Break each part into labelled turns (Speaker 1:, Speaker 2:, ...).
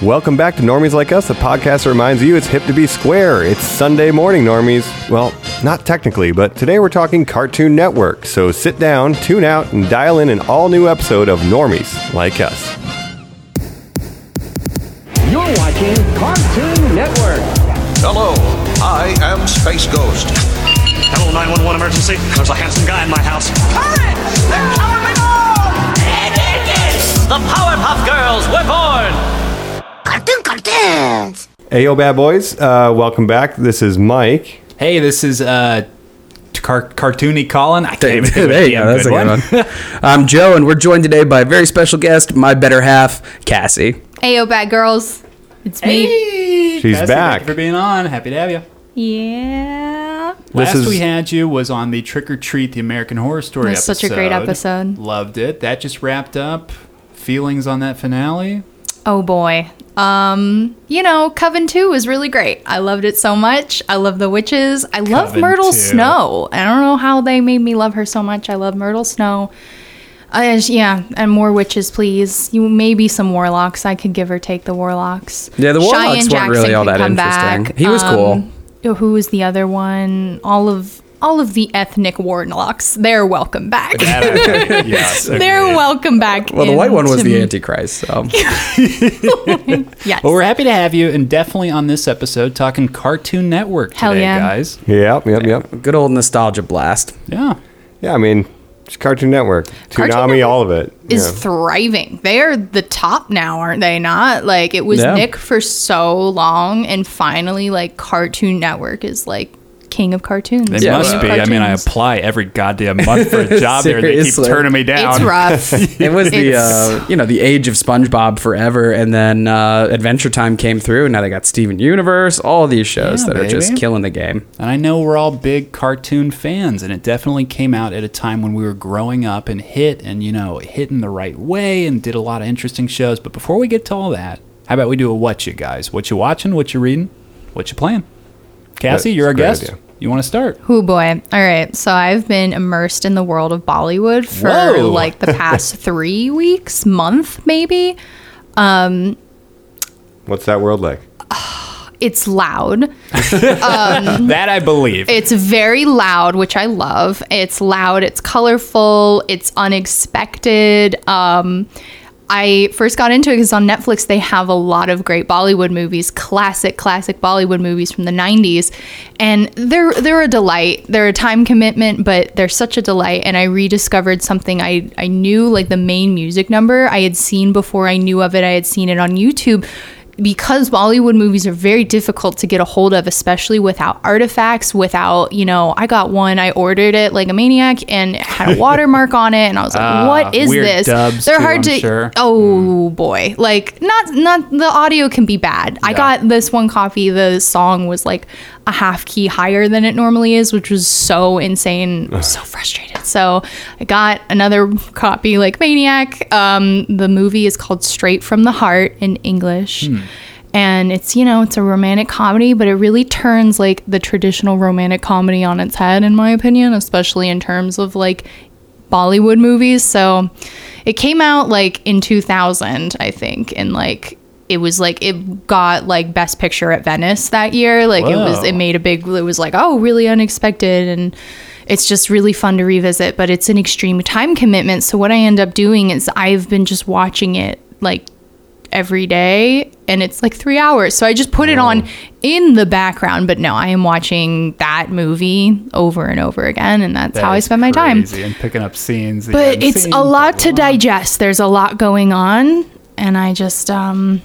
Speaker 1: Welcome back to Normies Like Us, the podcast that reminds you it's hip to be square. It's Sunday morning, Normies. Well, not technically, but today we're talking Cartoon Network. So sit down, tune out, and dial in an all new episode of Normies Like Us.
Speaker 2: You're watching Cartoon Network.
Speaker 3: Hello, I am Space Ghost.
Speaker 4: Hello, 911 emergency. There's a handsome guy in my house.
Speaker 5: Courage! They're coming on! The Powerpuff Girls were born! Cartoon cartoons!
Speaker 1: Hey, yo, bad boys. Uh, welcome back. This is Mike.
Speaker 6: Hey, this is uh, car- cartoony Colin. I can't even think of
Speaker 7: there
Speaker 6: a
Speaker 7: you go.
Speaker 6: damn
Speaker 7: That's a
Speaker 6: good one.
Speaker 7: good one. I'm Joe, and we're joined today by a very special guest, my better half, Cassie.
Speaker 8: Ayo, bad girls. It's me.
Speaker 6: Hey,
Speaker 1: She's
Speaker 6: Cassie,
Speaker 1: back.
Speaker 6: Thank you for being on. Happy to have you.
Speaker 8: Yeah.
Speaker 1: This
Speaker 6: Last
Speaker 1: is-
Speaker 6: we had you was on the Trick or Treat, the American Horror Story
Speaker 8: It was
Speaker 6: episode.
Speaker 8: such a great episode.
Speaker 6: Loved it. That just wrapped up. Feelings on that finale?
Speaker 8: Oh boy. Um, you know, Coven 2 was really great. I loved it so much. I love the witches. I love
Speaker 6: Coven 2.
Speaker 8: Myrtle Snow. I don't know how they made me love her so much. I love Myrtle Snow. Uh, yeah, and more witches, please. You maybe some warlocks. I could give or take the warlocks.
Speaker 7: Yeah, the
Speaker 8: Cheyenne
Speaker 7: warlocks weren't really all
Speaker 8: could
Speaker 7: that
Speaker 8: come
Speaker 7: interesting. He was
Speaker 8: cool. Who was the other one? All of all of the ethnic warlocks. They're welcome back.
Speaker 6: yes.
Speaker 8: They're welcome back.
Speaker 7: Well, the white one was
Speaker 8: into-
Speaker 7: the Antichrist, so
Speaker 8: Yes.
Speaker 6: Well, we're happy to have you, and definitely on this episode talking Cartoon Network today,
Speaker 8: Hell yeah.
Speaker 6: guys.
Speaker 1: Yep, yep, yep.
Speaker 7: good old nostalgia blast.
Speaker 6: Yeah.
Speaker 1: Yeah, I mean, it's Cartoon Network, Toonami,
Speaker 8: Cartoon Network
Speaker 1: all of it.
Speaker 8: is
Speaker 1: Yeah.
Speaker 8: thriving. They are the top now, aren't they? Not like it was
Speaker 7: Yeah.
Speaker 8: Nick for so long, and finally, like Cartoon Network is like king of cartoons.
Speaker 6: They
Speaker 8: King
Speaker 6: must
Speaker 8: of
Speaker 6: be. I mean, I
Speaker 8: cartoons.
Speaker 6: apply every goddamn month for a job there. They keep
Speaker 7: Seriously.
Speaker 6: turning me down.
Speaker 8: It's rough.
Speaker 7: It was the
Speaker 8: It's-
Speaker 7: uh, you know the age of SpongeBob forever, and then uh, Adventure Time came through, and now they got Steven Universe, all these shows
Speaker 6: Yeah,
Speaker 7: that are just
Speaker 6: baby.
Speaker 7: killing the game.
Speaker 6: And I know we're all big cartoon fans, and it definitely came out at a time when we were growing up and hit and, you know, hit in the right way and did a lot of interesting shows. But before we get to all that, how about we do a what you guys? What you watching? What you reading? What you playing? Cassie,
Speaker 1: That's
Speaker 6: you're
Speaker 1: a
Speaker 6: our
Speaker 1: great
Speaker 6: guest.
Speaker 1: idea.
Speaker 6: You want to start?
Speaker 8: Oh boy. All right. So I've been immersed in the world of Bollywood for
Speaker 6: Whoa.
Speaker 8: like the past three weeks, month maybe.
Speaker 1: What's that world like?
Speaker 8: It's loud.
Speaker 6: That I believe.
Speaker 8: It's very loud, which I love. It's loud, it's colorful, it's unexpected. Um, I first got into it because on Netflix they have a lot of great Bollywood movies, classic, classic Bollywood movies from the '90s, and they're they're a delight. They're a time commitment, but they're such a delight. And I rediscovered something I I knew, like the main music number I had seen before. I knew of it. I had seen it on YouTube because Bollywood movies are very difficult to get a hold of, especially without artifacts, without, you know, I got one, I ordered it like a maniac and it had a watermark on it. And I was like, what is
Speaker 6: Ah, weird
Speaker 8: this?
Speaker 6: dubs,
Speaker 8: They're
Speaker 6: too,
Speaker 8: hard
Speaker 6: I'm
Speaker 8: to,
Speaker 6: sure.
Speaker 8: oh boy. Like not, not the audio can be bad. I got this one copy. The song was like a half key higher than it normally is, which was so insane. I was so frustrated. So I got another copy like maniac. Um, the movie is called straight from the heart in English and it's you know it's a romantic comedy but it really turns like the traditional romantic comedy on its head in my opinion especially in terms of like bollywood movies so it came out like in 2000 i think and like it was like it got like best picture at venice that year like it was
Speaker 6: Whoa.
Speaker 8: it made a big it was like oh really unexpected and it's just really fun to revisit but it's an extreme time commitment so what i end up doing is i've been just watching it like every day and it's like three hours so i just put it on in the background but no i am watching that movie over and over again and that's how i spend my time
Speaker 6: And picking up scenes. that you
Speaker 8: but
Speaker 6: hadn't
Speaker 8: it's
Speaker 6: seen,
Speaker 8: a lot to
Speaker 6: blah, blah, blah.
Speaker 8: digest there's a lot going on and i just um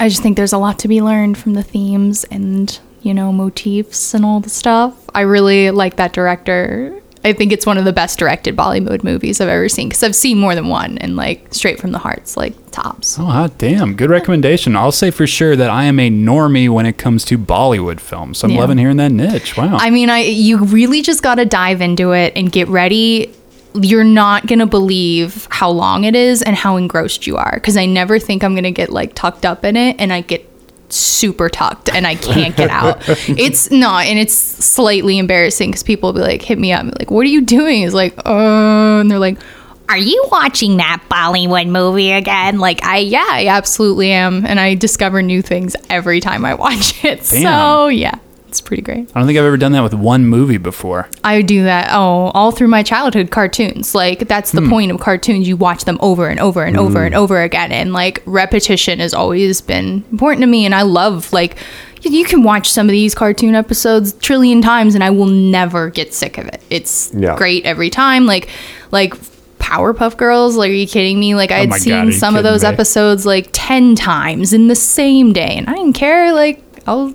Speaker 8: i just think there's a lot to be learned from the themes and you know motifs and all the stuff i really like that director i think it's one of the best directed bollywood movies i've ever seen because i've seen more than one and like straight from the hearts like tops
Speaker 6: Oh, hot damn. Good recommendation. I'll say for sure that I am a normie when it comes to Bollywood films. So I'm
Speaker 8: Yeah.
Speaker 6: loving hearing that niche. Wow.
Speaker 8: I mean, I you really just got to dive into it and get ready. You're not going to believe how long it is and how engrossed you are cuz I never think I'm going to get like tucked up in it and I get super tucked and I can't get out. it's no, and it's slightly embarrassing cuz people will be like hit me up and be like what are you doing? It's like, "Uh," and they're like
Speaker 9: Are you watching that Bollywood movie again?
Speaker 8: Like I yeah, I absolutely am and I discover new things every time I watch it. So,
Speaker 6: Damn.
Speaker 8: yeah. It's pretty great.
Speaker 6: I don't think I've ever done that with one movie before.
Speaker 8: I do that oh, all through my childhood cartoons. Like that's
Speaker 6: Hmm.
Speaker 8: the point of cartoons. You watch them over and over and over and over again and like repetition has always been important to me and I love like you- you can watch some of these cartoon episodes trillion times and I will never get sick of it. It's
Speaker 1: Yeah.
Speaker 8: great every time. Like like Powerpuff Girls, like are you kidding me? Like I had
Speaker 6: Oh my God,
Speaker 8: seen
Speaker 6: are you
Speaker 8: some of
Speaker 6: kidding
Speaker 8: those
Speaker 6: me?
Speaker 8: episodes like 10 times in the same day and I didn't care like I'll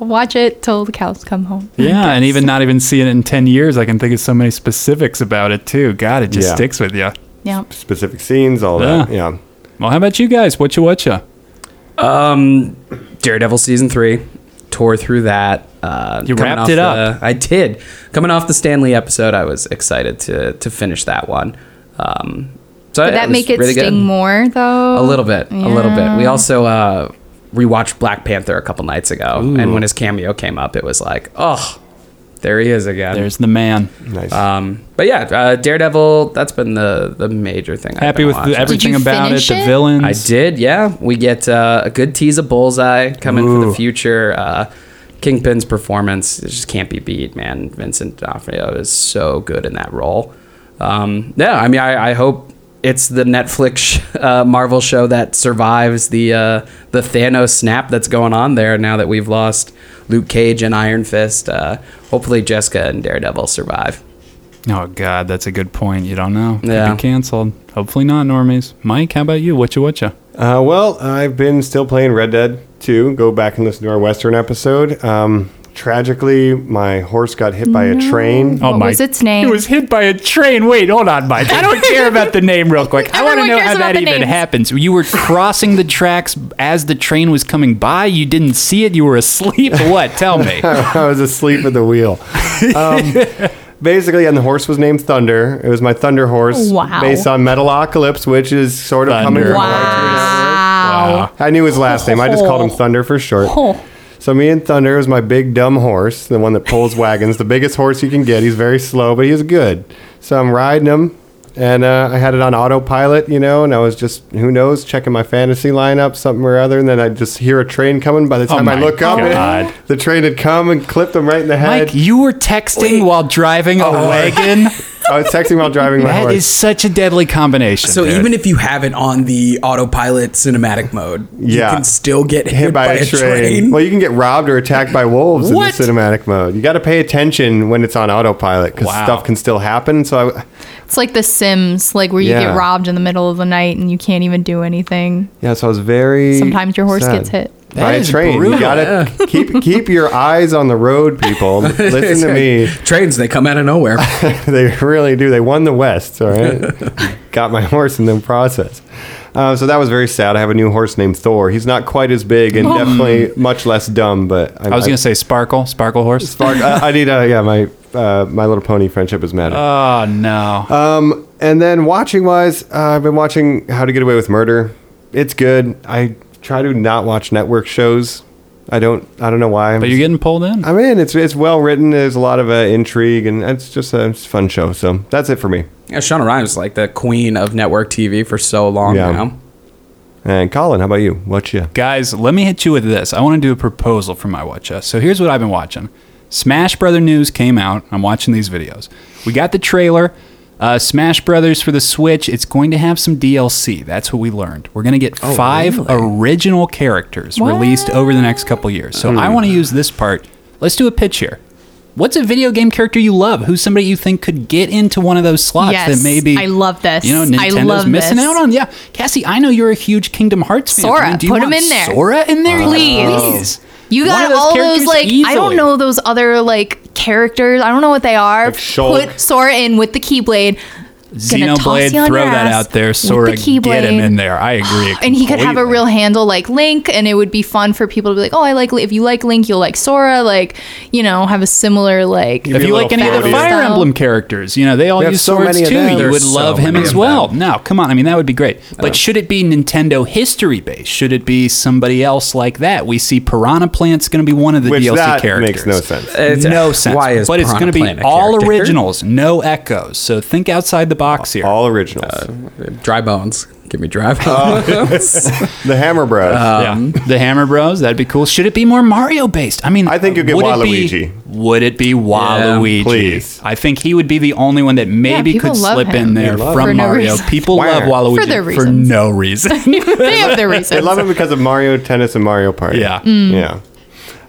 Speaker 8: I'll watch it till the cows come home.
Speaker 6: Yeah, and even not even seeing it in 10 years, I can think of so many specifics about it too. God, it just
Speaker 1: Yeah.
Speaker 6: sticks with you.
Speaker 8: Yeah.
Speaker 1: Specific scenes, all that. Yeah.
Speaker 6: Well, how about you guys? Whatcha whatcha?
Speaker 7: Daredevil season three. Tore through that. Uh,
Speaker 6: You
Speaker 7: coming
Speaker 6: wrapped
Speaker 7: off
Speaker 6: it up.
Speaker 7: the- I did. Coming off the Stanley episode, I was excited to to finish that one. Um, so
Speaker 8: Did
Speaker 7: I-
Speaker 8: that
Speaker 7: was
Speaker 8: make it
Speaker 7: really good.
Speaker 8: sting more though?
Speaker 7: A little bit, a little bit. We
Speaker 8: Yeah.
Speaker 7: also uh, rewatched Black Panther a couple nights ago, and when his cameo came up, it was like, oh, there he is again.
Speaker 6: There's the man.
Speaker 1: Nice.
Speaker 7: um, but yeah, uh, Daredevil. That's been the the major thing. I've
Speaker 6: Happy
Speaker 7: been
Speaker 6: with
Speaker 7: watching.
Speaker 6: the, everything
Speaker 8: you
Speaker 6: about it,
Speaker 8: finish
Speaker 6: the
Speaker 8: it?
Speaker 6: villains.
Speaker 7: I did, yeah. We get uh, a good tease of Bullseye coming for
Speaker 6: Ooh.
Speaker 7: the future. Uh, Kingpin's performance it just can't be beat, man. Vincent D'Onofrio is so good in that role. Um, yeah, I mean, I, I hope it's the Netflix uh, Marvel show that survives the uh, the Thanos snap that's going on there. Now that we've lost Luke Cage and Iron Fist, uh, hopefully Jessica and Daredevil survive.
Speaker 6: Oh God, that's a good point. You don't know. Could
Speaker 7: Yeah.
Speaker 6: be canceled. Hopefully not, normies. Mike, how about you? Whatcha whatcha?
Speaker 1: Uh, well, I've been still playing Red Dead 2. Go back and listen to our Western episode. Um, tragically, my horse got hit by a train.
Speaker 8: What was its name?
Speaker 6: It Oh, was hit by a train. Wait, hold on, Mike. I don't care about the name real quick. I want to
Speaker 8: Everyone
Speaker 6: know
Speaker 8: cares
Speaker 6: how
Speaker 8: about
Speaker 6: that
Speaker 8: the
Speaker 6: even
Speaker 8: names.
Speaker 6: happens. You were crossing the tracks as the train was coming by. You didn't see it. You were asleep. What? Tell me.
Speaker 1: I was asleep at the wheel. Um, basically, and the horse was named Thunder. It was my Thunder horse
Speaker 8: Wow.
Speaker 1: based on Metalocalypse, which is sort of coming
Speaker 6: Thunder.
Speaker 1: from
Speaker 8: wow.
Speaker 1: I knew his last name. I just called him Thunder for short.
Speaker 8: Oh.
Speaker 1: So me and Thunder was my big dumb horse, the one that pulls wagons, the biggest horse you can get. He's very slow, but he's good. So I'm riding him, and uh, I had it on autopilot, you know, and I was just who knows checking my fantasy lineup, something or other, and then I just hear a train coming. By the time I
Speaker 6: Oh my
Speaker 1: look up,
Speaker 6: God.
Speaker 1: it, the train had come and clipped him right in the head.
Speaker 6: Mike, you were texting while driving a wagon.
Speaker 1: I was texting while driving my
Speaker 6: That
Speaker 1: horse.
Speaker 6: is such a deadly combination.
Speaker 10: So
Speaker 6: dude.
Speaker 10: even if you have it on the autopilot cinematic mode,
Speaker 1: Yeah.
Speaker 10: you can still get hit, by, a train.
Speaker 1: Well, you can get robbed or attacked by wolves in the
Speaker 6: What?
Speaker 1: cinematic mode. You got to pay attention when it's on autopilot because
Speaker 6: Wow.
Speaker 1: stuff can still happen. So I,
Speaker 8: It's like The Sims, like where you
Speaker 1: Yeah.
Speaker 8: get robbed in the middle of the night and you can't even do anything.
Speaker 1: yeah, so I was very.
Speaker 8: Sometimes your horse
Speaker 1: sad.
Speaker 8: gets hit.
Speaker 1: by a
Speaker 6: is
Speaker 1: train.
Speaker 6: brutal.
Speaker 1: You gotta keep keep your eyes on the road, people. Listen to me.
Speaker 10: Trains, they come out of nowhere.
Speaker 1: They really do. They won the West. All right, got my horse in the process. Uh, so that was very sad. I have a new horse named Thor. He's not quite as big and definitely much less dumb. But
Speaker 6: Oh. I was gonna say Sparkle, Sparkle Horse.
Speaker 1: Spark- I, I need a yeah. My uh, My Little Pony friendship is mad.
Speaker 6: Oh no.
Speaker 1: Um, and then watching wise, uh, I've been watching How to Get Away with Murder. It's good. I try to not watch network shows. I don't. I don't know why.
Speaker 6: but you're getting pulled in.
Speaker 1: I'm in. It's it's well written. There's a lot of uh, intrigue, and it's just a, it's a fun show. So that's it for me.
Speaker 7: Yeah, Shonda Rhimes is like the queen of network TV for so long
Speaker 1: Yeah.
Speaker 7: now.
Speaker 1: And Colin, how about you? What's you?
Speaker 6: Guys, let me hit you with this. I want to do a proposal for my watcha. So here's what I've been watching. Smash Brother News came out. I'm watching these videos. We got the trailer. Uh, Smash Brothers for the Switch. It's going to have some DLC. That's what we learned. We're going to get five original characters released over the next couple years. So I want to use this part. Let's do a pitch here. What's a video game character you love? Who's somebody you think could get into one of those slots
Speaker 8: Yes,
Speaker 6: that maybe
Speaker 8: I love this.
Speaker 6: You know,
Speaker 8: I
Speaker 6: Nintendo's
Speaker 8: love
Speaker 6: missing
Speaker 8: this.
Speaker 6: out on. Yeah, Cassie, I know you're a huge Kingdom Hearts fan.
Speaker 8: Sora,
Speaker 6: I mean, do you
Speaker 8: put him
Speaker 6: want
Speaker 8: in there.
Speaker 6: Sora in there,
Speaker 8: Please.
Speaker 6: please.
Speaker 8: You
Speaker 6: One
Speaker 8: got
Speaker 6: of those
Speaker 8: all
Speaker 6: characters
Speaker 8: those like I
Speaker 6: easily.
Speaker 8: don't know those other like characters. I don't know what they are.
Speaker 1: Like Shulk.
Speaker 8: Put Sora in with the Keyblade. Gonna toss
Speaker 6: Xenoblade,
Speaker 8: you on
Speaker 6: throw
Speaker 8: your
Speaker 6: that
Speaker 8: ass
Speaker 6: out there.
Speaker 8: with the
Speaker 6: Sora, get him
Speaker 8: Keyblade.
Speaker 6: in there. I agree.
Speaker 8: and he could have a
Speaker 6: completely.
Speaker 8: real handle like Link, and it would be fun for people to be like, "Oh, I like Li- if you like Link, you'll like Sora." Like, you know, have a similar like.
Speaker 1: be
Speaker 6: If
Speaker 1: a
Speaker 6: you
Speaker 1: little
Speaker 6: like any of the
Speaker 1: floaty.
Speaker 6: Fire
Speaker 8: Style.
Speaker 6: Emblem characters, you know they all
Speaker 1: We have
Speaker 6: use
Speaker 1: so
Speaker 6: swords
Speaker 1: many of
Speaker 6: too.
Speaker 1: them.
Speaker 6: You
Speaker 1: There's
Speaker 6: would
Speaker 1: so
Speaker 6: love him
Speaker 10: many
Speaker 6: as
Speaker 10: of
Speaker 6: well. No, come on. I mean that would be great. But should it be Nintendo history based? Should it be somebody else like that? We see Piranha Plant's going to be one of the
Speaker 1: Which
Speaker 6: DLC
Speaker 1: that makes
Speaker 6: characters.
Speaker 1: no sense.
Speaker 7: It's-
Speaker 6: no sense.
Speaker 7: Why is
Speaker 6: but it's
Speaker 7: Piranha
Speaker 6: going to be
Speaker 7: Plant a
Speaker 6: all
Speaker 7: character?
Speaker 6: originals, no echoes. So think outside the box here.
Speaker 1: All originals.
Speaker 6: Uh,
Speaker 7: dry bones. Give me dry
Speaker 1: Oh.
Speaker 7: bones.
Speaker 1: the Hammer Bros.
Speaker 6: Um, the Hammer Bros. That'd be cool. Should it be more Mario based? I mean,
Speaker 1: I think you'll get
Speaker 6: would it be-
Speaker 1: Waluigi.
Speaker 6: would it be Waluigi?
Speaker 1: please.
Speaker 6: I think he would be the only one that maybe
Speaker 8: people
Speaker 6: could
Speaker 8: love
Speaker 6: slip
Speaker 8: him.
Speaker 6: in there
Speaker 8: They love
Speaker 6: from
Speaker 8: him. For no
Speaker 6: Mario.
Speaker 8: reason.
Speaker 6: People
Speaker 1: Why?
Speaker 6: love Waluigi
Speaker 8: For their
Speaker 6: for
Speaker 8: reasons.
Speaker 6: no reason.
Speaker 8: they have their reasons.
Speaker 1: I love it because of Mario Tennis and Mario Party.
Speaker 6: Yeah.
Speaker 7: Mm.
Speaker 1: Yeah.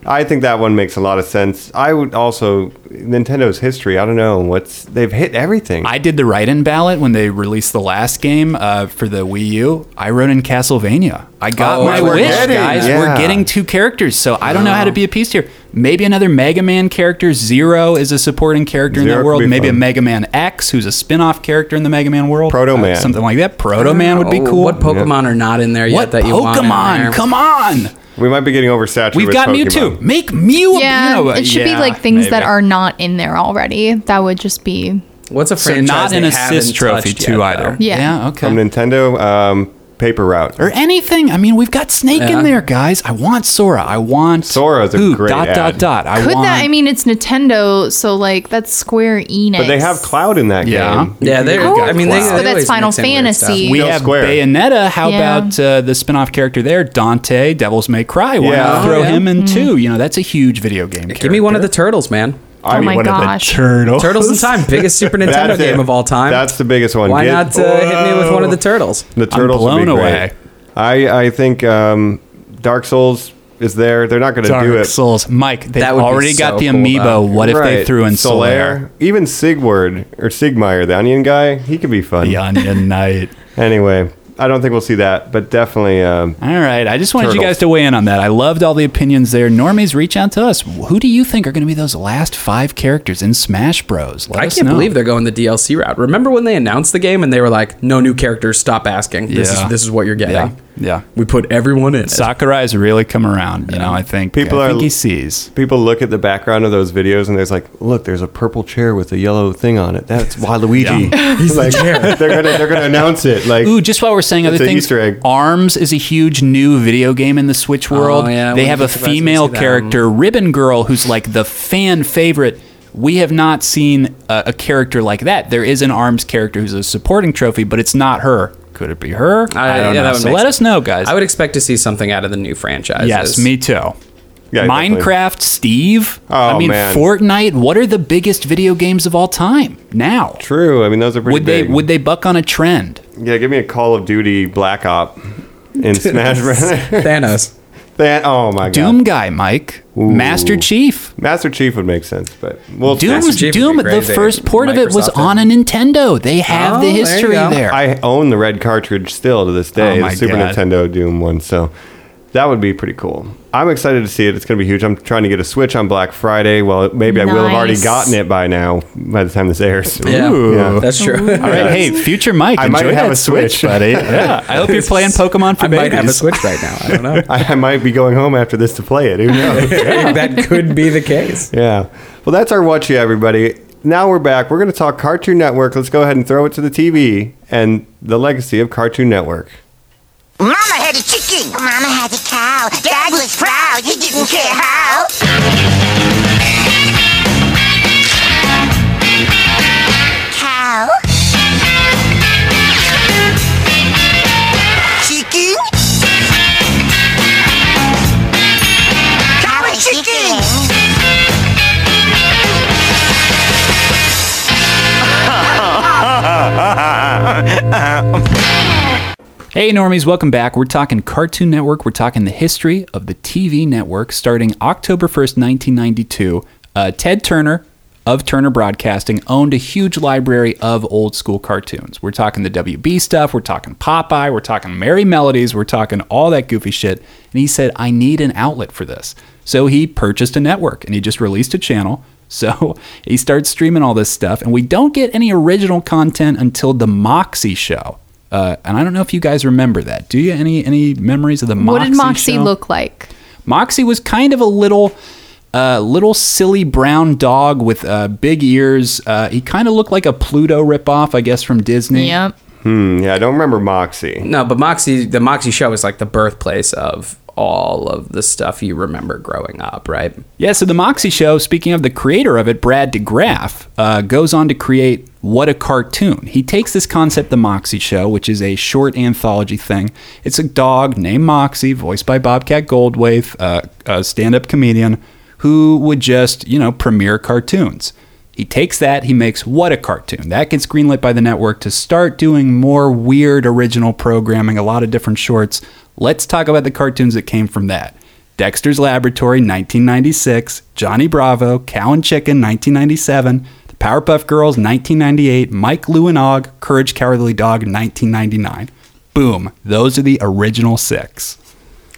Speaker 1: I think that one makes a lot of sense. I would also Nintendo's history. I don't know what's they've hit everything.
Speaker 6: I did the write-in ballot when they released the last game uh, for the Wii U. I wrote in Castlevania. I got
Speaker 7: Oh,
Speaker 6: my
Speaker 7: we're
Speaker 6: wish,
Speaker 1: getting-
Speaker 6: guys.
Speaker 1: yeah.
Speaker 6: We're getting two characters, so I don't know how to be appeased here. Maybe another Mega Man character. Zero is a supporting character in
Speaker 1: Zero
Speaker 6: that
Speaker 1: could
Speaker 6: world.
Speaker 1: be
Speaker 6: Maybe a
Speaker 1: fun.
Speaker 6: Mega Man X, who's a spin-off character in the Mega Man world. Uh,
Speaker 1: Proto Man.
Speaker 6: something like that. Proto Man would be
Speaker 7: Oh,
Speaker 6: cool.
Speaker 7: What Pokemon are not in there yet
Speaker 6: What
Speaker 7: that you want? in there?
Speaker 6: Pokemon? Come on,
Speaker 1: we might be getting oversaturated.
Speaker 6: we've
Speaker 1: with
Speaker 6: got
Speaker 1: Pokemon.
Speaker 6: Mewtwo. Make Mew. a-
Speaker 8: yeah,
Speaker 6: you know,
Speaker 8: it should
Speaker 6: yeah,
Speaker 8: be like things that
Speaker 6: maybe.
Speaker 8: are not in there already. That would just be
Speaker 7: What's a
Speaker 6: so
Speaker 7: franchise?
Speaker 6: not an
Speaker 7: they haven't
Speaker 6: assist trophy
Speaker 7: touched
Speaker 6: too
Speaker 7: yet,
Speaker 6: either.
Speaker 7: though?
Speaker 8: Yeah.
Speaker 6: okay.
Speaker 1: from Nintendo um, Paper Route.
Speaker 6: or anything. I mean, we've got Snake
Speaker 7: Yeah.
Speaker 6: in there, guys. I want Sora. I want
Speaker 1: Sora's a
Speaker 6: who,
Speaker 1: great
Speaker 6: dot
Speaker 1: ad.
Speaker 6: dot dot. I
Speaker 8: could
Speaker 6: want.
Speaker 8: that? I mean, it's Nintendo, so like that's Square Enix.
Speaker 1: But they have Cloud in that
Speaker 6: Yeah.
Speaker 1: game.
Speaker 7: Yeah, they.
Speaker 8: Oh,
Speaker 7: I mean, they,
Speaker 8: wow.
Speaker 7: they
Speaker 8: But that's
Speaker 7: always
Speaker 8: Final
Speaker 7: mix in weird
Speaker 8: Fantasy.
Speaker 7: stuff.
Speaker 6: we
Speaker 1: Go
Speaker 6: have
Speaker 1: Square.
Speaker 6: Bayonetta. How
Speaker 8: Yeah.
Speaker 6: about uh, the spin-off character there, Dante? Devils May Cry. Why
Speaker 1: Yeah.
Speaker 6: not
Speaker 1: Oh,
Speaker 6: throw
Speaker 7: yeah.
Speaker 6: him
Speaker 8: Mm-hmm.
Speaker 6: in too? You know, that's a huge video game.
Speaker 7: Give me one of the turtles, man.
Speaker 1: I
Speaker 8: oh
Speaker 1: mean,
Speaker 8: my
Speaker 1: one of the
Speaker 8: gosh!
Speaker 6: turtles.
Speaker 7: Turtles in Time, biggest Super Nintendo
Speaker 1: That's it.
Speaker 7: game of all time.
Speaker 1: That's the biggest one.
Speaker 7: Why
Speaker 1: Get-
Speaker 7: not uh, hit me with one of the turtles?
Speaker 1: The turtles
Speaker 6: blown
Speaker 1: would be great.
Speaker 6: away.
Speaker 1: I I think um, Dark Souls is there. They're not going to do
Speaker 6: Dark
Speaker 1: it.
Speaker 6: Souls. Mike, they've
Speaker 7: That would be
Speaker 6: already
Speaker 7: so
Speaker 6: got the
Speaker 7: cool,
Speaker 6: amiibo.
Speaker 7: though.
Speaker 6: What if they
Speaker 1: Right.
Speaker 6: threw in Solaire?
Speaker 1: Even Sigward or Sigmire, the onion guy, he could be fun.
Speaker 6: The Onion Knight.
Speaker 1: Anyway, I don't think we'll see that, but definitely. Um,
Speaker 6: All right. I just wanted you
Speaker 1: Turtles.
Speaker 6: guys to weigh in on that. I loved all the opinions there. Normies, reach out to us. Who do you think are going to be those last five characters in Smash Bros? Let
Speaker 7: I
Speaker 6: us
Speaker 7: can't
Speaker 6: know.
Speaker 7: believe they're going the DLC route. Remember when they announced the game and they were like, "No new characters. Stop asking. This
Speaker 6: Yeah.
Speaker 7: is this is what you're getting."
Speaker 6: Yeah. Yeah.
Speaker 7: We put everyone in. it.
Speaker 6: Sakurai's really come around. You know, I think
Speaker 1: People
Speaker 6: I
Speaker 1: are-
Speaker 6: think he sees.
Speaker 1: people look at the background of those videos and there's like, look, there's a purple chair with a yellow thing on it. That's Waluigi. He's like, they're gonna they're gonna announce it. Like,
Speaker 6: Ooh, just while we're saying other
Speaker 1: It's an
Speaker 6: things,
Speaker 1: Easter egg.
Speaker 6: Arms is a huge new video game in the Switch world.
Speaker 7: Oh, yeah, I
Speaker 6: they have a
Speaker 7: wouldn't be surprised if we
Speaker 6: female
Speaker 7: see that.
Speaker 6: character, Ribbon Girl, who's like the fan favorite. We have not seen a, a character like that. There is an Arms character who's a supporting trophy, but it's not her. Could it be her? I, don't
Speaker 7: yeah, that
Speaker 6: know.
Speaker 7: would
Speaker 6: So
Speaker 7: make
Speaker 6: let
Speaker 7: sense.
Speaker 6: us know, guys.
Speaker 7: I would expect to see something out of the new franchises.
Speaker 6: yes, me too.
Speaker 1: Yeah,
Speaker 6: Minecraft,
Speaker 1: definitely.
Speaker 6: Steve. I
Speaker 1: Oh,
Speaker 6: mean,
Speaker 1: man.
Speaker 6: Fortnite. What are the biggest video games of all time now?
Speaker 1: True. I mean, those are pretty
Speaker 6: Would they
Speaker 1: big.
Speaker 6: would they buck on a trend?
Speaker 1: Yeah, give me a Call of Duty Black Op in Smash Bros.
Speaker 7: Thanos.
Speaker 1: that oh my god,
Speaker 6: Doom guy, Mike, Master Chief.
Speaker 1: Master Chief would make sense, but we'll
Speaker 6: Doom,
Speaker 7: Master Chief
Speaker 6: Doom.
Speaker 7: would be
Speaker 6: The
Speaker 7: great. They-
Speaker 6: first port of it was
Speaker 7: Microsoft
Speaker 6: on a Nintendo. They have
Speaker 7: Oh,
Speaker 6: the
Speaker 7: there you
Speaker 6: history
Speaker 7: go.
Speaker 6: there.
Speaker 1: I own the red cartridge still to this day,
Speaker 6: Oh my
Speaker 1: the Super
Speaker 6: God.
Speaker 1: Nintendo Doom one. So that would be pretty cool. I'm excited to see it. It's going to be huge. I'm trying to get a Switch on Black Friday. Well, maybe I will have already
Speaker 8: Nice.
Speaker 1: gotten it by now by the time this airs.
Speaker 7: Yeah,
Speaker 1: Ooh. Yeah.
Speaker 7: that's true.
Speaker 6: all right, hey, future Mike,
Speaker 1: I might
Speaker 6: enjoy
Speaker 1: have
Speaker 6: that
Speaker 1: a Switch.
Speaker 6: buddy. Yeah, I hope you're playing Pokemon for
Speaker 7: I might have a
Speaker 6: babies.
Speaker 7: Switch right now. I don't know.
Speaker 1: I, I might be going home after this to play it. Who knows?
Speaker 7: that could be the case.
Speaker 1: yeah. Well, that's our what you everybody. Now we're back. We're going to talk Cartoon Network. Let's go ahead and throw it to the TV and the legacy of Cartoon Network.
Speaker 11: Mama had a chicken. Mama had a cow. Dad was proud. He didn't care how. Cow. Chicken. Cow and chicken.
Speaker 6: Hey, normies, welcome back. We're talking Cartoon Network. We're talking the history of the TV network starting October 1st, 1992. Uh, Ted Turner of Turner Broadcasting owned a huge library of old school cartoons. We're talking the WB stuff, we're talking Popeye, we're talking Merry Melodies, we're talking all that goofy shit. And he said, I need an outlet for this. So he purchased a network and he just released a channel. So he starts streaming all this stuff, and we don't get any original content until the Moxie show. Uh, and I don't know if you guys remember that. Do you any any memories of the Moxie?
Speaker 8: what did Moxie
Speaker 6: show?
Speaker 8: look like?
Speaker 6: Moxie was kind of a little, uh, little silly brown dog with uh, big ears. Uh, he kind of looked like a Pluto ripoff, I guess, from Disney.
Speaker 8: Yep.
Speaker 1: Hmm, yeah, I don't remember Moxie.
Speaker 7: No, but Moxie, the Moxie show is like the birthplace of all of the stuff you remember growing up, right?
Speaker 6: Yeah, so the Moxie Show, speaking of the creator of it, Brad DeGraff, uh, goes on to create What a Cartoon. He takes this concept, the Moxie Show, which is a short anthology thing. It's a dog named Moxie, voiced by Bobcat Goldthwait, uh, a stand up comedian, who would just, you know, premiere cartoons. He takes that, he makes What a Cartoon. That gets greenlit by the network to start doing more weird original programming, a lot of different shorts. Let's talk about the cartoons that came from that. Dexter's Laboratory 1996, Johnny Bravo, Cow and Chicken 1997, The Powerpuff Girls 1998, Mike Lou and Og, Courage Cowardly Dog 1999. Boom, those are the original six.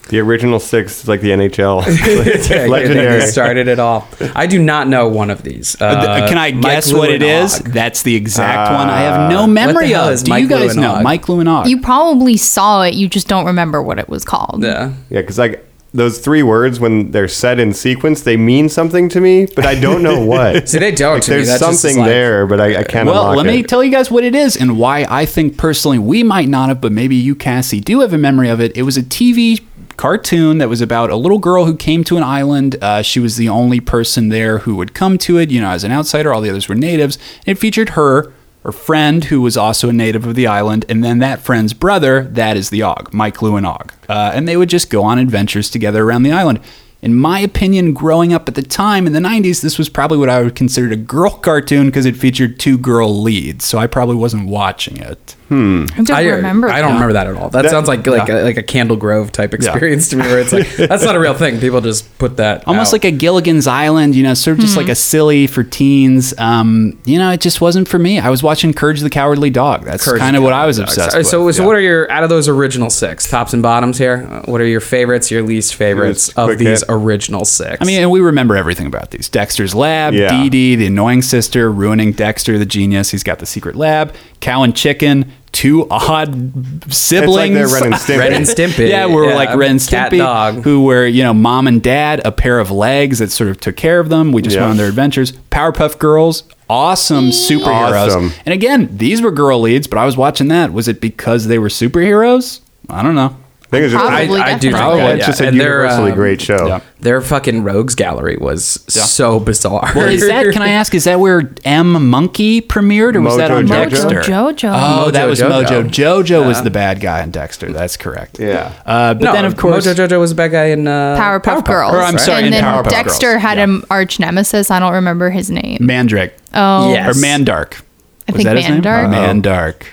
Speaker 1: The original six is like the NHL. It's
Speaker 7: Yeah,
Speaker 1: legendary.
Speaker 7: They started it all. I do not know one of these. Uh,
Speaker 6: Can I
Speaker 7: Mike
Speaker 6: guess
Speaker 7: Lou
Speaker 6: what
Speaker 7: and
Speaker 6: it is?
Speaker 7: Og.
Speaker 6: That's the exact one. I have no
Speaker 7: what the
Speaker 6: memory
Speaker 7: hell
Speaker 6: of.
Speaker 7: is
Speaker 6: Do
Speaker 7: Mike
Speaker 6: you
Speaker 7: Lou
Speaker 6: guys
Speaker 7: and
Speaker 6: know
Speaker 7: Og?
Speaker 6: Mike Lou and Og?
Speaker 8: You probably saw it, you just don't remember what it was called.
Speaker 7: Yeah.
Speaker 1: Yeah, because like those three words when they're said in sequence, they mean something to me, but I don't know what.
Speaker 7: See, they don't
Speaker 1: Like,
Speaker 7: to me.
Speaker 1: there's
Speaker 7: That just is
Speaker 1: something
Speaker 7: like-
Speaker 1: there, but I, I can't.
Speaker 6: Well,
Speaker 1: unlock
Speaker 6: let me
Speaker 1: it.
Speaker 6: tell you guys what it is and why I think personally we might not have, but maybe you, Cassie, do have a memory of it. It was a TV cartoon that was about a little girl who came to an island. Uh, she was the only person there who would come to it, you know, as an outsider. All the others were natives. It featured her, her friend, who was also a native of the island, and then that friend's brother, that is the Og, Mike Lou and Og. Uh, and they would just go on adventures together around the island. In my opinion, growing up at the time in the 90s, this was probably what I would consider a girl cartoon because it featured two girl leads, so I probably wasn't watching it.
Speaker 8: I don't
Speaker 7: I,
Speaker 8: remember.
Speaker 7: I don't
Speaker 8: that.
Speaker 7: remember that at all. That,
Speaker 1: That-
Speaker 7: sounds like like
Speaker 6: yeah.
Speaker 7: a, like a Candle Grove type experience to me, where it's like that's not a real thing. People just put that
Speaker 6: Almost
Speaker 7: out.
Speaker 6: like a Gilligan's Island, you know, sort of just like a silly for teens. Um, you know, it just wasn't for me. I was watching Courage the Cowardly Dog. That's
Speaker 7: Courage
Speaker 6: kind of
Speaker 7: the
Speaker 6: what I was
Speaker 7: Dog.
Speaker 6: obsessed
Speaker 7: Sorry,
Speaker 6: with.
Speaker 7: So, so
Speaker 6: Yeah.
Speaker 7: what are your out of those original six tops and bottoms here? uh, What are your favorites, your least favorites
Speaker 1: Just
Speaker 7: of
Speaker 1: quick
Speaker 7: these
Speaker 1: hit.
Speaker 7: original six?
Speaker 6: I mean, and we remember everything about these. Dexter's Lab,
Speaker 1: Yeah.
Speaker 6: Dee Dee, the annoying sister, ruining Dexter, the genius. He's got the secret lab. Cow and Chicken, two odd
Speaker 1: it's like
Speaker 6: siblings.
Speaker 1: they're running stimpy.
Speaker 7: Ren and Stimpy.
Speaker 6: Yeah, we were like Ren and
Speaker 7: cat
Speaker 6: Stimpy,
Speaker 7: dog.
Speaker 6: who were you know mom and dad, a pair of legs that sort of took care of them. We just
Speaker 1: Yeah.
Speaker 6: went on their adventures. Powerpuff Girls, awesome
Speaker 7: Mm.
Speaker 6: superheroes.
Speaker 1: Awesome.
Speaker 6: And again, these were girl leads, but I was watching that. Was it because they were superheroes? I don't know.
Speaker 1: I think it's just,
Speaker 8: Probably.
Speaker 1: I,
Speaker 7: I, I do think
Speaker 8: Probably,
Speaker 7: that,
Speaker 1: it's
Speaker 7: yeah.
Speaker 1: just a
Speaker 7: And they're,
Speaker 1: universally
Speaker 7: um,
Speaker 1: great show.
Speaker 6: yeah.
Speaker 7: Their fucking rogues gallery was
Speaker 6: Yeah.
Speaker 7: so bizarre.
Speaker 6: Well, is that? Can I ask? Is that where M Monkey premiered, or was that
Speaker 1: Mojo
Speaker 6: on
Speaker 1: Jojo?
Speaker 6: Dexter?
Speaker 8: Mojo Jojo.
Speaker 6: Oh, that
Speaker 7: Mojo
Speaker 6: was
Speaker 7: Jojo.
Speaker 6: Mojo. Jojo was the bad guy on Dexter. That's correct.
Speaker 1: Yeah.
Speaker 6: Uh, but
Speaker 7: no,
Speaker 6: then of course,
Speaker 7: Mojo Jojo was a bad guy in uh,
Speaker 8: Powerpuff, Girls.
Speaker 6: Or, I'm sorry, in
Speaker 8: and then
Speaker 6: Powerpuff
Speaker 8: Dexter
Speaker 6: Girls.
Speaker 8: had an arch nemesis. I don't remember his name.
Speaker 6: Mandrake
Speaker 8: Oh,
Speaker 7: Yes.
Speaker 6: or Mandark.
Speaker 8: I
Speaker 6: was
Speaker 8: think
Speaker 6: that his name?
Speaker 8: Mandark.
Speaker 6: Mandark.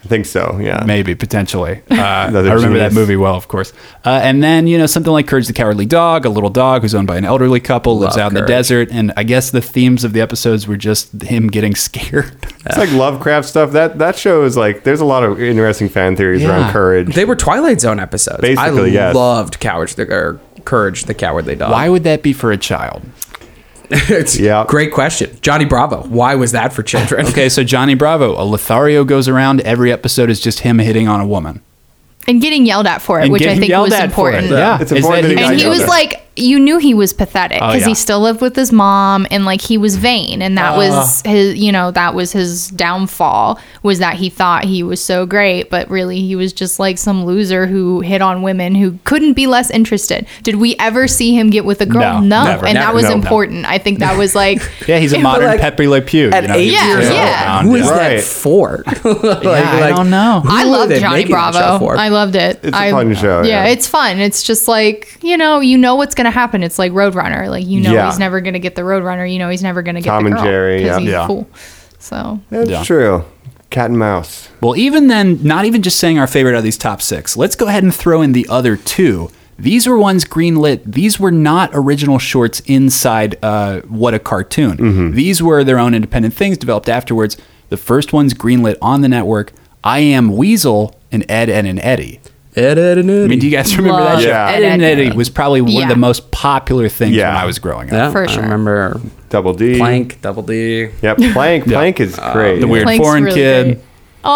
Speaker 1: I think so. Yeah,
Speaker 6: Maybe potentially. Uh, I
Speaker 1: Another
Speaker 6: remember
Speaker 1: genius.
Speaker 6: that movie well, of course. Uh, and then you know something like Courage the Cowardly Dog, a little dog who's owned by an elderly couple, lives
Speaker 7: Love
Speaker 6: out in the
Speaker 7: Courage.
Speaker 6: desert, and I guess the themes of the episodes were just him getting scared.
Speaker 1: it's like Lovecraft stuff. That that show is like there's a lot of interesting fan theories
Speaker 6: Yeah.
Speaker 1: around courage.
Speaker 7: They were Twilight Zone episodes. I
Speaker 1: Basically, yes.
Speaker 7: loved Coward the or Courage the Cowardly Dog.
Speaker 6: Why would that be for a child?
Speaker 7: it's
Speaker 1: Yeah.
Speaker 7: great question. Johnny Bravo. Why was that for children?
Speaker 6: Okay, so Johnny Bravo, a Lothario goes around. Every episode is just him hitting on a woman,
Speaker 8: And getting yelled at for it,
Speaker 6: And
Speaker 8: which I
Speaker 6: getting
Speaker 8: think
Speaker 6: yelled
Speaker 8: was
Speaker 6: at for it.
Speaker 8: important.
Speaker 6: Yeah,
Speaker 1: It's
Speaker 6: Is
Speaker 1: important that he got
Speaker 8: And he
Speaker 1: yelled
Speaker 8: was
Speaker 1: at.
Speaker 8: like, you knew he was pathetic
Speaker 6: Oh,
Speaker 8: because
Speaker 6: yeah.
Speaker 8: he still lived with his mom, and like he was vain, and that was his, you know, that was his downfall was that he thought he was so great, but really he was just like some loser who hit on women who couldn't be less interested. Did we ever see him get with a
Speaker 6: No,
Speaker 8: girl? No,
Speaker 6: never,
Speaker 8: and
Speaker 6: never,
Speaker 8: that was
Speaker 6: no, no.
Speaker 8: important. I think that was like,
Speaker 6: Yeah, he's a modern
Speaker 7: like,
Speaker 6: Pepe Le Pew.
Speaker 7: At
Speaker 6: you know,
Speaker 7: eight
Speaker 6: he's
Speaker 8: Yeah,
Speaker 7: years
Speaker 6: just
Speaker 8: yeah.
Speaker 7: old,
Speaker 6: around.
Speaker 7: who is
Speaker 1: Right.
Speaker 7: that for? like,
Speaker 6: I don't know.
Speaker 7: who
Speaker 8: I
Speaker 7: were
Speaker 8: love
Speaker 7: they
Speaker 8: Johnny
Speaker 7: making that show
Speaker 8: Bravo.
Speaker 7: for?
Speaker 8: I loved it.
Speaker 1: It's a
Speaker 8: I-
Speaker 1: fun show,
Speaker 8: Yeah,
Speaker 1: yeah.
Speaker 8: it's fun. It's just like you know, you know what's gonna happen. It's like Roadrunner. Like you know,
Speaker 1: Yeah.
Speaker 8: he's never gonna get the Roadrunner. You know, he's never gonna get
Speaker 1: Tom
Speaker 8: the
Speaker 1: and
Speaker 8: girl
Speaker 1: Jerry,
Speaker 8: 'cause
Speaker 1: yeah.
Speaker 8: he's a
Speaker 6: Yeah.
Speaker 8: fool. So
Speaker 1: That's
Speaker 6: Yeah.
Speaker 1: true. Cat and mouse.
Speaker 6: Well, even then, not even just saying our favorite out of these top six, let's go ahead and throw in the other two. These were ones greenlit. These were not original shorts inside uh, What a Cartoon. These were their own independent things developed afterwards. The first one's greenlit on the network I Am Weasel and Ed, Ed, and Eddie.
Speaker 7: Ed, Ed, and Eddie.
Speaker 6: I mean, do you guys remember
Speaker 8: Love
Speaker 6: that show?
Speaker 1: Yeah.
Speaker 6: Ed, Ed, and
Speaker 8: Ed,
Speaker 6: Eddie
Speaker 8: Ed.
Speaker 6: was probably one of
Speaker 8: Yeah.
Speaker 6: the most popular things
Speaker 1: Yeah.
Speaker 6: when I was growing up.
Speaker 7: yeah,
Speaker 8: For
Speaker 7: I
Speaker 8: sure.
Speaker 7: remember
Speaker 1: Double D.
Speaker 7: Plank, Double D.
Speaker 1: Yep. Plank. Plank is great.
Speaker 6: The weird
Speaker 8: Plank's
Speaker 6: foreign
Speaker 8: really
Speaker 6: kid.
Speaker 8: great.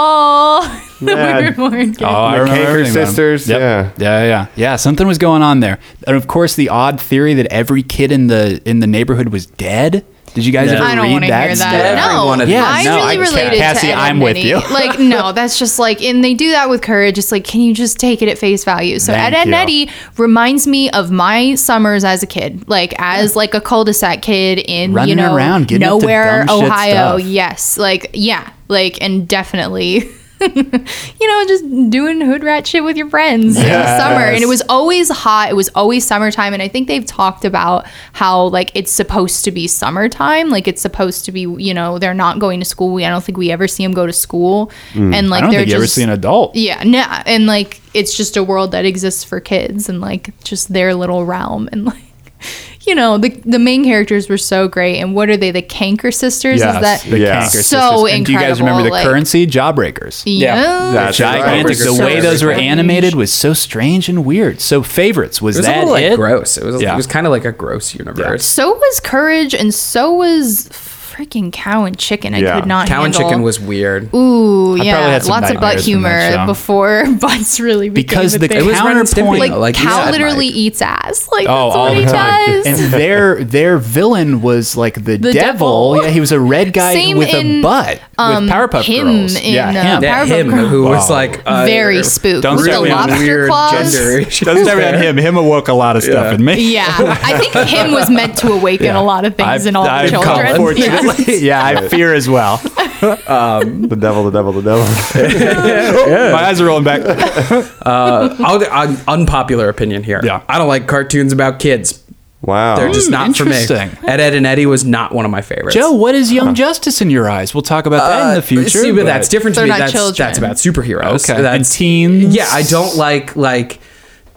Speaker 8: oh, the
Speaker 1: Yeah.
Speaker 8: weird foreign kid.
Speaker 6: Oh, I
Speaker 1: The
Speaker 6: remember
Speaker 1: Kanker
Speaker 6: everything about 'em.
Speaker 1: sisters,
Speaker 6: Yep.
Speaker 1: yeah.
Speaker 6: yeah, yeah, yeah. Something was going on there, and of course, the odd theory that every kid in the in the neighborhood was dead. Did you guys
Speaker 8: No.
Speaker 6: ever
Speaker 8: I don't
Speaker 6: read
Speaker 8: wanna
Speaker 6: that?
Speaker 8: hear that.
Speaker 6: stuff?
Speaker 8: No, Everyone of
Speaker 6: yeah,
Speaker 8: I
Speaker 6: no,
Speaker 8: really
Speaker 6: just can't.
Speaker 8: related
Speaker 6: Cassie,
Speaker 8: to Ed
Speaker 6: I'm
Speaker 8: and
Speaker 6: with
Speaker 8: Eddie.
Speaker 6: you.
Speaker 8: like, no, that's just like, and they do that with courage. It's like, can you just take it at face value? So
Speaker 6: Thank
Speaker 8: Ed, Ed and
Speaker 6: you.
Speaker 8: Eddie reminds me of my summers as a kid, like as like a cul-de-sac kid in
Speaker 6: Running
Speaker 8: you know
Speaker 6: around, getting up to
Speaker 8: nowhere,
Speaker 6: dumb shit
Speaker 8: Ohio.
Speaker 6: stuff.
Speaker 8: Yes, like yeah, like and definitely. you know, just doing hood rat shit with your friends in the
Speaker 12: Yes.
Speaker 8: summer. And it was always hot. It was always summertime. And I think they've talked about how, like, it's supposed to be summertime. Like, it's supposed to be, you know, they're not going to school. We, I don't think we ever see them go to school.
Speaker 6: Mm.
Speaker 8: And,
Speaker 6: I
Speaker 8: like,
Speaker 6: don't
Speaker 8: they're
Speaker 6: think
Speaker 8: just.
Speaker 6: you ever see an adult.
Speaker 8: Yeah. Nah. And, like, it's just a world that exists for kids and, like, just their little realm. And, like, you know the the main characters were so great, and what are they? The Canker sisters?
Speaker 6: Yes,
Speaker 8: Is that
Speaker 6: the Kanker
Speaker 8: so
Speaker 6: sisters.
Speaker 8: incredible?
Speaker 6: And do you guys remember the
Speaker 8: like-
Speaker 6: currency? Jawbreakers.
Speaker 8: Yeah. Yeah. That's
Speaker 6: They're
Speaker 8: right.
Speaker 6: gigantic.
Speaker 8: Jawbreakers
Speaker 6: The
Speaker 8: are
Speaker 6: way
Speaker 8: so
Speaker 6: those were
Speaker 8: strange.
Speaker 6: animated was so strange and weird. So favorites was,
Speaker 7: It was a
Speaker 6: that
Speaker 7: little, like,
Speaker 6: it?
Speaker 7: gross. It was- it was kind of like a gross universe.
Speaker 8: So was Courage, and so was freaking Cow and Chicken. I could not.
Speaker 7: Cow and
Speaker 8: handle.
Speaker 7: Chicken was weird.
Speaker 8: Ooh,
Speaker 7: I probably
Speaker 8: yeah,
Speaker 7: had some
Speaker 8: lots of butt
Speaker 7: nightmares from that
Speaker 8: humor
Speaker 7: show.
Speaker 8: before butts really became
Speaker 6: Because
Speaker 8: a
Speaker 6: the
Speaker 8: thing.
Speaker 6: It was Renner counterpoint- Stimpy,
Speaker 8: like,
Speaker 6: though, like you
Speaker 8: Cow
Speaker 6: said,
Speaker 8: literally eats ass. Like
Speaker 6: oh,
Speaker 8: that's
Speaker 6: all
Speaker 8: what he
Speaker 6: the time.
Speaker 8: does.
Speaker 6: And their their villain was like the, devil.
Speaker 8: The devil.
Speaker 6: Yeah, he was a red guy
Speaker 8: Same
Speaker 6: with
Speaker 8: in,
Speaker 6: a butt
Speaker 8: um,
Speaker 6: with Powerpuff
Speaker 8: him
Speaker 6: Girls.
Speaker 8: in,
Speaker 6: yeah,
Speaker 8: uh,
Speaker 6: him.
Speaker 8: Yeah, Powerpuff him, Girls.
Speaker 7: who was, like, uh,
Speaker 8: Very spooked.
Speaker 6: Don't
Speaker 8: With the
Speaker 6: start me on
Speaker 8: lobster
Speaker 6: weird
Speaker 8: claws.
Speaker 6: gender issues Don't start me on
Speaker 7: there.
Speaker 6: him. Him awoke a lot of stuff in me.
Speaker 8: Yeah, I think him was meant to awaken
Speaker 6: Yeah.
Speaker 8: a lot of things in all the
Speaker 6: come
Speaker 8: children. Yes.
Speaker 6: fortunately- yeah, I fear as well.
Speaker 1: the devil, the devil, the devil.
Speaker 6: My eyes are rolling back.
Speaker 7: uh, I'll, i unpopular opinion here. Yeah. I don't like cartoons about kids.
Speaker 1: Wow.
Speaker 7: They're just
Speaker 6: Hmm,
Speaker 7: not for me.
Speaker 6: interesting.
Speaker 7: Ed, Ed, and Eddie was not one of my favorites.
Speaker 6: Joe, what is Young Justice in your eyes? We'll talk about that in
Speaker 7: Uh,
Speaker 6: the future.
Speaker 7: See, but, that's different to
Speaker 6: They're
Speaker 7: me.
Speaker 6: not
Speaker 7: That's,
Speaker 6: children.
Speaker 7: that's about superheroes.
Speaker 6: Okay.
Speaker 7: That's,
Speaker 6: And teens?
Speaker 7: Yeah, I don't like like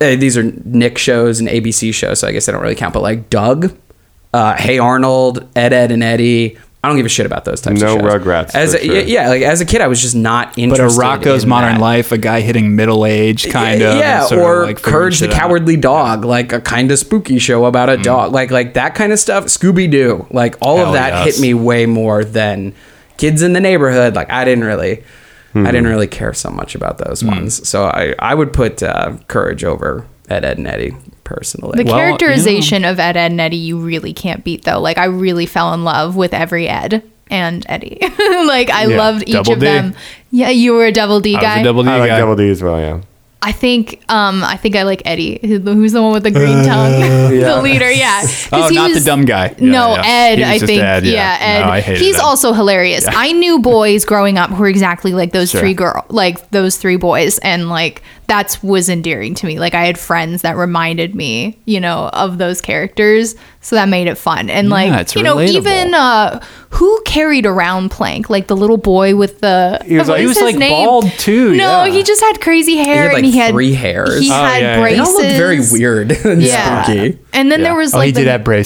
Speaker 7: uh, these are Nick shows and ABC shows, so I guess they don't really count. But like Doug, uh, Hey Arnold, Ed, Ed, and Eddie. I don't give a shit about those types
Speaker 1: No
Speaker 7: of shows.
Speaker 1: Rugrats,
Speaker 7: As
Speaker 1: for
Speaker 7: a,
Speaker 1: sure.
Speaker 7: yeah, like as a kid, I was just not
Speaker 6: But
Speaker 7: interested.
Speaker 6: a Rocco's
Speaker 7: in
Speaker 6: Modern
Speaker 7: that.
Speaker 6: Life, a guy hitting middle age, kind of.
Speaker 7: yeah,
Speaker 6: and sort of,
Speaker 7: or
Speaker 6: like, figuring
Speaker 7: Courage the
Speaker 6: shit out. Mm.
Speaker 7: Cowardly Dog, like a kind of spooky show about a dog, like like that kind of stuff. Scooby Doo, like all
Speaker 6: Hell
Speaker 7: of
Speaker 6: yes.
Speaker 7: that hit me way more than Kids in the Neighborhood. Like I didn't really, I
Speaker 6: Hmm.
Speaker 7: didn't really care so much about those ones. So I I would put uh, Courage over Ed Ed and Eddie personally.
Speaker 8: The characterization of Ed, Ed, and Eddie, you really can't beat though. Like, I really fell in love with every Ed and Eddie. like, I
Speaker 1: Yeah,
Speaker 8: loved each
Speaker 1: double
Speaker 8: of
Speaker 1: D.
Speaker 8: them. Yeah, you were a double D guy.
Speaker 1: I like double D as well, yeah.
Speaker 8: I think, um, I think I like Eddie, who- who's the one with the green tongue,
Speaker 6: yeah.
Speaker 8: the leader. Yeah, 'Cause
Speaker 6: Oh,
Speaker 8: he
Speaker 6: not the
Speaker 8: was-
Speaker 6: dumb guy. Yeah,
Speaker 8: no,
Speaker 6: yeah.
Speaker 8: Ed.
Speaker 6: He was
Speaker 8: I
Speaker 6: just
Speaker 8: think.
Speaker 6: Ed,
Speaker 8: yeah. Ed.
Speaker 6: No, I hated
Speaker 8: He's
Speaker 6: him.
Speaker 8: also hilarious.
Speaker 6: Yeah.
Speaker 8: I knew boys growing up who were exactly like those
Speaker 6: Sure.
Speaker 8: three girl, like those three boys, and like that's was endearing to me. Like I had friends that reminded me, you know, of those characters, so that made it fun. And like,
Speaker 6: Yeah, it's
Speaker 8: you know,
Speaker 6: relatable.
Speaker 8: even uh, who carried around Plank, like the little boy with the
Speaker 6: He was
Speaker 8: what
Speaker 6: like- he was,
Speaker 8: his
Speaker 6: like,
Speaker 8: name?
Speaker 6: bald, too,
Speaker 8: No,
Speaker 6: yeah.
Speaker 8: he just had crazy
Speaker 7: He
Speaker 8: hair,
Speaker 7: had
Speaker 8: and he
Speaker 7: like
Speaker 8: had
Speaker 7: three
Speaker 6: Oh,
Speaker 7: hairs.
Speaker 8: He had
Speaker 7: They
Speaker 8: braces.
Speaker 7: all looked very weird and
Speaker 8: Yeah.
Speaker 7: spooky.
Speaker 8: And then there was
Speaker 6: Oh,
Speaker 8: like the-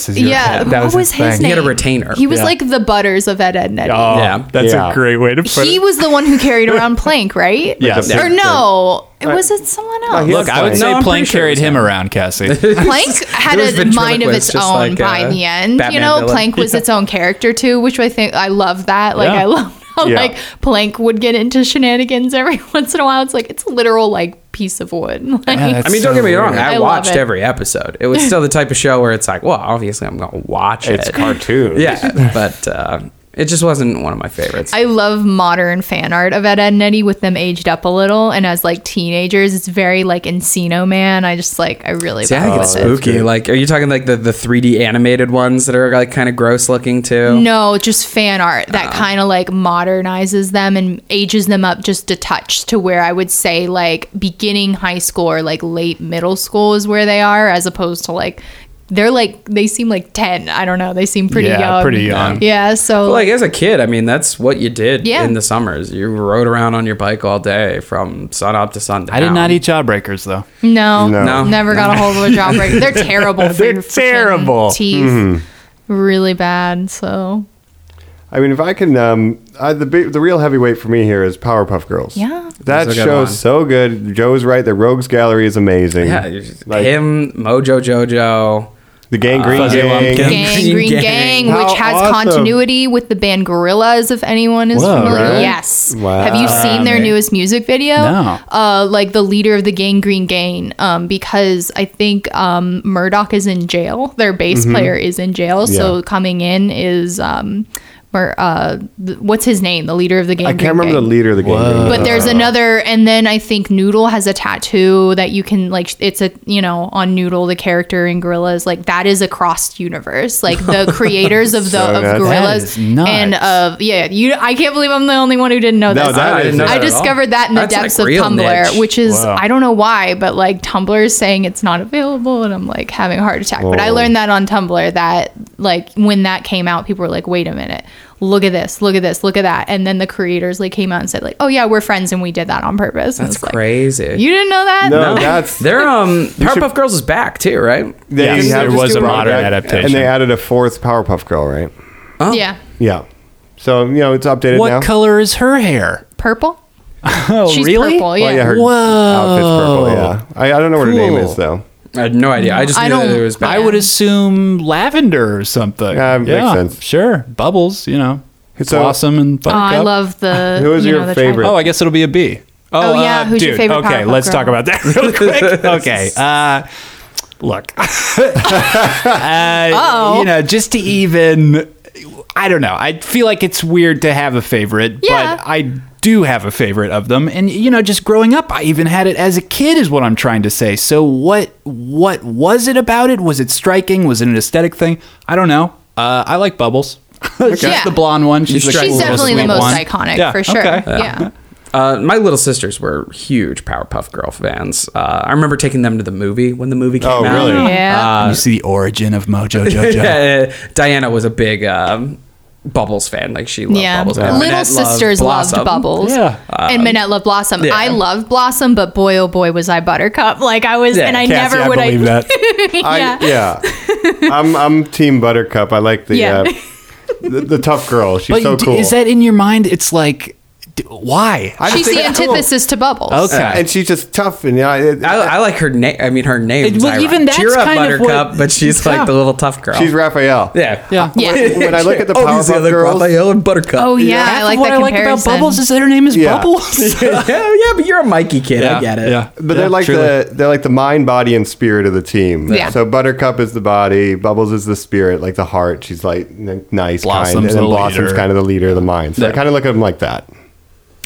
Speaker 8: Yeah, what was, his, name?
Speaker 7: He had a retainer.
Speaker 8: He was like the butters of Ed, Ed, and Eddie.
Speaker 6: that's
Speaker 7: Yeah.
Speaker 6: a great way to put
Speaker 8: He
Speaker 6: Oh, it.
Speaker 8: was the one who carried around Plank, right?
Speaker 6: Yes.
Speaker 8: Or no, was it someone else?
Speaker 6: Look, I would say
Speaker 7: I'm
Speaker 6: Plank carried him around, Cassie.
Speaker 8: Plank had
Speaker 6: There was
Speaker 8: a mind of
Speaker 6: ventriloquist,
Speaker 8: its
Speaker 6: just
Speaker 8: own
Speaker 6: like,
Speaker 8: by
Speaker 6: uh,
Speaker 8: the end.
Speaker 6: Batman
Speaker 8: you know,
Speaker 6: villain.
Speaker 8: Plank was its own character too, which I think I love that. Like
Speaker 6: Yeah.
Speaker 8: I love how
Speaker 6: Yeah.
Speaker 8: like Plank would get into shenanigans every once in a while. It's like it's a literal like piece of wood. Like,
Speaker 7: I mean, don't get me wrong. I,
Speaker 8: love
Speaker 7: watched
Speaker 8: it.
Speaker 7: every episode. It was still the type of show where it's like, well, obviously I'm going to watch it.
Speaker 1: It's cartoon.
Speaker 7: Yeah, but uh, it just wasn't one of my favorites.
Speaker 8: I love modern fan art of Ed, Ed and Eddie with them aged up a little and as like teenagers. It's very like Encino Man. I just like I really
Speaker 7: See, I
Speaker 8: vibe
Speaker 6: Oh,
Speaker 7: think it's
Speaker 8: with it.
Speaker 7: spooky. Like, are you talking like the, the 3D animated ones that are like kind of gross looking too?
Speaker 8: No, just fan art that
Speaker 7: Uh-huh.
Speaker 8: kind of like modernizes them and ages them up just a touch to where I would say like beginning high school or like late middle school is where they are as opposed to like they're like they seem like 10. I don't know. They seem pretty
Speaker 7: Yeah,
Speaker 8: young.
Speaker 7: pretty young.
Speaker 8: Yeah, so
Speaker 7: Well, like as a kid, I mean, that's what you did
Speaker 8: Yeah.
Speaker 7: in the summers. You rode around on your bike all day from sun up to sundown.
Speaker 6: I did not eat Jawbreakers though.
Speaker 8: no,
Speaker 7: No.
Speaker 8: never got a hold of a job right. They're terrible. for
Speaker 6: They're
Speaker 8: your freaking
Speaker 6: terrible.
Speaker 8: Teeth.
Speaker 1: Mhm.
Speaker 8: really bad. So
Speaker 1: I mean, if I can, um, I, the big, the real heavyweight for me here is Powerpuff Girls.
Speaker 8: Yeah.
Speaker 1: that
Speaker 7: That's a good
Speaker 1: show's
Speaker 7: one.
Speaker 1: so good. Joe's right. The Rogues Gallery is amazing.
Speaker 7: Yeah, you just-
Speaker 1: Like-
Speaker 7: him, Mojo Jojo.
Speaker 1: The Gang Green
Speaker 8: Fuzzy
Speaker 1: Gang.
Speaker 8: Gang, Green Gang,
Speaker 1: How
Speaker 8: which has
Speaker 1: awesome.
Speaker 8: continuity with the band Gorillaz, if anyone is
Speaker 1: Whoa,
Speaker 8: familiar.
Speaker 1: right?
Speaker 8: Yes.
Speaker 1: Wow.
Speaker 8: Have you seen their
Speaker 1: Wow.
Speaker 8: newest music video?
Speaker 1: No.
Speaker 8: Uh, like the leader of the Gang Green Gang, um, because I think um, Murdoch is in jail. Their bass
Speaker 12: Mhm.
Speaker 8: player is in jail.
Speaker 1: Mm-hmm. Yeah.
Speaker 8: So coming in is. Um, Mur- uh, th- what's his name? The leader of the gang.
Speaker 1: I
Speaker 8: Green
Speaker 1: can't remember
Speaker 8: Gang.
Speaker 1: the leader of the Gang Green Gang.
Speaker 8: But there's
Speaker 6: Uh,
Speaker 8: another, and then I think Noodle has a tattoo that you can like. It's a you know on Noodle the character in Gorillas like that is a crossed universe. Like the creators of the
Speaker 6: So
Speaker 8: of
Speaker 6: nuts.
Speaker 8: Gorillas
Speaker 6: That is nuts.
Speaker 8: and of yeah, you. I can't believe I'm the only one who didn't know
Speaker 6: No,
Speaker 8: this.
Speaker 6: that I didn't is- know that
Speaker 8: I
Speaker 6: at all.
Speaker 8: discovered that in the
Speaker 6: That's, like,
Speaker 8: depths
Speaker 6: real
Speaker 8: of Tumblr,
Speaker 6: niche.
Speaker 8: which is
Speaker 6: Wow.
Speaker 8: I don't know why, but like Tumblr is saying it's not available, and I'm like having a heart attack. But I
Speaker 6: Whoa.
Speaker 8: learned that on Tumblr that like when that came out, people were like, wait a minute. Look at this, look at this, look at that. And then the creators like came out and said, like, oh yeah, we're friends and we did that on purpose. And
Speaker 7: That's
Speaker 8: it's like,
Speaker 7: crazy.
Speaker 8: you didn't know that?
Speaker 7: they're um Powerpuff Girls is back too, right?
Speaker 1: They
Speaker 7: Yeah,
Speaker 1: just-
Speaker 7: there
Speaker 1: they
Speaker 7: was
Speaker 1: just
Speaker 7: a
Speaker 1: do
Speaker 7: modern
Speaker 1: back-
Speaker 7: adaptation.
Speaker 1: And they added a fourth Powerpuff Girl, right?
Speaker 8: Yeah.
Speaker 1: Yeah. So, you know, it's updated
Speaker 6: What
Speaker 1: now.
Speaker 6: color is her hair?
Speaker 8: Purple?
Speaker 6: Oh,
Speaker 8: She's
Speaker 6: really?
Speaker 8: purple, yeah.
Speaker 1: Oh, yeah, her outfit's purple, yeah. I, I don't know what her name
Speaker 6: Cool.
Speaker 1: is, though.
Speaker 7: I had no idea. I just knew that it was back.
Speaker 6: I would assume lavender or something.
Speaker 1: Yeah, makes sense.
Speaker 6: Sure, bubbles. You know,
Speaker 1: So-
Speaker 6: blossom and.
Speaker 8: Oh, I
Speaker 6: Buttercup.
Speaker 8: love the. you know, the tri-
Speaker 6: Oh, I guess it'll be a B.
Speaker 8: Oh, yeah, who's your favorite
Speaker 6: uh, Okay,
Speaker 8: Powerpuff
Speaker 6: let's
Speaker 8: Girl?
Speaker 6: talk about that real quick. okay, uh, look, uh,
Speaker 8: Uh-oh.
Speaker 6: you know, just to even, I don't know. I feel like it's weird to have a favorite,
Speaker 8: Yeah.
Speaker 6: but I do have a favorite of them, and you know, just growing up, I even had it as a kid, is what I'm trying to say. So, what, what was it about it? Was it striking? Was it an aesthetic thing? I don't know. Uh, I like Bubbles. She's
Speaker 8: Yeah.
Speaker 6: the blonde one. She's, Oh, the
Speaker 8: She's
Speaker 6: cool,
Speaker 8: definitely the
Speaker 6: sweet
Speaker 8: most
Speaker 6: one.
Speaker 8: iconic
Speaker 6: Yeah,
Speaker 8: for sure.
Speaker 6: okay.
Speaker 8: Yeah.
Speaker 7: Uh, my little sisters were huge Powerpuff Girl fans. Uh, I remember taking them to the movie when the movie came
Speaker 6: Oh,
Speaker 7: out.
Speaker 6: really?
Speaker 8: Yeah.
Speaker 7: Uh,
Speaker 6: you see the origin of Mojo Jojo.
Speaker 7: yeah, Uh, Diana was a big um, Bubbles fan. Like she loved
Speaker 8: Yeah.
Speaker 7: Bubbles.
Speaker 8: Little sisters loved Bubbles.
Speaker 7: Yeah.
Speaker 8: and Minette loved Blossom.
Speaker 7: yeah.
Speaker 8: I loved Blossom, but boy, oh boy, was I Buttercup. Like I was,
Speaker 1: Yeah,
Speaker 8: and I
Speaker 1: Cassie,
Speaker 8: never
Speaker 1: I
Speaker 8: would.
Speaker 1: believe that.
Speaker 8: yeah.
Speaker 1: I, yeah. I'm, I'm Team Buttercup. I like the,
Speaker 6: Yeah.
Speaker 1: uh, the, the tough girl. She's
Speaker 6: But
Speaker 1: so
Speaker 6: d-
Speaker 1: cool.
Speaker 6: is that in your mind? It's like, d- why?
Speaker 8: She's the antithesis to Bubbles.
Speaker 1: and she's just tough. And yeah,
Speaker 7: I, I like her name. I mean, her name.
Speaker 8: It- well, even that's
Speaker 7: Cheer up,
Speaker 8: kind of what-
Speaker 7: Buttercup. but she's
Speaker 8: Yeah.
Speaker 7: like the little tough girl.
Speaker 1: She's Raphael.
Speaker 7: Yeah.
Speaker 6: Yeah.
Speaker 8: Yeah.
Speaker 1: When, when I look at the
Speaker 7: Oh, he's the
Speaker 1: Powerpuff
Speaker 7: other
Speaker 1: Girls,
Speaker 7: Raphael and Buttercup.
Speaker 8: Oh yeah, I like
Speaker 6: what
Speaker 8: that
Speaker 6: I like about
Speaker 8: comparison.
Speaker 6: Bubbles is that her name is
Speaker 1: Yeah.
Speaker 6: Bubbles.
Speaker 7: yeah, yeah, but you're a Mikey kid. I get it.
Speaker 1: But they're like the they're like the mind, body, and spirit of the team.
Speaker 6: Yeah.
Speaker 1: So Buttercup is the body, Bubbles is the spirit, like the heart. She's like n- nice, kind,
Speaker 6: Blossom's
Speaker 1: and then
Speaker 6: the
Speaker 1: Blossom's
Speaker 6: leader.
Speaker 1: kind of the leader of the mind. So I
Speaker 6: Yeah.
Speaker 1: kind of look at them like that.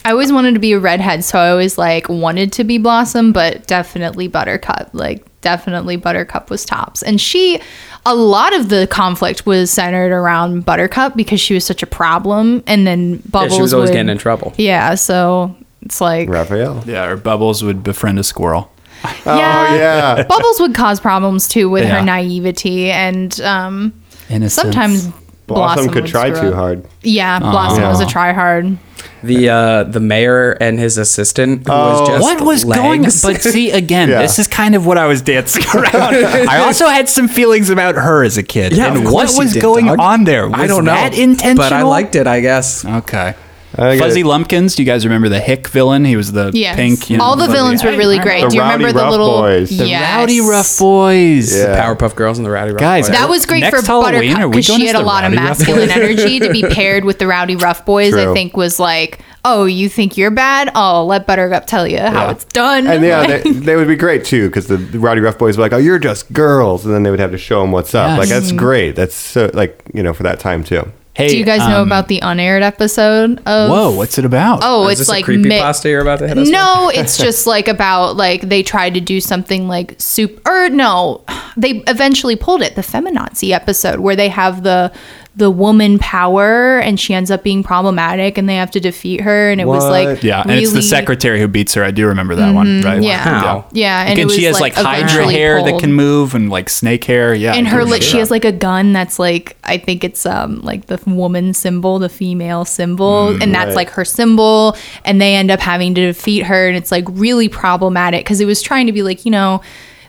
Speaker 8: I always wanted to be a redhead, so I always like wanted to be Blossom, but definitely Buttercup. Like definitely Buttercup was tops. And she a lot of the conflict was centered around Buttercup because she was such a problem and then Bubbles
Speaker 7: she was always
Speaker 8: would-
Speaker 7: getting in trouble.
Speaker 8: Yeah, so it's like
Speaker 1: Raphael.
Speaker 6: Yeah, or Bubbles would befriend a squirrel.
Speaker 8: Yeah.
Speaker 1: Oh, yeah.
Speaker 8: Bubbles would cause problems too with
Speaker 6: Yeah.
Speaker 8: her naivety and um
Speaker 6: Innocence.
Speaker 8: sometimes Blossom,
Speaker 1: Blossom, could
Speaker 8: would
Speaker 1: try
Speaker 8: screw
Speaker 1: too
Speaker 8: up.
Speaker 1: hard.
Speaker 8: Yeah,
Speaker 6: Uh-huh.
Speaker 8: Blossom
Speaker 7: Aw.
Speaker 8: was a tryhard.
Speaker 7: The uh, the mayor and his assistant who
Speaker 1: Oh.
Speaker 7: was just
Speaker 6: what was going? But
Speaker 7: legs.
Speaker 6: see, again,
Speaker 7: Yeah.
Speaker 6: this is kind of what I was dancing around. I also had some feelings about her as a kid.
Speaker 7: Yeah,
Speaker 6: and what
Speaker 7: of course you
Speaker 6: was
Speaker 7: did,
Speaker 6: going
Speaker 7: dog.
Speaker 6: on there?
Speaker 7: I
Speaker 6: Was
Speaker 7: don't know,
Speaker 6: That intentional,
Speaker 7: but I liked it. I guess.
Speaker 6: Okay.
Speaker 1: I
Speaker 6: Fuzzy
Speaker 1: it.
Speaker 6: Lumpkins. Do you guys remember the Hick villain? He was the
Speaker 8: Yes.
Speaker 6: pink. You know,
Speaker 8: All the
Speaker 6: fuzzy-
Speaker 8: villains were
Speaker 6: Hey,
Speaker 8: really
Speaker 6: remember
Speaker 8: great.
Speaker 6: the
Speaker 8: Do you
Speaker 6: Rowdy
Speaker 8: remember the
Speaker 6: Rough
Speaker 8: little
Speaker 6: Boys. The
Speaker 8: Yes.
Speaker 6: Rowdy Rough Boys?
Speaker 7: The Powerpuff Girls and the Rowdy Rough
Speaker 6: Guys,
Speaker 7: Boys.
Speaker 8: That was great
Speaker 6: Next
Speaker 8: for
Speaker 6: Halloween, are
Speaker 8: Buttercup
Speaker 6: we
Speaker 8: because
Speaker 6: going
Speaker 8: she
Speaker 6: as
Speaker 8: had a
Speaker 6: the
Speaker 8: lot of
Speaker 6: Rowdy Rough
Speaker 8: masculine
Speaker 6: Boys?
Speaker 8: energy to be paired with the Rowdy Rough Boys. I
Speaker 1: True.
Speaker 8: think was like, oh, you think you're bad? Oh, let Buttercup tell you how
Speaker 1: Yeah.
Speaker 8: it's done.
Speaker 1: And yeah, they, they would be great too because the, the Rowdy Rough Boys were like, "Oh, you're just girls," and then they would have to show them what's up.
Speaker 8: Yes.
Speaker 1: Like that's
Speaker 8: Mhm.
Speaker 1: great. That's so like you know for that time too.
Speaker 6: Hey, um,
Speaker 8: Do you guys know about the unaired episode of?
Speaker 6: what's it about?
Speaker 8: Oh, it's like mi-
Speaker 7: pasta you're about to hit us
Speaker 8: No,
Speaker 7: with?
Speaker 8: it's just like about like they tried to do something like soup or no, they eventually pulled it. The feminazi episode where they have the the woman power and she ends up being problematic and they have to defeat her and it was like
Speaker 6: yeah, and it's the
Speaker 8: really-
Speaker 6: secretary who beats her. I do remember that one,
Speaker 8: Mhm,
Speaker 6: right?
Speaker 8: yeah. Wow. Yeah, and
Speaker 6: and,
Speaker 8: it
Speaker 6: she
Speaker 8: was,
Speaker 6: has like,
Speaker 8: like,
Speaker 6: Hydra
Speaker 8: eventually
Speaker 6: hair that
Speaker 8: pulled.
Speaker 6: can move and like snake hair. Yeah,
Speaker 8: and
Speaker 6: I
Speaker 8: her
Speaker 6: do
Speaker 8: like she
Speaker 6: remember
Speaker 8: has
Speaker 6: that.
Speaker 8: like a gun that's like I think it's um like the woman symbol, the female symbol,
Speaker 6: Mm,
Speaker 8: and that's
Speaker 6: right.
Speaker 8: like her symbol. And they end up having to defeat her, and it's like really problematic because it was trying to be like you know.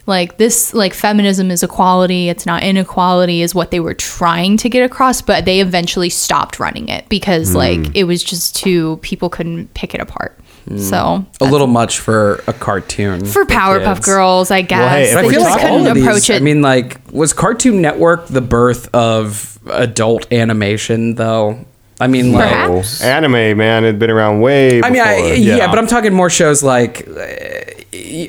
Speaker 8: Like this, like feminism is equality, it's not inequality, is what they were trying to get across, but they eventually stopped running it because,
Speaker 6: Mm.
Speaker 8: like, it was just too, people couldn't pick it apart.
Speaker 7: Mm.
Speaker 8: So
Speaker 7: a little much for a cartoon
Speaker 8: for Powerpuff
Speaker 7: Oh, kids.
Speaker 8: Girls, I guess.
Speaker 7: But I
Speaker 8: they
Speaker 7: feel
Speaker 8: just
Speaker 7: like all
Speaker 8: couldn't
Speaker 7: of
Speaker 8: approach
Speaker 7: these,
Speaker 8: it.
Speaker 7: I mean, like, was Cartoon Network the birth of adult animation, though? I mean, like,
Speaker 8: Perhaps.
Speaker 1: Oh, anime man had been around way. Before.
Speaker 7: I mean, I, yeah. but I'm talking more shows like. uh,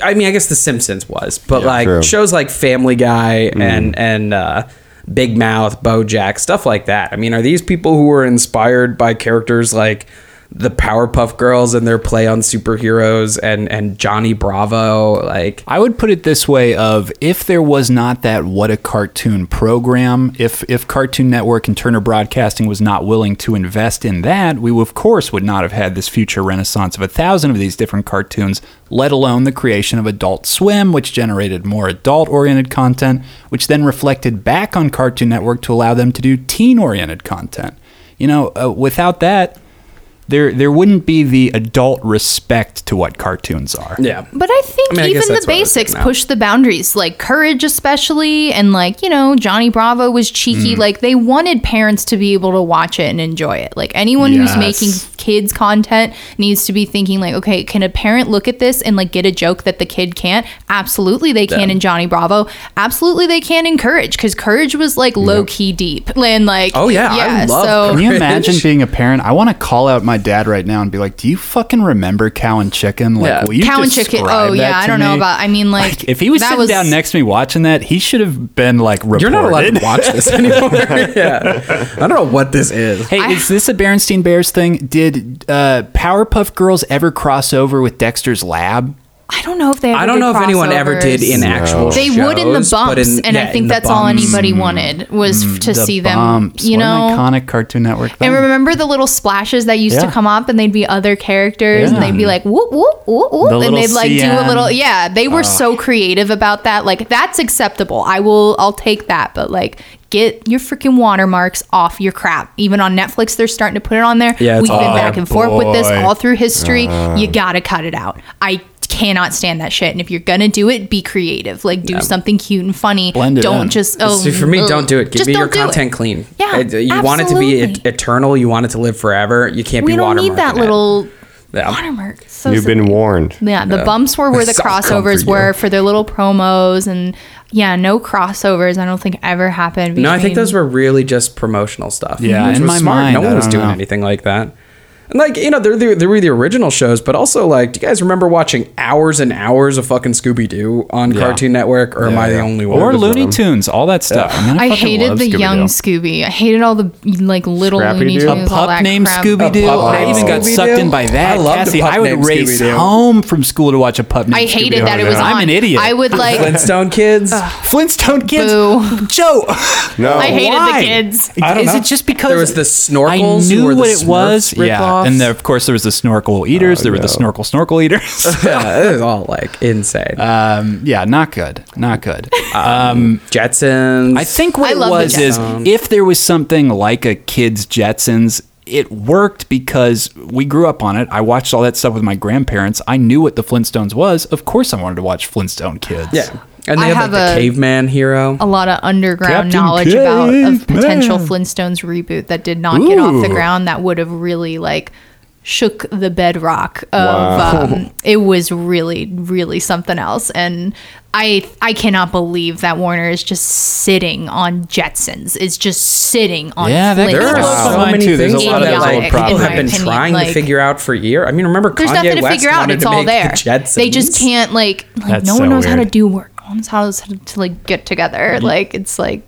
Speaker 7: I mean, I guess The Simpsons was, but
Speaker 1: Yeah,
Speaker 7: like
Speaker 1: true. Mm.
Speaker 7: shows like Family Guy and and uh, Big Mouth, BoJack, stuff like that. I mean, are these people who were inspired by characters like the Powerpuff Girls and their play on superheroes and and Johnny Bravo? Like,
Speaker 6: I would put it this way: of if there was not that what a cartoon program, if if Cartoon Network and Turner Broadcasting was not willing to invest in that, we of course would not have had this future renaissance of a thousand of these different cartoons, let alone the creation of Adult Swim, which generated more adult-oriented content, which then reflected back on Cartoon Network to allow them to do teen-oriented content. You know, uh, without that. There, there wouldn't be the adult respect to what cartoons are.
Speaker 7: yeah.
Speaker 8: But I think
Speaker 7: I mean, I guess
Speaker 8: even the
Speaker 7: that's what I was
Speaker 8: basics
Speaker 7: getting at.
Speaker 8: push the boundaries, like courage, especially, and like you know, Johnny Bravo was cheeky. Like they wanted parents to be able to watch it and enjoy it. Like anyone
Speaker 6: Yes.
Speaker 8: who's making kids content needs to be thinking like, okay, can a parent look at this and like get a joke that the kid can't? Absolutely, they can in Johnny Bravo. Absolutely, they can in Courage because Courage was like low key deep and like
Speaker 7: Oh, yeah, I love
Speaker 8: so
Speaker 7: Courage.
Speaker 6: Can you imagine being a parent? I want to call out my dad right now and be like, "Do you fucking remember cow and chicken? Like,
Speaker 7: Yeah.
Speaker 6: will you
Speaker 8: cow and chicken.
Speaker 6: describe
Speaker 8: Oh
Speaker 6: that
Speaker 8: yeah, I
Speaker 6: to
Speaker 8: don't know
Speaker 6: me?"
Speaker 8: about. I mean, like,
Speaker 6: If he was
Speaker 8: that
Speaker 6: sitting down next to me watching that, he should have been like, reported.
Speaker 7: You're not allowed to watch this anymore. yeah. I don't know what this is.
Speaker 6: Hey, is this a Berenstein Bears thing? Did uh, Powerpuff Girls ever cross over with Dexter's Lab?
Speaker 8: I don't know if they. Ever
Speaker 7: I don't
Speaker 8: did
Speaker 7: know if anyone ever did
Speaker 8: crossovers.
Speaker 7: in actual
Speaker 8: They
Speaker 7: shows,
Speaker 8: would in the
Speaker 7: but
Speaker 8: bumps,
Speaker 7: in-
Speaker 8: and
Speaker 7: yeah,
Speaker 8: I think
Speaker 7: in the
Speaker 8: that's all
Speaker 7: bumps.
Speaker 8: anybody wanted was f- to see them.
Speaker 6: Mm, Bumps.
Speaker 8: You
Speaker 6: What
Speaker 8: know.
Speaker 6: an iconic Cartoon Network. Thing.
Speaker 8: and remember the little splashes that used
Speaker 6: Yeah.
Speaker 8: to come up, and they'd be other characters, and
Speaker 6: Yeah.
Speaker 8: they'd be like whoop whoop whoop whoop,
Speaker 6: The
Speaker 8: and
Speaker 6: little Oh.
Speaker 8: they'd like do
Speaker 6: CN.
Speaker 8: a little. Yeah, they were so creative about that. Like that's acceptable. I will. I'll take that. But like. Get your freaking watermarks off your crap. Even on Netflix, they're starting to put it on there.
Speaker 7: Yeah, it's
Speaker 8: We've been
Speaker 7: all
Speaker 8: back
Speaker 7: there.
Speaker 8: and forth with this
Speaker 6: Boy. Uh.
Speaker 8: all through history. you gotta cut it out. I cannot stand that shit. And if you're gonna do it, be creative. Like do something cute and funny.
Speaker 6: Blend it
Speaker 8: don't
Speaker 6: in.
Speaker 8: just oh.
Speaker 7: See, for me,
Speaker 8: ugh.
Speaker 7: don't do it. Give
Speaker 8: Just
Speaker 7: me your
Speaker 8: don't do it.
Speaker 7: content clean.
Speaker 8: Yeah,
Speaker 7: I- you want it to be et-
Speaker 8: absolutely.
Speaker 7: eternal. You want it to live forever. You can't
Speaker 8: We
Speaker 7: be
Speaker 8: don't need
Speaker 7: watermarking
Speaker 8: that
Speaker 7: it.
Speaker 8: little
Speaker 7: Yeah.
Speaker 8: watermark. So
Speaker 1: You've been warned.
Speaker 8: yeah, the bumps were where the
Speaker 7: It's all come for
Speaker 8: crossovers
Speaker 7: you.
Speaker 8: were for their little promos and yeah, no crossovers. I don't think ever happened.
Speaker 7: No, I think
Speaker 8: between-
Speaker 7: those were really just promotional stuff.
Speaker 6: Yeah,
Speaker 7: which
Speaker 6: in
Speaker 7: was
Speaker 6: my
Speaker 7: smart.
Speaker 6: mind,
Speaker 7: no
Speaker 6: I
Speaker 7: one was
Speaker 6: don't
Speaker 7: doing
Speaker 6: know.
Speaker 7: anything like that. And like you know, there there there were the original shows, but also like, do you guys remember watching hours and hours of fucking Scooby Doo on Cartoon Network, or am I the only one?
Speaker 6: or Looney Tunes, all that stuff. Man,
Speaker 8: I
Speaker 6: fucking
Speaker 8: hated
Speaker 6: love
Speaker 8: the young
Speaker 6: Scooby-Doo.
Speaker 8: Scooby. I hated all the like little Looney
Speaker 1: Scrappy-Doo?
Speaker 8: Tunes.
Speaker 6: a
Speaker 8: all
Speaker 6: pup
Speaker 8: that
Speaker 6: named
Speaker 8: crap.
Speaker 6: Scooby Doo.
Speaker 7: pup
Speaker 6: I
Speaker 7: named
Speaker 6: even got
Speaker 7: Scooby-Doo?
Speaker 6: sucked in by that.
Speaker 7: I loved a
Speaker 6: Cassie,
Speaker 7: pup
Speaker 6: I would
Speaker 7: named
Speaker 6: race
Speaker 7: Scooby-Doo.
Speaker 6: home from school to watch a pup named
Speaker 8: I
Speaker 6: Scooby-Doo. Oh,
Speaker 8: hated that it was on.
Speaker 6: I'm an idiot.
Speaker 8: I would like
Speaker 7: Flintstone kids.
Speaker 6: Flintstone kids.
Speaker 8: Boo.
Speaker 6: Joe.
Speaker 1: No,
Speaker 8: I hated
Speaker 6: Why?
Speaker 8: the kids.
Speaker 7: I don't
Speaker 6: Is
Speaker 7: know.
Speaker 6: it just because
Speaker 7: There was the snorkels
Speaker 6: I knew
Speaker 7: who were the
Speaker 6: what it was. Oh,
Speaker 7: Smurfs
Speaker 6: Yeah,
Speaker 7: ripoffs.
Speaker 6: and there, of course there was the snorkel eaters. there were the snorkel snorkel eaters.
Speaker 7: yeah, it was all like insane.
Speaker 6: Uh, yeah, not good. Not good.
Speaker 7: Jetsons.
Speaker 6: I think what
Speaker 8: I
Speaker 6: it
Speaker 8: love the
Speaker 6: was is if there was something like a kids Jetsons, it worked because we grew up on it. I watched all that stuff with my grandparents. I knew what the Flintstones was. Of course, I wanted to watch Flintstone Kids.
Speaker 7: Yeah. And they
Speaker 8: I
Speaker 7: had like
Speaker 8: have
Speaker 7: the
Speaker 8: a-
Speaker 7: caveman hero.
Speaker 8: a lot of underground
Speaker 6: Captain
Speaker 8: knowledge
Speaker 6: Cave,
Speaker 8: about of potential
Speaker 6: man.
Speaker 8: Flintstones reboot that did not get off the
Speaker 6: Ooh.
Speaker 8: ground that would have really like shook the bedrock of
Speaker 1: Wow.
Speaker 8: um, it was really really something else and I I cannot believe that Warner is just sitting on Jetsons is just sitting on
Speaker 6: Yeah, that
Speaker 8: Flintstones.
Speaker 7: There are
Speaker 6: Wow.
Speaker 7: so
Speaker 6: Mine
Speaker 7: many
Speaker 6: too.
Speaker 7: things
Speaker 6: There's a lot of
Speaker 7: that
Speaker 6: those old
Speaker 7: like, people
Speaker 6: properties.
Speaker 7: have been
Speaker 8: In my opinion,
Speaker 7: trying to
Speaker 8: like-
Speaker 7: figure out for years. I mean, remember
Speaker 8: there's
Speaker 7: Kanye
Speaker 8: nothing to
Speaker 7: West
Speaker 8: figure out
Speaker 7: wanted
Speaker 8: it's
Speaker 7: to
Speaker 8: all
Speaker 7: make
Speaker 8: there
Speaker 7: the Jetsons.
Speaker 8: they just can't like like
Speaker 6: That's
Speaker 8: no
Speaker 6: so
Speaker 8: one knows how
Speaker 6: weird.
Speaker 8: to do work no one knows how to, to like get together like it's like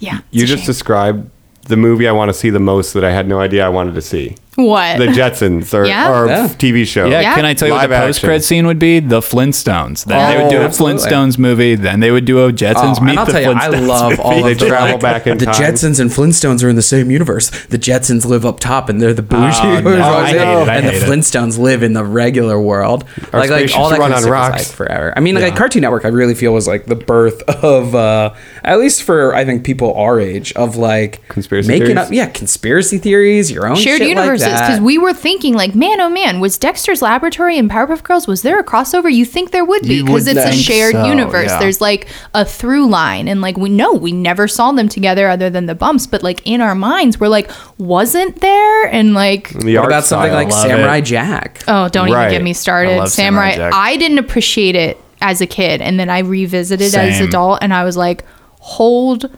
Speaker 8: yeah it's
Speaker 1: you
Speaker 8: a
Speaker 1: just
Speaker 8: shame.
Speaker 1: described the movie I want to see the most that I had no idea I wanted to see.
Speaker 8: what
Speaker 1: The Jetsons or,
Speaker 8: Yeah.
Speaker 1: or
Speaker 7: Yeah.
Speaker 1: TV show.
Speaker 6: Yeah,
Speaker 8: Yeah.
Speaker 6: can I tell you
Speaker 1: Live
Speaker 6: what the post
Speaker 1: action.
Speaker 6: cred scene would be? The Flintstones. Then they would do
Speaker 7: Oh,
Speaker 6: a
Speaker 7: absolutely.
Speaker 6: Flintstones movie. Then they would do a Jetsons
Speaker 7: Oh,
Speaker 6: meet
Speaker 7: and I'll
Speaker 6: the
Speaker 7: tell you, I
Speaker 6: Flintstones.
Speaker 7: love all of
Speaker 1: They
Speaker 7: the,
Speaker 1: travel
Speaker 7: like,
Speaker 1: back in
Speaker 7: the
Speaker 1: time.
Speaker 7: Jetsons and Flintstones are in the same universe. The Jetsons live up top, and they're the
Speaker 1: Ah,
Speaker 7: bougie,
Speaker 6: Oh, no.
Speaker 7: ones,
Speaker 6: I hate it, I
Speaker 7: and the
Speaker 6: hate it.
Speaker 7: Flintstones live in the regular world.
Speaker 1: Our
Speaker 7: like, like
Speaker 1: spaceships
Speaker 7: all that
Speaker 1: run
Speaker 7: kind of
Speaker 1: on
Speaker 7: stuff was,
Speaker 1: rocks.
Speaker 7: like, forever. I mean, like Cartoon Network, I really feel was like the birth of, uh, at least for I think people our age, of like
Speaker 1: Conspiracy
Speaker 7: making
Speaker 1: theories?
Speaker 7: up, yeah, conspiracy theories, your own
Speaker 8: Shared
Speaker 7: shit like
Speaker 8: universes. this because
Speaker 7: that-
Speaker 8: we were thinking like, man, oh man, was Dexter's Laboratory and Powerpuff Girls was there a crossover? You think there would be
Speaker 6: You
Speaker 8: because
Speaker 6: would
Speaker 8: it's a
Speaker 6: think
Speaker 8: shared
Speaker 6: so,
Speaker 8: universe.
Speaker 6: yeah.
Speaker 8: There's like a through line, and like we know we never saw them together other than the bumps, but like in our minds, we're like, wasn't there? And like,
Speaker 7: The What art about something style. like Love Samurai it. Jack?
Speaker 8: Oh, don't
Speaker 7: Right.
Speaker 8: even get me
Speaker 7: I
Speaker 8: started.
Speaker 7: love
Speaker 8: Samurai.
Speaker 7: Samurai Jack.
Speaker 8: I didn't appreciate it as a kid, and then I revisited as
Speaker 7: Same.
Speaker 8: adult, and I was like, hold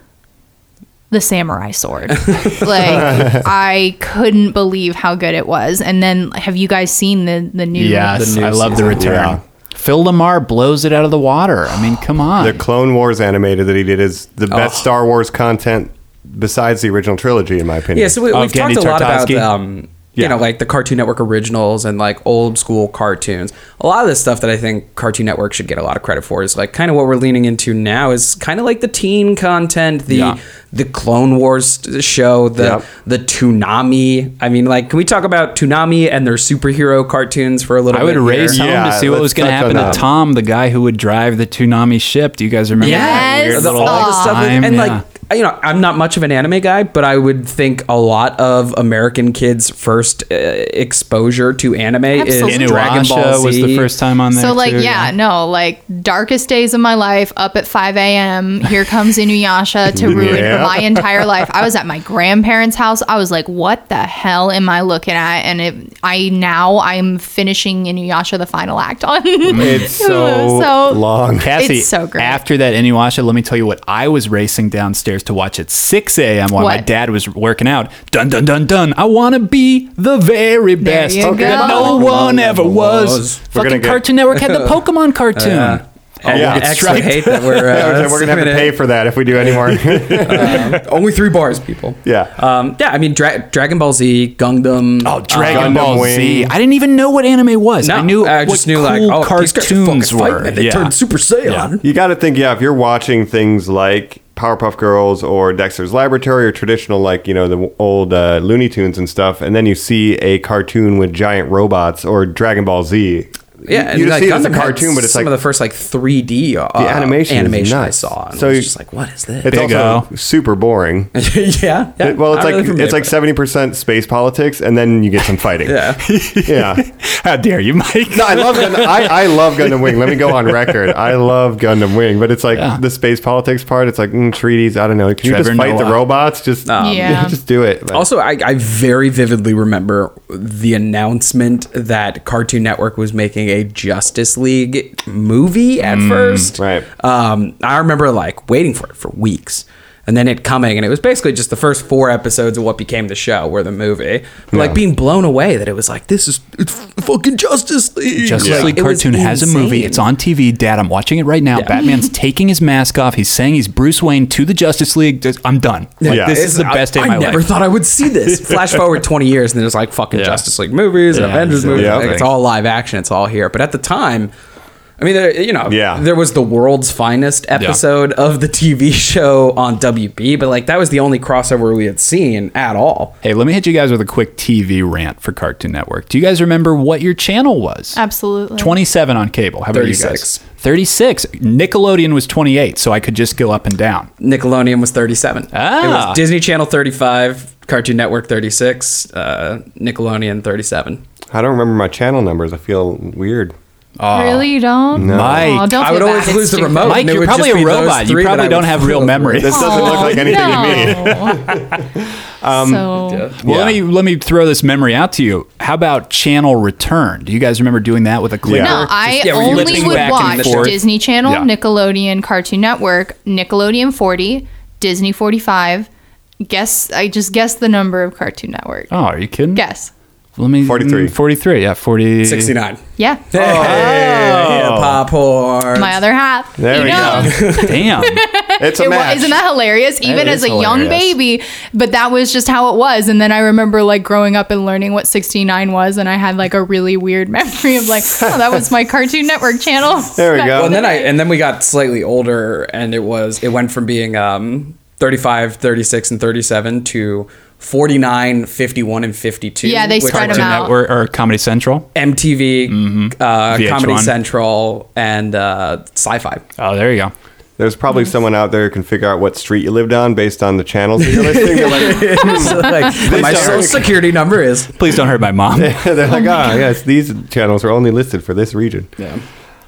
Speaker 8: the samurai sword. like I couldn't believe how good it was. And then have you guys seen the the new?
Speaker 6: Yes, I love the return.
Speaker 1: yeah.
Speaker 6: Phil Lamar blows it out of the water. I mean, come on.
Speaker 1: The Clone Wars animated that he did is the
Speaker 7: Oh.
Speaker 1: best Star Wars content besides the original trilogy, in my opinion.
Speaker 7: Yeah, so we, we've talked a lot about um, you know like the Cartoon Network originals and like old school cartoons. A lot of this stuff that I think Cartoon Network should get a lot of credit for is like kind of what we're leaning into now is kind of like the teen content, the
Speaker 6: Yeah.
Speaker 7: the Clone Wars show, the
Speaker 6: Yep.
Speaker 7: the Toonami. I mean, like, can we talk about Toonami and their superhero cartoons for a little?
Speaker 6: I would
Speaker 7: bit here?
Speaker 6: race home to see what was going to happen to Tom, the guy who would drive the Toonami ship. Do you guys remember? that
Speaker 7: Yeah,
Speaker 6: weird
Speaker 7: the-
Speaker 6: little
Speaker 7: all the stuff, with-
Speaker 6: time?
Speaker 7: and
Speaker 6: Yeah.
Speaker 7: like you know, I'm not much of an anime guy, but I would think a lot of American kids' first uh, exposure to anime
Speaker 8: Absolutely.
Speaker 7: is Dragon Ball
Speaker 6: Inuyasha
Speaker 7: Z.
Speaker 6: was the first time on there.
Speaker 8: So like
Speaker 6: too,
Speaker 8: yeah, no like darkest days of my life up at 5 a.m. Here comes Inuyasha to ruin
Speaker 6: Yeah.
Speaker 8: my entire life. I was at my grandparents' house. I was like, what the hell am I looking at? And it, I now I'm finishing Inuyasha the final act on.
Speaker 6: It's so
Speaker 1: long.
Speaker 6: Cassie,
Speaker 8: It's so great.
Speaker 6: after that Inuyasha, let me tell you what I was racing downstairs to watch at 6 a.m. while my
Speaker 8: What?
Speaker 6: dad was working out. Dun, dun, dun, dun. I want to be the very best
Speaker 8: you Okay.
Speaker 6: that
Speaker 8: go.
Speaker 6: no one ever was.
Speaker 7: Was. We're
Speaker 6: Fucking
Speaker 7: gonna get-
Speaker 6: Cartoon Network had the Pokemon cartoon.
Speaker 7: Yeah.
Speaker 6: Oh,
Speaker 7: yeah,
Speaker 6: we'll get
Speaker 7: X, I
Speaker 6: striked.
Speaker 7: hate that we're uh,
Speaker 1: we're gonna have to pay for that if we do any more.
Speaker 7: Um, only three bars, people.
Speaker 1: Yeah,
Speaker 7: um, yeah. I mean, Dra- Dragon Ball Z, Gundam. Oh,
Speaker 6: Dragon Ball Z. I didn't even know what anime was.
Speaker 7: No,
Speaker 6: I knew
Speaker 7: I
Speaker 6: what
Speaker 7: just knew,
Speaker 6: cool
Speaker 7: like, oh, these guys fucking
Speaker 6: cartoons
Speaker 7: fight,
Speaker 6: were.
Speaker 7: man. They
Speaker 6: yeah.
Speaker 7: turned Super Saiyan.
Speaker 1: You got to think, yeah, if you're watching things like Powerpuff Girls or Dexter's Laboratory or traditional, like, you know, the w- old uh, Looney Tunes and stuff, and then you see a cartoon with giant robots or Dragon Ball Z.
Speaker 7: Yeah,
Speaker 1: you, you just
Speaker 7: and, like,
Speaker 1: see it as a
Speaker 7: Gundam had
Speaker 1: cartoon, but it's
Speaker 7: some
Speaker 1: like
Speaker 7: of the first like 3D uh,
Speaker 1: the animation,
Speaker 7: animation
Speaker 1: is
Speaker 7: I
Speaker 1: nuts.
Speaker 7: saw. And
Speaker 1: so
Speaker 7: so
Speaker 1: you-
Speaker 7: was just like, what is this?
Speaker 1: It's also super boring.
Speaker 7: yeah, yeah.
Speaker 1: It- well, it's
Speaker 7: I'm really
Speaker 1: like
Speaker 7: familiar
Speaker 1: it's like
Speaker 7: with
Speaker 1: seventy percent space politics, and then you get some fighting.
Speaker 7: Yeah.
Speaker 1: yeah.
Speaker 6: How dare you, Mike?
Speaker 1: No, I love Gundam, I, I love Gundam Wing. Let me go on record. I love Gundam Wing, but it's like the space politics part. It's like mm, treaties. I don't know. Can you
Speaker 7: Trevor
Speaker 1: just fight the
Speaker 7: Noah.
Speaker 1: robots? Just
Speaker 7: Um,
Speaker 1: yeah.
Speaker 7: Yeah.
Speaker 1: just do it. But-
Speaker 7: Also, I, I very vividly remember the announcement that Cartoon Network was making a Justice League movie at first.
Speaker 1: Mm, Right.
Speaker 7: Um, I remember like waiting for it for weeks. And then it coming, and it was basically just the first four episodes of what became the show, were the movie. But,
Speaker 6: Yeah.
Speaker 7: Like being blown away that it was like this is it's fucking Justice League.
Speaker 6: Justice
Speaker 7: Like,
Speaker 6: League
Speaker 7: it was
Speaker 6: cartoon has a movie.
Speaker 7: insane.
Speaker 6: It's on TV. Dad, I'm watching it right now. Batman's taking his mask off. He's saying he's Bruce Wayne to the Justice League. Just- I'm done. Like,
Speaker 7: Yeah.
Speaker 6: This
Speaker 7: It's-
Speaker 6: is the
Speaker 7: I-
Speaker 6: best day of
Speaker 7: I
Speaker 6: my
Speaker 7: never
Speaker 6: life.
Speaker 7: thought I would see this. Flash forward 20 years, and there's like fucking Justice League movies and
Speaker 6: Yeah,
Speaker 7: Avengers movies.
Speaker 6: yeah.
Speaker 7: Like, it's all live action. It's all here. But at the time, I mean, there, you know,
Speaker 6: Yeah.
Speaker 7: there was the world's finest episode of the TV show on WB, but like that was the only crossover we had seen at all.
Speaker 6: Hey, let me hit you guys with a quick TV rant for Cartoon Network. Do you guys remember what your channel was?
Speaker 8: Absolutely.
Speaker 6: 27 on cable. How about you guys?
Speaker 7: 36.
Speaker 6: 36. Nickelodeon was 28, so I could just go up and down.
Speaker 7: Nickelodeon was 37. It
Speaker 6: Ah.
Speaker 7: was Disney Channel 35, Cartoon Network 36, uh, Nickelodeon 37.
Speaker 1: I don't remember my channel numbers. I feel weird.
Speaker 8: Really, you don't?
Speaker 1: No. Mike.
Speaker 8: Aw, don't
Speaker 7: I
Speaker 8: feel
Speaker 7: would always
Speaker 8: bad.
Speaker 7: lose the
Speaker 8: It's
Speaker 7: remote.
Speaker 6: Mike,
Speaker 7: and it
Speaker 6: you're
Speaker 7: would just
Speaker 6: probably a
Speaker 7: be those
Speaker 6: robot. You
Speaker 7: three that
Speaker 6: probably
Speaker 7: I
Speaker 6: don't
Speaker 7: would
Speaker 6: have
Speaker 7: flip
Speaker 6: real
Speaker 7: over.
Speaker 6: memory.
Speaker 1: This doesn't look like anything to me.
Speaker 6: Um,
Speaker 1: So-
Speaker 6: Well, let
Speaker 1: Yeah.
Speaker 6: me let me throw this memory out to you. How about channel return? Do you guys remember doing that with a clicker?
Speaker 8: No, I
Speaker 6: Just- yeah, where you
Speaker 8: only
Speaker 6: flipping
Speaker 8: would
Speaker 6: back and
Speaker 8: watch
Speaker 6: forth?
Speaker 8: Disney Channel,
Speaker 6: Yeah.
Speaker 8: Nickelodeon, Cartoon Network, Nickelodeon 40, Disney 45. Guess I just guessed the number of Cartoon Network.
Speaker 6: Oh, are you kidding?
Speaker 8: Guess.
Speaker 6: Let me 43. 43. Yeah, 40
Speaker 7: 69.
Speaker 8: Yeah.
Speaker 1: Oh.
Speaker 7: Pop horn.
Speaker 8: My other hat.
Speaker 6: There
Speaker 8: you
Speaker 6: we
Speaker 8: know.
Speaker 6: go. Damn.
Speaker 1: It's
Speaker 8: It wa- isn't that hilarious? Even
Speaker 6: is
Speaker 8: as a young
Speaker 6: hilarious.
Speaker 8: baby, but that was just how it was. And then I remember like growing up and learning what 69 was, and I had like a really weird memory of like, oh, that was my Cartoon Network channel. back
Speaker 7: Well,
Speaker 8: in
Speaker 7: Oh, and
Speaker 8: the
Speaker 7: then I and then we got slightly older, and it was it went from being um 35, 36, and 37 to 49, 51, and 52.
Speaker 8: Yeah, they
Speaker 7: which
Speaker 8: spread
Speaker 7: were
Speaker 8: 'em out.
Speaker 6: Network or Comedy Central?
Speaker 7: MTV, uh,
Speaker 1: Mm-hmm.
Speaker 6: VH1.
Speaker 7: Comedy Central, and uh, Sci-Fi.
Speaker 6: Oh, there you go.
Speaker 1: There's probably someone out there who can figure out what street you lived on based on the channels that you're listening. They're like,
Speaker 7: So, like,
Speaker 1: They
Speaker 7: my
Speaker 1: start-
Speaker 7: social security number is.
Speaker 6: Please don't hurt my mom.
Speaker 1: They're like, ah, yes, these channels are only listed for this region.
Speaker 7: Yeah.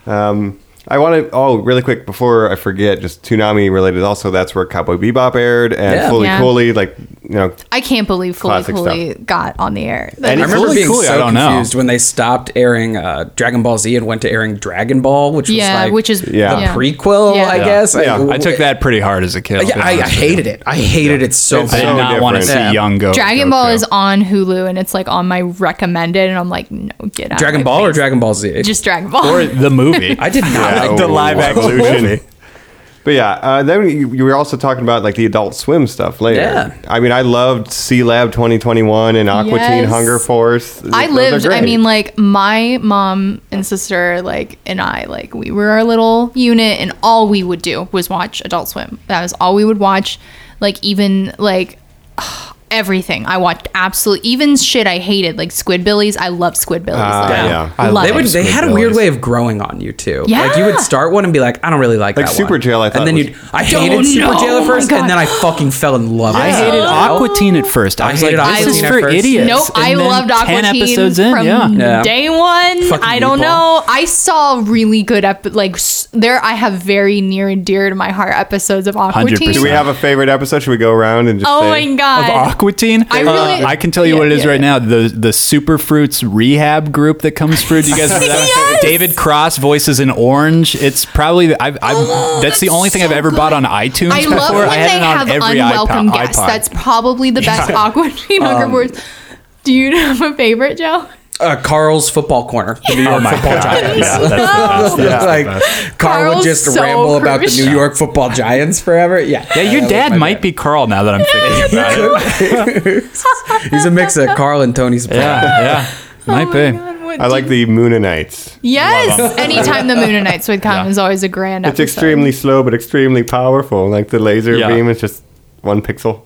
Speaker 1: Um, I want to. Oh, really quick before I forget, just tsunami related. Also, that's where Cowboy Bebop aired and
Speaker 8: Yeah.
Speaker 1: Fully
Speaker 8: Yeah.
Speaker 1: Cooley. Like, you know,
Speaker 8: I can't believe Fully
Speaker 1: Classic stuff.
Speaker 8: Cooley got on the air.
Speaker 1: And
Speaker 7: I
Speaker 1: it's
Speaker 7: remember
Speaker 1: really
Speaker 7: being
Speaker 1: cool, I
Speaker 7: so
Speaker 1: don't know.
Speaker 7: confused when they stopped airing uh, Dragon Ball Z and went to airing Dragon Ball, which
Speaker 8: Yeah,
Speaker 7: was like
Speaker 8: which is-
Speaker 7: the
Speaker 8: Yeah. yeah.
Speaker 7: prequel,
Speaker 8: Yeah.
Speaker 7: I
Speaker 8: Yeah.
Speaker 7: guess.
Speaker 6: I took that pretty hard as a kid.
Speaker 7: Yeah, I, I hated it. I hated it so.
Speaker 6: I did
Speaker 7: much.
Speaker 6: not want to see
Speaker 7: Yeah.
Speaker 6: young go.
Speaker 8: Dragon
Speaker 6: Goku.
Speaker 8: Ball is on Hulu and it's like on my recommended, and I'm like, no, get out.
Speaker 7: Dragon
Speaker 8: of my
Speaker 7: Ball or
Speaker 8: face.
Speaker 7: Dragon Ball Z?
Speaker 8: Just Dragon Ball.
Speaker 6: or the movie.
Speaker 7: I did not like
Speaker 6: the
Speaker 1: oh,
Speaker 6: live
Speaker 1: wow.
Speaker 6: action movie.
Speaker 1: But yeah, uh, then you, you were also talking about like the Adult Swim stuff later.
Speaker 7: Yeah.
Speaker 1: I mean, I loved Sea Lab 2021 and Aqua Teen
Speaker 8: Yes.
Speaker 1: Hunger Force.
Speaker 8: I
Speaker 1: Those are
Speaker 8: lived. I
Speaker 1: great.
Speaker 8: mean, like my mom and sister, like and I, like we were our little unit, and all we would do was watch Adult Swim. That was all we would watch. Like even like everything. I watched absolute even shit I hated, like Squidbillies. I love Squidbillies.
Speaker 1: Ah,
Speaker 8: Like,
Speaker 1: yeah.
Speaker 8: I love
Speaker 7: they would.
Speaker 8: it.
Speaker 7: They had a weird way of growing on you too. Like you would
Speaker 8: Yeah.
Speaker 7: start one and be like, I don't really like,
Speaker 1: Like
Speaker 7: that
Speaker 1: Super
Speaker 7: one.
Speaker 1: Jail, I thought
Speaker 7: and then
Speaker 1: was-
Speaker 7: you. I hated
Speaker 8: Don't
Speaker 7: Super
Speaker 8: know,
Speaker 7: Jail
Speaker 8: oh
Speaker 7: at
Speaker 8: my
Speaker 7: first,
Speaker 8: God.
Speaker 7: and then I fucking fell in love.
Speaker 6: I
Speaker 7: with
Speaker 6: hated
Speaker 7: it.
Speaker 8: Oh.
Speaker 6: Aqua Teen at first. I,
Speaker 7: I
Speaker 6: was
Speaker 7: hated
Speaker 6: like,
Speaker 7: Aqua
Speaker 6: this is
Speaker 7: Teen at
Speaker 6: for
Speaker 7: first.
Speaker 6: idiots.
Speaker 8: Nope,
Speaker 6: And
Speaker 8: I
Speaker 6: then
Speaker 8: loved Aqua
Speaker 6: 10
Speaker 8: Teen
Speaker 6: episodes in,
Speaker 8: from
Speaker 6: yeah.
Speaker 7: Yeah.
Speaker 8: day one.
Speaker 7: Fucking
Speaker 8: I don't
Speaker 7: meatball.
Speaker 8: know. I saw really good ep- like s- there. I have very near and dear to my heart episodes of Aqua
Speaker 6: 100%.
Speaker 8: Teen.
Speaker 1: do we have a favorite episode? Should we go around and just
Speaker 8: Oh
Speaker 1: say?
Speaker 8: my god!
Speaker 6: of Aqua Teen. I,
Speaker 8: I really-
Speaker 6: I can tell you
Speaker 8: yeah,
Speaker 6: what it is
Speaker 8: yeah.
Speaker 6: right now. The the Superfruits rehab group that comes through. Do you guys remember that?
Speaker 8: Yes!
Speaker 6: David Cross voices an orange. It's probably the, I've, I've
Speaker 8: Oh,
Speaker 6: that's, the
Speaker 8: that's
Speaker 6: only thing I've
Speaker 8: so
Speaker 6: ever bought on iTunes
Speaker 8: I
Speaker 6: before.
Speaker 8: love when
Speaker 6: I had
Speaker 8: they
Speaker 6: it on
Speaker 8: have
Speaker 6: every
Speaker 8: unwelcome
Speaker 6: iPod. Um,
Speaker 8: guests.
Speaker 6: iPod.
Speaker 8: That's probably the best Aqua Teen Hunger Force. Do you have a favorite, Joe?
Speaker 7: uh, Carl's football corner. The New
Speaker 6: Oh
Speaker 7: York football Giants.
Speaker 8: No.
Speaker 7: like Carl would
Speaker 8: Carl's
Speaker 7: just
Speaker 8: so
Speaker 7: ramble about the
Speaker 8: crucial.
Speaker 7: New York football Giants forever. Yeah.
Speaker 6: yeah, your
Speaker 7: That was
Speaker 6: dad
Speaker 7: my
Speaker 6: might be Carl now that I'm thinking about it.
Speaker 7: bad. He's a mix of Carl and Tony Soprano.
Speaker 6: Yeah, yeah, might
Speaker 8: Oh my
Speaker 6: be.
Speaker 8: God, what
Speaker 1: I
Speaker 8: do
Speaker 1: like
Speaker 8: you-
Speaker 1: the Moonanites.
Speaker 8: Yes, anytime the Moon and Knights would come is always a grand.
Speaker 1: It's
Speaker 8: episode.
Speaker 1: extremely slow but extremely powerful. Like the laser
Speaker 6: Yeah.
Speaker 1: beam is just one pixel.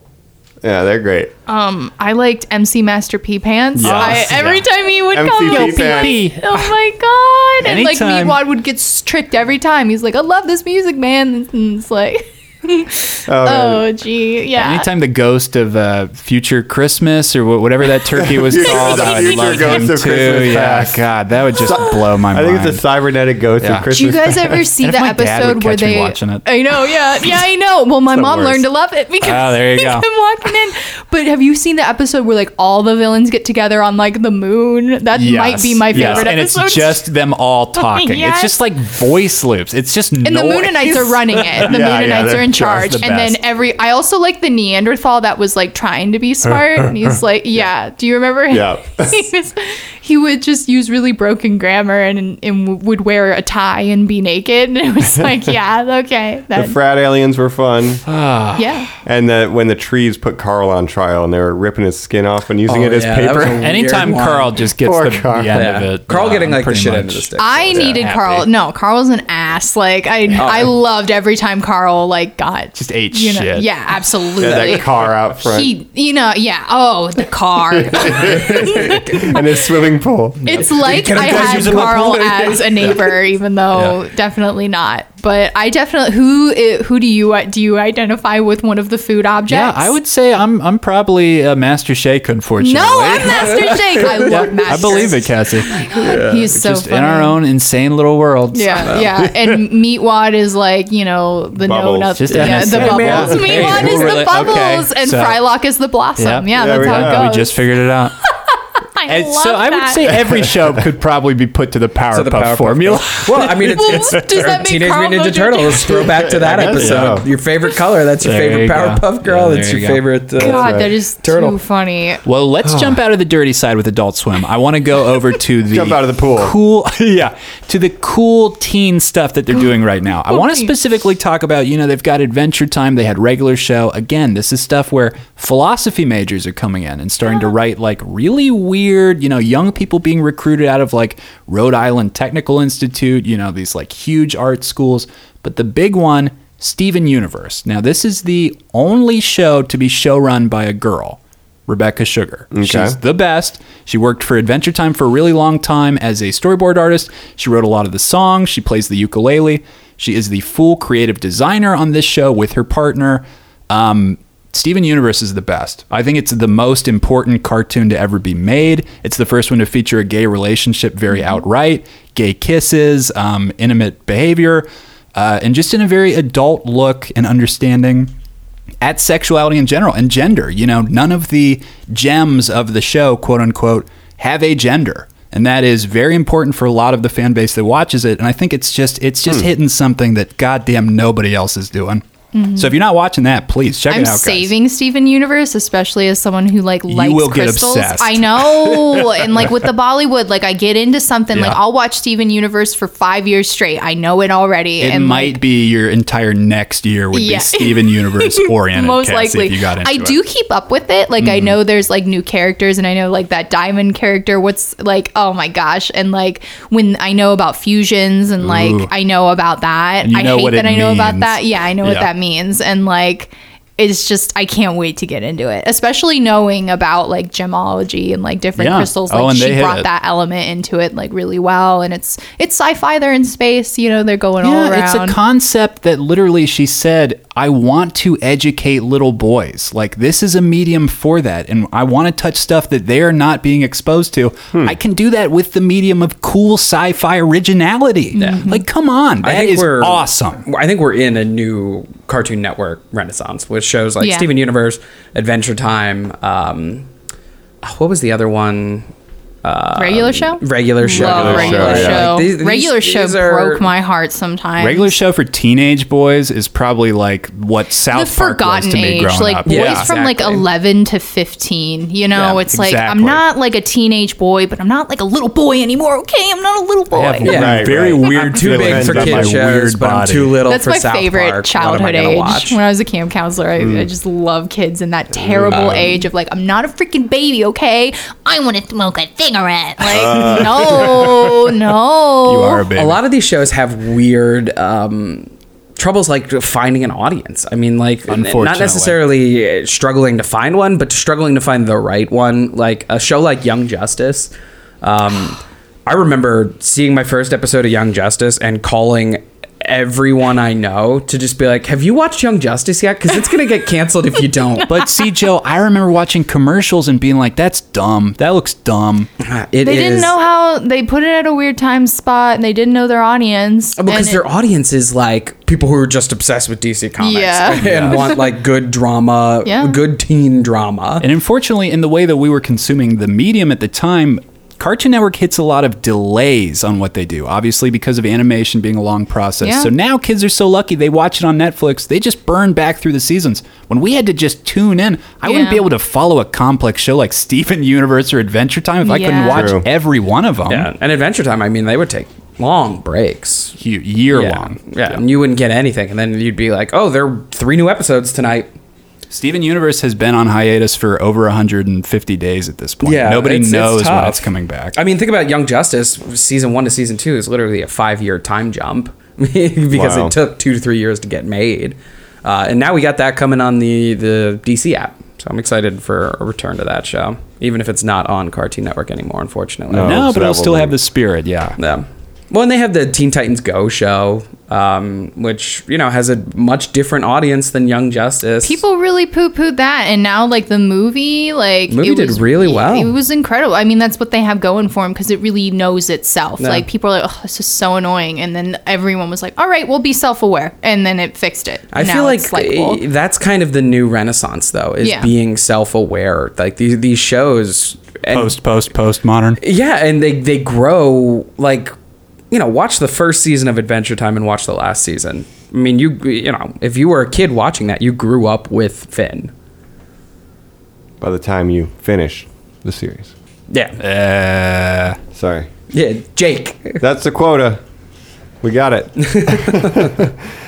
Speaker 1: Yeah, they're great.
Speaker 8: Um, I liked MC Master P Pants.
Speaker 6: Yes.
Speaker 8: I, every
Speaker 6: Yeah.
Speaker 8: time he would
Speaker 1: MC
Speaker 8: come,
Speaker 1: P
Speaker 8: Yo, P-
Speaker 1: Pants.
Speaker 8: P. oh my god! And like
Speaker 6: Anytime.
Speaker 8: Meatwad would get tricked every time. He's like, "I love this music, man." And it's like,
Speaker 1: Oh, man.
Speaker 8: oh gee, yeah.
Speaker 6: Anytime the ghost of uh, future Christmas or wh- whatever that turkey was
Speaker 1: Yeah,
Speaker 6: called,
Speaker 1: the
Speaker 6: I would
Speaker 1: future
Speaker 6: love
Speaker 1: ghost
Speaker 6: him
Speaker 1: of
Speaker 6: too.
Speaker 1: Christmas
Speaker 6: Yeah,
Speaker 1: past.
Speaker 6: God, that would just blow my
Speaker 1: I
Speaker 6: mind.
Speaker 1: think it's a cybernetic ghost
Speaker 6: Yeah.
Speaker 1: of
Speaker 6: Did
Speaker 1: Christmas.
Speaker 8: Did you guys ever see
Speaker 6: if
Speaker 8: the
Speaker 6: my dad
Speaker 8: episode
Speaker 6: would
Speaker 8: where
Speaker 6: catch me
Speaker 8: they?
Speaker 6: watching it.
Speaker 8: I know, yeah, yeah, I know. Well, my
Speaker 1: It's the
Speaker 8: mom learned
Speaker 1: worst.
Speaker 8: to love it because
Speaker 6: Ah, there you go.
Speaker 8: I'm walking in. But have you seen the episode where like all the villains get together on like the moon? That might be my favorite
Speaker 6: yes.
Speaker 8: episode.
Speaker 6: And it's just them all talking. It's
Speaker 8: Yes.
Speaker 6: just like voice loops. It's just
Speaker 8: And the
Speaker 6: noise.
Speaker 8: Moonanites are running it. The
Speaker 1: Yeah, yeah,
Speaker 8: Moonanites
Speaker 1: they're
Speaker 8: are in
Speaker 1: just
Speaker 8: charge.
Speaker 6: the
Speaker 8: and then
Speaker 6: best.
Speaker 8: every I also like the Neanderthal that was like trying to be smart. and he's like, yeah. Do you remember him?
Speaker 1: Yeah.
Speaker 8: he, was- he would just use really broken grammar and and would wear a tie and be naked. And it was like, yeah, okay.
Speaker 1: the
Speaker 8: That,
Speaker 1: frat aliens were fun,
Speaker 8: yeah.
Speaker 1: and the, when the trees put Carl on trial and they were ripping his skin off and using
Speaker 7: Oh,
Speaker 1: it as
Speaker 7: yeah, that was
Speaker 1: paper.
Speaker 7: a-
Speaker 6: Anytime
Speaker 7: Weird one.
Speaker 6: Carl just gets
Speaker 1: Poor
Speaker 6: the,
Speaker 1: Carl.
Speaker 6: the end
Speaker 7: Yeah.
Speaker 6: of it.
Speaker 7: Carl
Speaker 6: yeah,
Speaker 7: getting like the
Speaker 6: pretty
Speaker 7: shit
Speaker 6: much.
Speaker 7: out of the stick.
Speaker 8: I needed
Speaker 6: happy.
Speaker 8: Carl. No, Carl's an ass. Like I, I loved every time Carl like got
Speaker 6: Just ate
Speaker 8: you know-
Speaker 6: shit.
Speaker 8: Yeah, absolutely.
Speaker 1: Yeah, that car out front
Speaker 8: He, you know, yeah. Oh, the car.
Speaker 1: and his swimming pool.
Speaker 8: It's like I had Carl as a neighbor, even though definitely not. But I definitely who i- who do you uh, do you identify with one of the food objects?
Speaker 6: Yeah, I would say I'm I'm probably a Master Shake, unfortunately.
Speaker 8: No, I'm Master Shake. I love
Speaker 6: I
Speaker 8: Master.
Speaker 6: believe it, Cassie.
Speaker 8: He's so
Speaker 6: just
Speaker 8: funny.
Speaker 6: in our own insane little world.
Speaker 8: Yeah, yeah, and Meatwad is like you know the no
Speaker 1: Bubbles.
Speaker 8: nothing,
Speaker 6: Just
Speaker 8: yeah, the
Speaker 6: innocent.
Speaker 8: bubbles.
Speaker 6: Yeah. Hey,
Speaker 8: Meatwad is
Speaker 6: we're
Speaker 8: the
Speaker 6: really-
Speaker 8: bubbles,
Speaker 6: okay,
Speaker 8: and
Speaker 6: so-
Speaker 8: Frylock is the blossom.
Speaker 6: Yeah.
Speaker 8: Yeah,
Speaker 1: Yeah,
Speaker 8: that's
Speaker 1: we-
Speaker 8: how
Speaker 1: yeah,
Speaker 8: it
Speaker 1: we
Speaker 8: goes.
Speaker 6: Uh, We just figured it out.
Speaker 8: I
Speaker 6: And
Speaker 8: love
Speaker 6: so I would
Speaker 8: that.
Speaker 6: say every show could probably be put to the Powerpuff,
Speaker 7: Powerpuff
Speaker 6: formula.
Speaker 7: Well, I mean,
Speaker 8: Well,
Speaker 7: it's, it's
Speaker 8: does that
Speaker 7: or
Speaker 8: make
Speaker 7: Teenage
Speaker 8: Carl
Speaker 7: Mutant
Speaker 8: go
Speaker 7: Ninja
Speaker 8: to-
Speaker 7: Turtles. Let's throw back to that episode.
Speaker 1: so.
Speaker 7: Your favorite color. That's your
Speaker 6: There
Speaker 7: favorite
Speaker 6: you go.
Speaker 7: Powerpuff
Speaker 6: Yeah,
Speaker 7: Girl.
Speaker 6: there
Speaker 7: that's
Speaker 6: you
Speaker 7: your
Speaker 6: go.
Speaker 7: favorite. Uh,
Speaker 8: God, that is
Speaker 7: Turtle.
Speaker 8: too funny.
Speaker 6: Well, let's jump out of the dirty side with Adult Swim. I want to go over to the
Speaker 1: Ah. Jump out of the pool.
Speaker 6: Cool, yeah, to the cool teen stuff that they're doing right now. I want to specifically talk about. You know, they've got Adventure Time. They had regular show. Again, this is stuff where philosophy majors are coming in and starting to
Speaker 1: Ah.
Speaker 6: write like really weird. You know, young people being recruited out of like Rhode Island Technical Institute. You know, these like huge art schools. But the big one. Steven Universe. Now, this is the only show to be showrun by a girl. Rebecca Sugar. She's the best. She worked for Adventure Time for a really long time as a storyboard artist. She wrote a lot of the songs. She plays the ukulele. She is the full creative designer on this show with her partner. Um, Steven Universe is the best. I think it's the most important cartoon to ever be made. It's the first one to feature a gay relationship very outright, gay kisses, um, intimate behavior, uh, and just in a very adult look and understanding at sexuality in general and gender. You know, none of the gems of the show, quote unquote, have a gender. And that is very important for a lot of the fan base that watches it. And I think it's just it's just hitting something that goddamn nobody else is doing.
Speaker 8: Mhm.
Speaker 6: So if you're not watching that, please check
Speaker 8: I'm
Speaker 6: it out. guys.
Speaker 8: saving Steven Universe, especially as someone who like likes
Speaker 6: will get
Speaker 8: crystals.
Speaker 6: obsessed.
Speaker 8: I know, and like with the Bollywood, like I get into something. Like
Speaker 6: Yeah.
Speaker 8: I'll watch Steven Universe for five years straight. I know it already.
Speaker 6: It
Speaker 8: and like,
Speaker 6: might be your entire next year would
Speaker 8: Yeah.
Speaker 6: be Steven Universe oriented.
Speaker 8: Most
Speaker 6: Cassie,
Speaker 8: likely,
Speaker 6: if you got into
Speaker 8: I
Speaker 6: it.
Speaker 8: do keep up with it. Like I
Speaker 6: Mhm.
Speaker 8: know there's like new characters, and I know like that diamond character. What's like? Oh my gosh! And like when I know about fusions, and like
Speaker 6: Ooh.
Speaker 8: I know about that.
Speaker 6: And you
Speaker 8: I
Speaker 6: know
Speaker 8: hate
Speaker 6: what
Speaker 8: that
Speaker 6: it
Speaker 8: I know about
Speaker 6: means.
Speaker 8: that. Yeah, I know what
Speaker 6: Yeah.
Speaker 8: that means, and like it's just I can't wait to get into it, especially knowing about like gemology and like different
Speaker 6: Yeah.
Speaker 8: crystals. Like
Speaker 6: Oh, and
Speaker 8: she
Speaker 6: they hit
Speaker 8: brought
Speaker 6: it.
Speaker 8: that element into it like really well, and it's it's sci-fi. They're in space. You know, they're going all
Speaker 6: Yeah,
Speaker 8: around.
Speaker 6: it's a concept that literally she said, I want to educate little boys. Like, this is a medium for that. And I want to touch stuff that they're not being exposed to. I can do that with the medium of cool sci fi originality.
Speaker 8: Mm-hmm.
Speaker 6: Like, come on. that is awesome.
Speaker 7: I think we're in a new Cartoon Network renaissance with shows like
Speaker 6: Yeah.
Speaker 7: Steven Universe, Adventure Time. Um, what was the other one? Uh,
Speaker 8: Regular show?
Speaker 7: Regular show.
Speaker 8: Love regular
Speaker 7: Like,
Speaker 8: show.
Speaker 7: these- these-
Speaker 8: regular show
Speaker 7: these are-
Speaker 8: broke my heart sometimes.
Speaker 6: Regular show for teenage boys is probably like what South
Speaker 8: the
Speaker 6: Park was
Speaker 8: forgotten
Speaker 6: to me
Speaker 8: age,
Speaker 6: growing
Speaker 8: like
Speaker 6: up.
Speaker 8: boys from like eleven to fifteen. You know,
Speaker 6: Yeah,
Speaker 8: it's like
Speaker 6: exactly.
Speaker 8: I'm not like a teenage boy, but I'm not like a little boy anymore. Okay, I'm not a little boy.
Speaker 6: I have
Speaker 7: Yeah.
Speaker 6: a very
Speaker 7: Right, right.
Speaker 6: weird
Speaker 7: I'm too big
Speaker 6: feelings
Speaker 7: for
Speaker 6: about
Speaker 7: kid
Speaker 6: my
Speaker 7: shows,
Speaker 6: weird
Speaker 7: but I'm
Speaker 6: body.
Speaker 7: too little
Speaker 8: That's
Speaker 7: for
Speaker 8: my
Speaker 7: South
Speaker 8: favorite
Speaker 7: Park. What am I
Speaker 8: childhood
Speaker 7: gonna
Speaker 8: age.
Speaker 7: watch?
Speaker 8: When I was a camp counselor, I, I
Speaker 7: Mm.
Speaker 8: just love kids in that terrible
Speaker 6: Um,
Speaker 7: Mm.
Speaker 8: age of like, I'm not a freaking baby, okay?
Speaker 9: I want to smoke a cigarette. Like,
Speaker 7: Uh.
Speaker 8: no, no.
Speaker 7: a lot of these shows have weird um, troubles, like finding an audience. I mean, like not
Speaker 6: Unfortunately.
Speaker 7: necessarily eh, struggling to find one, but struggling to find the right one. Like a show like Young Justice. Um, I remember seeing my first episode of Young Justice and calling everyone I know to just be like, "Have you watched Young Justice yet? Because it's gonna get canceled if you don't."
Speaker 6: But see, Joe, I remember watching commercials and being like, "That's dumb. That looks dumb."
Speaker 7: It
Speaker 8: they didn't know how they put it at a weird time spot, and they didn't know their audience. and
Speaker 7: because
Speaker 8: it-
Speaker 7: their audience is like people who are just obsessed with DC comics
Speaker 8: Yeah.
Speaker 7: and
Speaker 8: Yeah.
Speaker 7: want like good drama,
Speaker 8: Yeah.
Speaker 7: good teen drama.
Speaker 6: And unfortunately, in the way that we were consuming the medium at the time, Cartoon Network hits a lot of delays on what they do, obviously because of animation being a long process.
Speaker 12: Yeah.
Speaker 6: So now kids are so lucky they watch it on Netflix, they just burn back through the seasons. When we had to just tune in, I wouldn't
Speaker 12: Yeah.
Speaker 6: be able to follow a complex show like Steven Universe or Adventure Time if I couldn't
Speaker 12: Yeah.
Speaker 6: watch
Speaker 12: True.
Speaker 6: every one of them.
Speaker 7: Yeah. And Adventure Time, I mean, they would take long breaks,
Speaker 6: year
Speaker 7: yeah.
Speaker 6: long.
Speaker 7: Yeah. and you wouldn't get anything, and then you'd be like, "Oh, there are three new episodes tonight."
Speaker 6: Steven Universe has been on hiatus for over 150 days at this point.
Speaker 7: Yeah,
Speaker 6: Nobody
Speaker 7: it's- it's
Speaker 6: knows when
Speaker 7: tough.
Speaker 6: it's coming back.
Speaker 7: I mean, think about Young Justice season one to season two is literally a five year time jump because
Speaker 6: Wow.
Speaker 7: it took two to three years to get made, uh, and now we got that coming on the the DC app. So I'm excited for a return to that show, even if it's not on Cartoon Network anymore, unfortunately.
Speaker 6: No, No, so but that it'll still won't have the spirit. Yeah.
Speaker 7: Yeah. Well, and they have the Teen Titans Go show, um, which you know has a much different audience than Young Justice.
Speaker 8: people really poo pooed that, and now like the movie, like
Speaker 7: movie
Speaker 8: it
Speaker 7: did
Speaker 8: was-
Speaker 7: really well.
Speaker 8: It was incredible. I mean, that's what they have going for them because it really knows itself.
Speaker 7: Yeah.
Speaker 8: Like people are like, "Oh, this is so annoying," and then everyone was like, "All right, we'll be self-aware," and then it fixed it.
Speaker 7: I
Speaker 8: Now
Speaker 7: feel like
Speaker 8: it's likable.
Speaker 7: eh, that's kind of the new renaissance, though, is
Speaker 8: Yeah.
Speaker 7: being self-aware. Like these these shows,
Speaker 6: post post post modern.
Speaker 7: Yeah, and they they grow like you know. Watch the first season of Adventure Time and watch the last season. I mean, you you know, if you were a kid watching that, you grew up with Finn.
Speaker 1: By the time you finish the series.
Speaker 6: Yeah.
Speaker 1: Uh, Sorry.
Speaker 7: Yeah, Jake.
Speaker 1: That's the quota. We got it.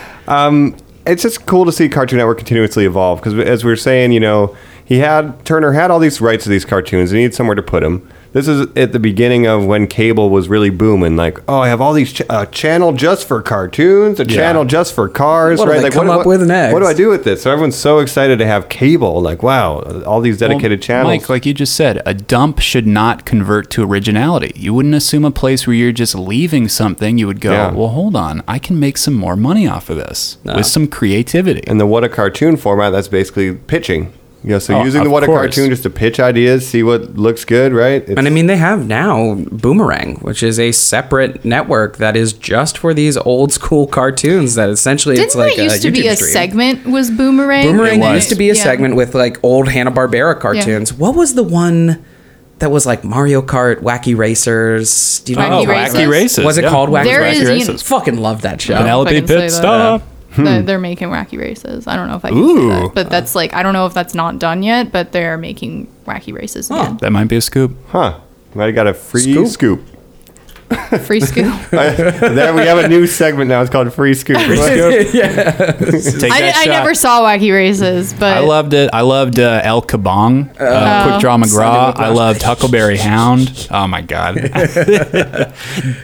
Speaker 1: um, it's just cool to see Cartoon Network continuously evolve because, as we were saying, you know, he had Turner had all these rights to these cartoons, and he needed somewhere to put them. This is at the beginning of when cable was really booming. Like, oh, I have all these ch- a channel just for cartoons, a
Speaker 10: Yeah.
Speaker 1: channel just for cars.
Speaker 10: What do
Speaker 1: right?
Speaker 10: they
Speaker 1: like,
Speaker 10: come up
Speaker 1: what, what-
Speaker 10: with next?
Speaker 1: What do I do with this? So everyone's so excited to have cable. Like, wow, all these dedicated
Speaker 6: Well,
Speaker 1: channels.
Speaker 6: Mike, like you just said, a dump should not convert to originality. You wouldn't assume a place where you're just leaving something. You would go,
Speaker 1: Yeah.
Speaker 6: well, hold on, I can make some more money off of this with some creativity.
Speaker 1: And the what a cartoon format, that's basically pitching. You know, so
Speaker 6: Oh,
Speaker 1: using the
Speaker 6: of
Speaker 1: what a
Speaker 6: course.
Speaker 1: cartoon just to pitch ideas, see what looks good, right? It's-
Speaker 7: and I mean, they have now Boomerang, which is a separate network that is just for these old school cartoons. That essentially
Speaker 8: Didn't
Speaker 7: it's like
Speaker 8: that used
Speaker 7: a
Speaker 8: to be
Speaker 7: YouTube
Speaker 8: a
Speaker 7: stream.
Speaker 8: segment? Was boomerang?
Speaker 7: Boomerang used to be a
Speaker 8: Yeah.
Speaker 7: segment with like old Hanna Barbera cartoons. What was the one that was like Mario Kart, Wacky Racers? Do
Speaker 8: Wacky
Speaker 7: what it
Speaker 8: Races? Wacky Races,
Speaker 7: Was it
Speaker 8: yeah.
Speaker 7: called Wacky
Speaker 8: There
Speaker 7: Races?
Speaker 8: is Wacky Races.
Speaker 7: Fucking love that show.
Speaker 6: Penelope
Speaker 8: If I can say
Speaker 6: Pitts,
Speaker 8: that.
Speaker 6: stop.
Speaker 8: The-
Speaker 6: Hmm.
Speaker 8: They're making wacky races. I don't know if I can say
Speaker 6: Ooh.
Speaker 8: that, but that's like I don't know if that's not done yet. But they're making wacky races again.
Speaker 6: That might be a scoop.
Speaker 1: Huh. Might have got a free scoop.
Speaker 8: Free scoop.
Speaker 1: there we have a new segment now. It's called Free Scoop.
Speaker 8: Yeah.
Speaker 6: Take
Speaker 8: I,
Speaker 6: that
Speaker 8: I
Speaker 6: shot.
Speaker 8: never saw wacky races, but
Speaker 6: I loved it. I loved uh, El Kabong, uh,
Speaker 8: Oh.
Speaker 6: Quick Draw
Speaker 8: Sonny
Speaker 6: McGraw.
Speaker 8: McGraw.
Speaker 6: I loved Huckleberry Hound. Oh my god,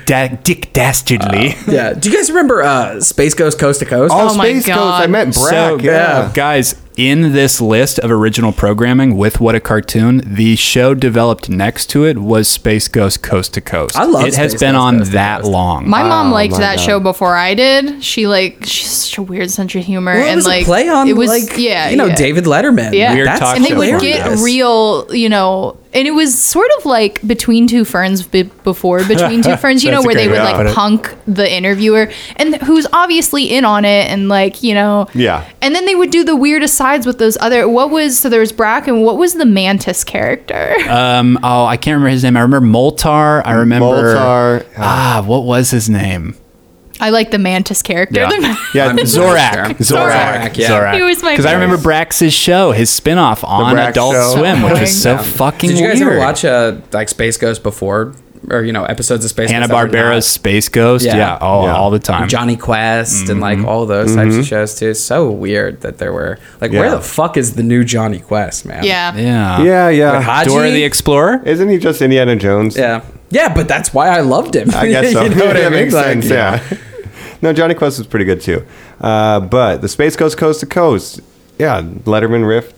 Speaker 6: da- Dick Dastardly.
Speaker 7: yeah. Do you guys remember uh, Space Ghost Coast to Coast?
Speaker 1: Oh, Oh my Space Ghost. God. I meant Brack, yeah.
Speaker 6: guys, in this list of original programming with What a Cartoon, the show developed next to it was Space Ghost Coast to Coast.
Speaker 8: I love
Speaker 6: it. Has
Speaker 8: Space
Speaker 6: been
Speaker 8: Ghost
Speaker 6: on that long.
Speaker 8: My
Speaker 7: Oh
Speaker 8: mom liked that show before I did. She like she's such a weird sense of humor
Speaker 7: Well, it
Speaker 8: and
Speaker 7: was a
Speaker 8: like
Speaker 7: play on,
Speaker 8: it was
Speaker 7: like,
Speaker 8: yeah
Speaker 7: you know,
Speaker 8: yeah.
Speaker 7: David Letterman.
Speaker 8: Yeah,
Speaker 7: Like, that's
Speaker 8: and they would get
Speaker 7: hilarious.
Speaker 8: real, you know, and it was sort of like between two ferns be- before between two ferns, you know,
Speaker 12: That's a
Speaker 8: where they
Speaker 12: good
Speaker 8: would
Speaker 12: way to put
Speaker 8: like
Speaker 12: it.
Speaker 8: punk the interviewer and th- who's obviously in on it, and like you know,
Speaker 12: Yeah.
Speaker 8: and then they would do the weirdest sides with those other. What was so there was Brack and what was the mantis character?
Speaker 7: Uh,
Speaker 6: Um, oh, I can't remember his name. I remember Moltar. I remember
Speaker 1: Moltar.
Speaker 6: Ah, what was his name?
Speaker 8: I like the mantis character.
Speaker 6: Yeah.
Speaker 8: The-
Speaker 1: Yeah,
Speaker 6: Zorak.
Speaker 1: Zorak. Zorak, yeah.
Speaker 8: He was my
Speaker 6: Because I remember Brax's show, his spinoff on
Speaker 7: Brack
Speaker 6: Adult
Speaker 7: show.
Speaker 6: Swim, which was so
Speaker 7: Yeah.
Speaker 6: fucking
Speaker 7: Did you guys
Speaker 6: weird.
Speaker 7: ever watch uh, like Space Ghost before, or you know, episodes of Space
Speaker 6: Hanna
Speaker 7: Ghost that were not-
Speaker 6: Barbera's Space Ghost? Yeah, all, all the time. Mm-hmm.
Speaker 7: Johnny Quest and like all those types of shows too. So weird that there were like, where
Speaker 6: Yeah.
Speaker 7: the fuck is the new Johnny Quest, man?
Speaker 8: Yeah.
Speaker 6: Yeah.
Speaker 1: Yeah, yeah.
Speaker 7: With Haji? Dora the
Speaker 6: Explorer?
Speaker 1: Isn't he just Indiana Jones?
Speaker 7: Yeah. Yeah, but that's why I loved him.
Speaker 1: I guess so.
Speaker 7: you know what I
Speaker 1: That
Speaker 7: mean?
Speaker 1: makes
Speaker 7: Like,
Speaker 1: sense, yeah. no, Johnny Quest was pretty good too. Uh, but the Space Coast Coast to Coast. Yeah, Letterman riff.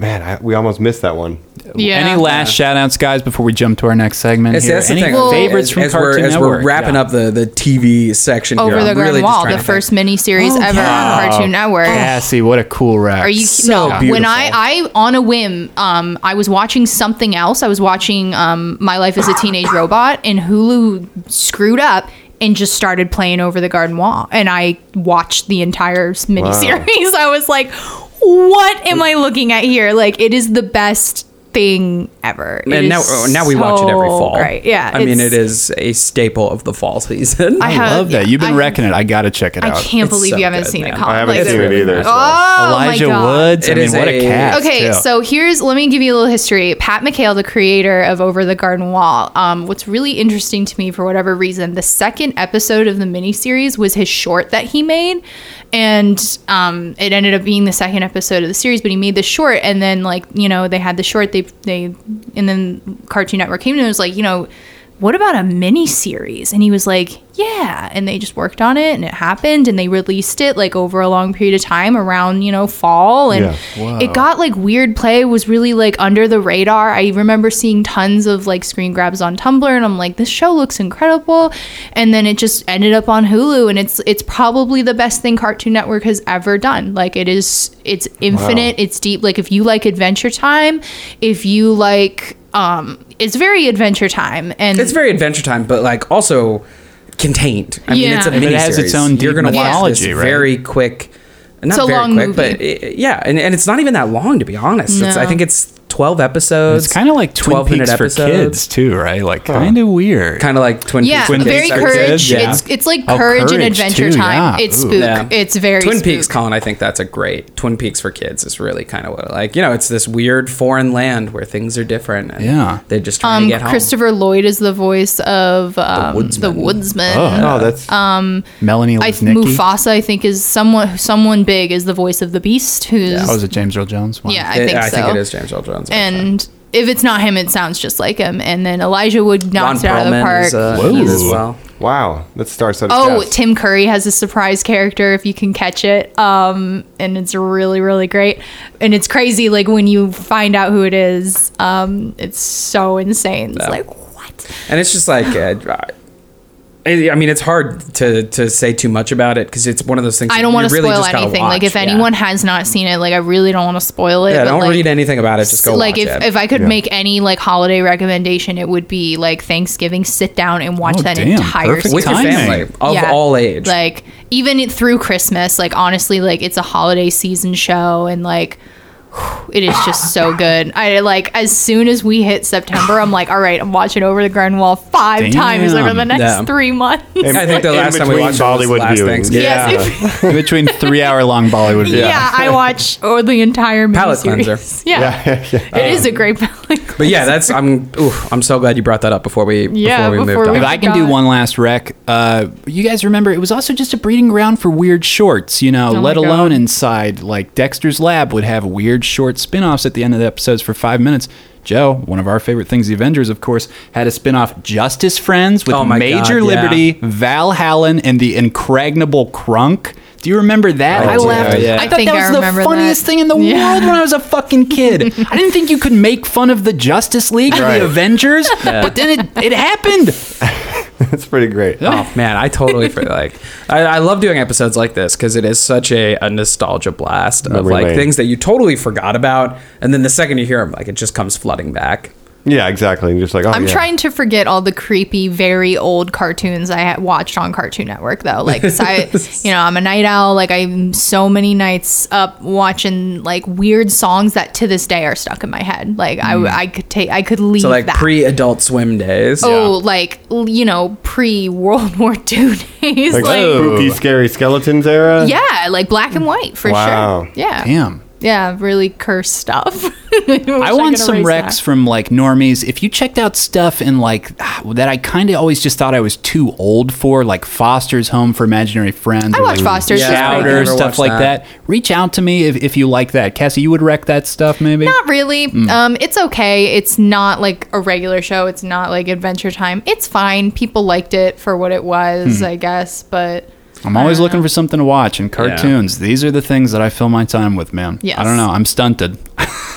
Speaker 1: Man, I, we almost missed that one.
Speaker 8: Yeah.
Speaker 6: Any last shout outs, guys, before we jump to our next segment?
Speaker 7: And see,
Speaker 6: here?
Speaker 7: that's the
Speaker 6: Any
Speaker 7: thing.
Speaker 6: favorites
Speaker 7: as,
Speaker 6: from
Speaker 7: as
Speaker 6: Cartoon
Speaker 7: we're, as
Speaker 6: Network?
Speaker 7: we're wrapping up the, the TV section
Speaker 8: Over
Speaker 7: here,
Speaker 8: the
Speaker 7: I'm
Speaker 8: Grand
Speaker 7: really just
Speaker 8: Wall,
Speaker 7: trying
Speaker 8: the
Speaker 7: to think.
Speaker 8: first miniseries ever
Speaker 6: yeah.
Speaker 8: on Cartoon Network.
Speaker 6: Cassie, what a cool rack.
Speaker 8: Are you no? When I I on a whim, um, I was watching something else. I was watching um, My Life as a Teenage Robot, and Hulu screwed up and just started playing Over the Garden Wall, and I watched the entire s- miniseries. I was like, what am I looking at here? Like, it is the best thing ever. It
Speaker 7: And now, oh,
Speaker 8: is
Speaker 7: now we watch it every
Speaker 8: so
Speaker 7: fall.
Speaker 8: Great. Yeah.
Speaker 7: I mean, it
Speaker 8: it's-
Speaker 7: is a staple of the fall season.
Speaker 8: I I have- love that.
Speaker 6: You've been
Speaker 8: I-
Speaker 6: wrecking it. I got to check it
Speaker 8: I
Speaker 6: out.
Speaker 8: can't believe you haven't seen it. Colin. Like, Oh
Speaker 6: Elijah
Speaker 8: my God.
Speaker 6: Woods. I
Speaker 7: It
Speaker 6: mean,
Speaker 7: is
Speaker 6: what a
Speaker 7: a-
Speaker 6: cat.
Speaker 8: Okay, so here's let me give you a little history. Pat McHale, the creator of Over the Garden Wall, um, what's really interesting to me for whatever reason, the second episode of the miniseries was his short that he made, and um, it ended up being the second episode of the series. But he made the short, and then like you know they had the short, they they, and then Cartoon Network came to him and was like, you know, what about a mini series? And he was like, yeah. And they just worked on it and it happened and they released it like over a long period of time around, you know, fall. And
Speaker 12: Yeah. Wow.
Speaker 8: it got like weird play was really like under the radar. I remember seeing tons of like screen grabs on Tumblr and I'm like, this show looks incredible. And then it just ended up on Hulu and it's it's probably the best thing Cartoon Network has ever done. Like it is it's infinite, it's deep. Like if you like Adventure Time, if you like um it's very adventure time and
Speaker 7: it's very adventure time, but like also contained. I mean, it's a
Speaker 8: Yeah. But
Speaker 7: mini
Speaker 8: it has its own
Speaker 7: You're
Speaker 8: deep
Speaker 7: gonna watch this
Speaker 6: mythology, right?
Speaker 7: very quick. Not
Speaker 8: It's a
Speaker 7: very
Speaker 8: long
Speaker 7: quick,
Speaker 8: movie.
Speaker 7: but it, it- yeah, and, and it's not even that long to be honest. It's, I
Speaker 8: No.
Speaker 7: think it's twelve episodes.
Speaker 6: It's kinda like Twin
Speaker 7: 12 minute
Speaker 6: Peaks for kids, too, right? Like kind of weird.
Speaker 7: Kind of like Twin
Speaker 8: yeah,
Speaker 7: Peaks. for
Speaker 8: very
Speaker 7: kids for
Speaker 8: courage.
Speaker 7: kids, yeah. Oh,
Speaker 8: It's it's like courage, and adventure time. It's spook. It's very
Speaker 7: Twin
Speaker 8: spook.
Speaker 7: Peaks, Colin. I think that's a great Twin Peaks for kids. Is really kind of what like you know it's this weird foreign land where things are different. And
Speaker 6: yeah,
Speaker 7: they're just trying
Speaker 8: Um,
Speaker 7: to get home.
Speaker 8: Christopher Lloyd is the voice of um, the Woodsman.
Speaker 6: Oh. Oh, that's-
Speaker 8: um,
Speaker 6: Melanie
Speaker 8: I,
Speaker 6: Liznicki.
Speaker 8: Mufasa. I think is someone someone big is the voice of the Beast. Who's
Speaker 6: Oh, was it James Earl Jones? Wow.
Speaker 8: Yeah, I think so.
Speaker 7: Jones.
Speaker 8: And if it's not him, it sounds just like him. And then Elijah Wood knocks it out of the park.
Speaker 7: uh,
Speaker 1: Wow, that's Star Set.
Speaker 8: um, Oh, Tim Curry has a surprise character if you can catch it. Um, and it's really, really great. And it's crazy, like when you find out who it is, um, it's so insane. It's
Speaker 7: Yeah.
Speaker 8: like
Speaker 7: and it's just like uh, I I mean, it's hard to to say too much about it because it's one of those things.
Speaker 8: I
Speaker 7: that
Speaker 8: don't
Speaker 7: you
Speaker 8: want to
Speaker 7: really
Speaker 8: spoil
Speaker 7: just gotta
Speaker 8: anything. like
Speaker 7: watch.
Speaker 8: if anyone has not seen it, like I really don't want to spoil it.
Speaker 7: yeah,
Speaker 8: but,
Speaker 7: don't
Speaker 8: like,
Speaker 7: read anything about it. Just go
Speaker 8: like
Speaker 7: watch
Speaker 8: if,
Speaker 7: it.
Speaker 8: if I could make any like holiday recommendation, it would be like Thanksgiving. Sit down and watch
Speaker 7: Oh,
Speaker 8: that
Speaker 7: damn,
Speaker 8: entire
Speaker 7: perfect With your timing. family, of all age.
Speaker 8: Like even it- through Christmas. Like honestly, like it's a holiday season show, and like it is just so good. I like as soon as we hit September, I'm like, all right, I'm watching Over the Grand Wall five times over the
Speaker 6: Damn.
Speaker 8: next
Speaker 6: Yeah.
Speaker 8: three months.
Speaker 6: Yeah.
Speaker 8: Yes, in
Speaker 6: in between three hour long Bollywood
Speaker 8: Yeah, I watch or the entire
Speaker 7: Palate
Speaker 8: miniseries.
Speaker 7: cleanser.
Speaker 8: Yeah.
Speaker 7: Yeah.
Speaker 8: it is a great palate.
Speaker 7: But yeah, that's I'm. Oof, I'm so glad you brought that up before we
Speaker 8: Yeah,
Speaker 7: before we
Speaker 8: before
Speaker 7: moved on.
Speaker 8: we
Speaker 6: If I can do one last rec, uh, you guys remember it was also just a breeding ground for weird shorts, you know,
Speaker 7: Oh my
Speaker 6: let
Speaker 7: God.
Speaker 6: alone inside like Dexter's Lab would have weird short spin offs at the end of the episodes for five minutes. Joe, one of our favorite things, the Avengers, of course, had a spin off Justice Friends with
Speaker 7: Oh my
Speaker 6: Major
Speaker 7: God, yeah.
Speaker 6: Liberty, Val Hallen, and the impregnable Crunk. Do you remember that?
Speaker 7: Oh,
Speaker 6: I
Speaker 7: yeah,
Speaker 6: laughed.
Speaker 7: yeah.
Speaker 6: I thought that was the funniest thing in the world when I was a fucking kid. I didn't think you could make fun of the Justice League or
Speaker 7: Right.
Speaker 6: the Avengers,
Speaker 7: Yeah.
Speaker 6: but then it, it happened.
Speaker 1: That's pretty great.
Speaker 7: Oh man, I totally feel like I, I love doing episodes like this because it is such a, a nostalgia blast of
Speaker 1: Memory
Speaker 7: like
Speaker 1: lane.
Speaker 7: things that you totally forgot about, and then the second you hear them, like it just comes flooding back.
Speaker 1: Yeah, exactly. just like oh,
Speaker 8: I'm trying to forget all the creepy, very old cartoons I had watched on Cartoon Network, though. Like, 'cause I, you know, I'm a night owl. Like, I'm so many nights up watching like weird songs that to this day are stuck in my head. Like,
Speaker 7: Mm.
Speaker 8: I, I could take, I could leave
Speaker 7: so like
Speaker 8: that.
Speaker 7: pre Adult Swim days.
Speaker 8: oh, like l- you know, pre World War II days.
Speaker 1: like,
Speaker 8: Like,
Speaker 1: spooky, scary skeletons era.
Speaker 8: yeah, like black and white for
Speaker 1: Wow.
Speaker 8: sure. Yeah,
Speaker 6: Damn.
Speaker 8: yeah, really cursed stuff. I,
Speaker 6: I
Speaker 8: wish
Speaker 6: want
Speaker 8: could
Speaker 6: some
Speaker 8: erase that.
Speaker 6: recs from like normies. If you checked out stuff and like ah, that, I kind of always just thought I was too old for, like Foster's Home for Imaginary Friends.
Speaker 8: I
Speaker 6: or,
Speaker 8: watch
Speaker 6: like,
Speaker 8: Foster's, it's pretty
Speaker 6: Chowder,
Speaker 8: good.
Speaker 6: stuff
Speaker 8: Never watched
Speaker 6: like that. Reach out to me if, if you like that. Cassie, you would rec that stuff maybe?
Speaker 8: Not really.
Speaker 6: Mm.
Speaker 8: Um, it's okay. It's not like a regular show. It's not like Adventure Time. It's fine. People liked it for what it was,
Speaker 6: Hmm.
Speaker 8: I guess. But
Speaker 6: I'm always looking for something to watch and cartoons. These are the things that I fill my time with, man.
Speaker 8: Yes.
Speaker 6: I don't know. I'm stunted.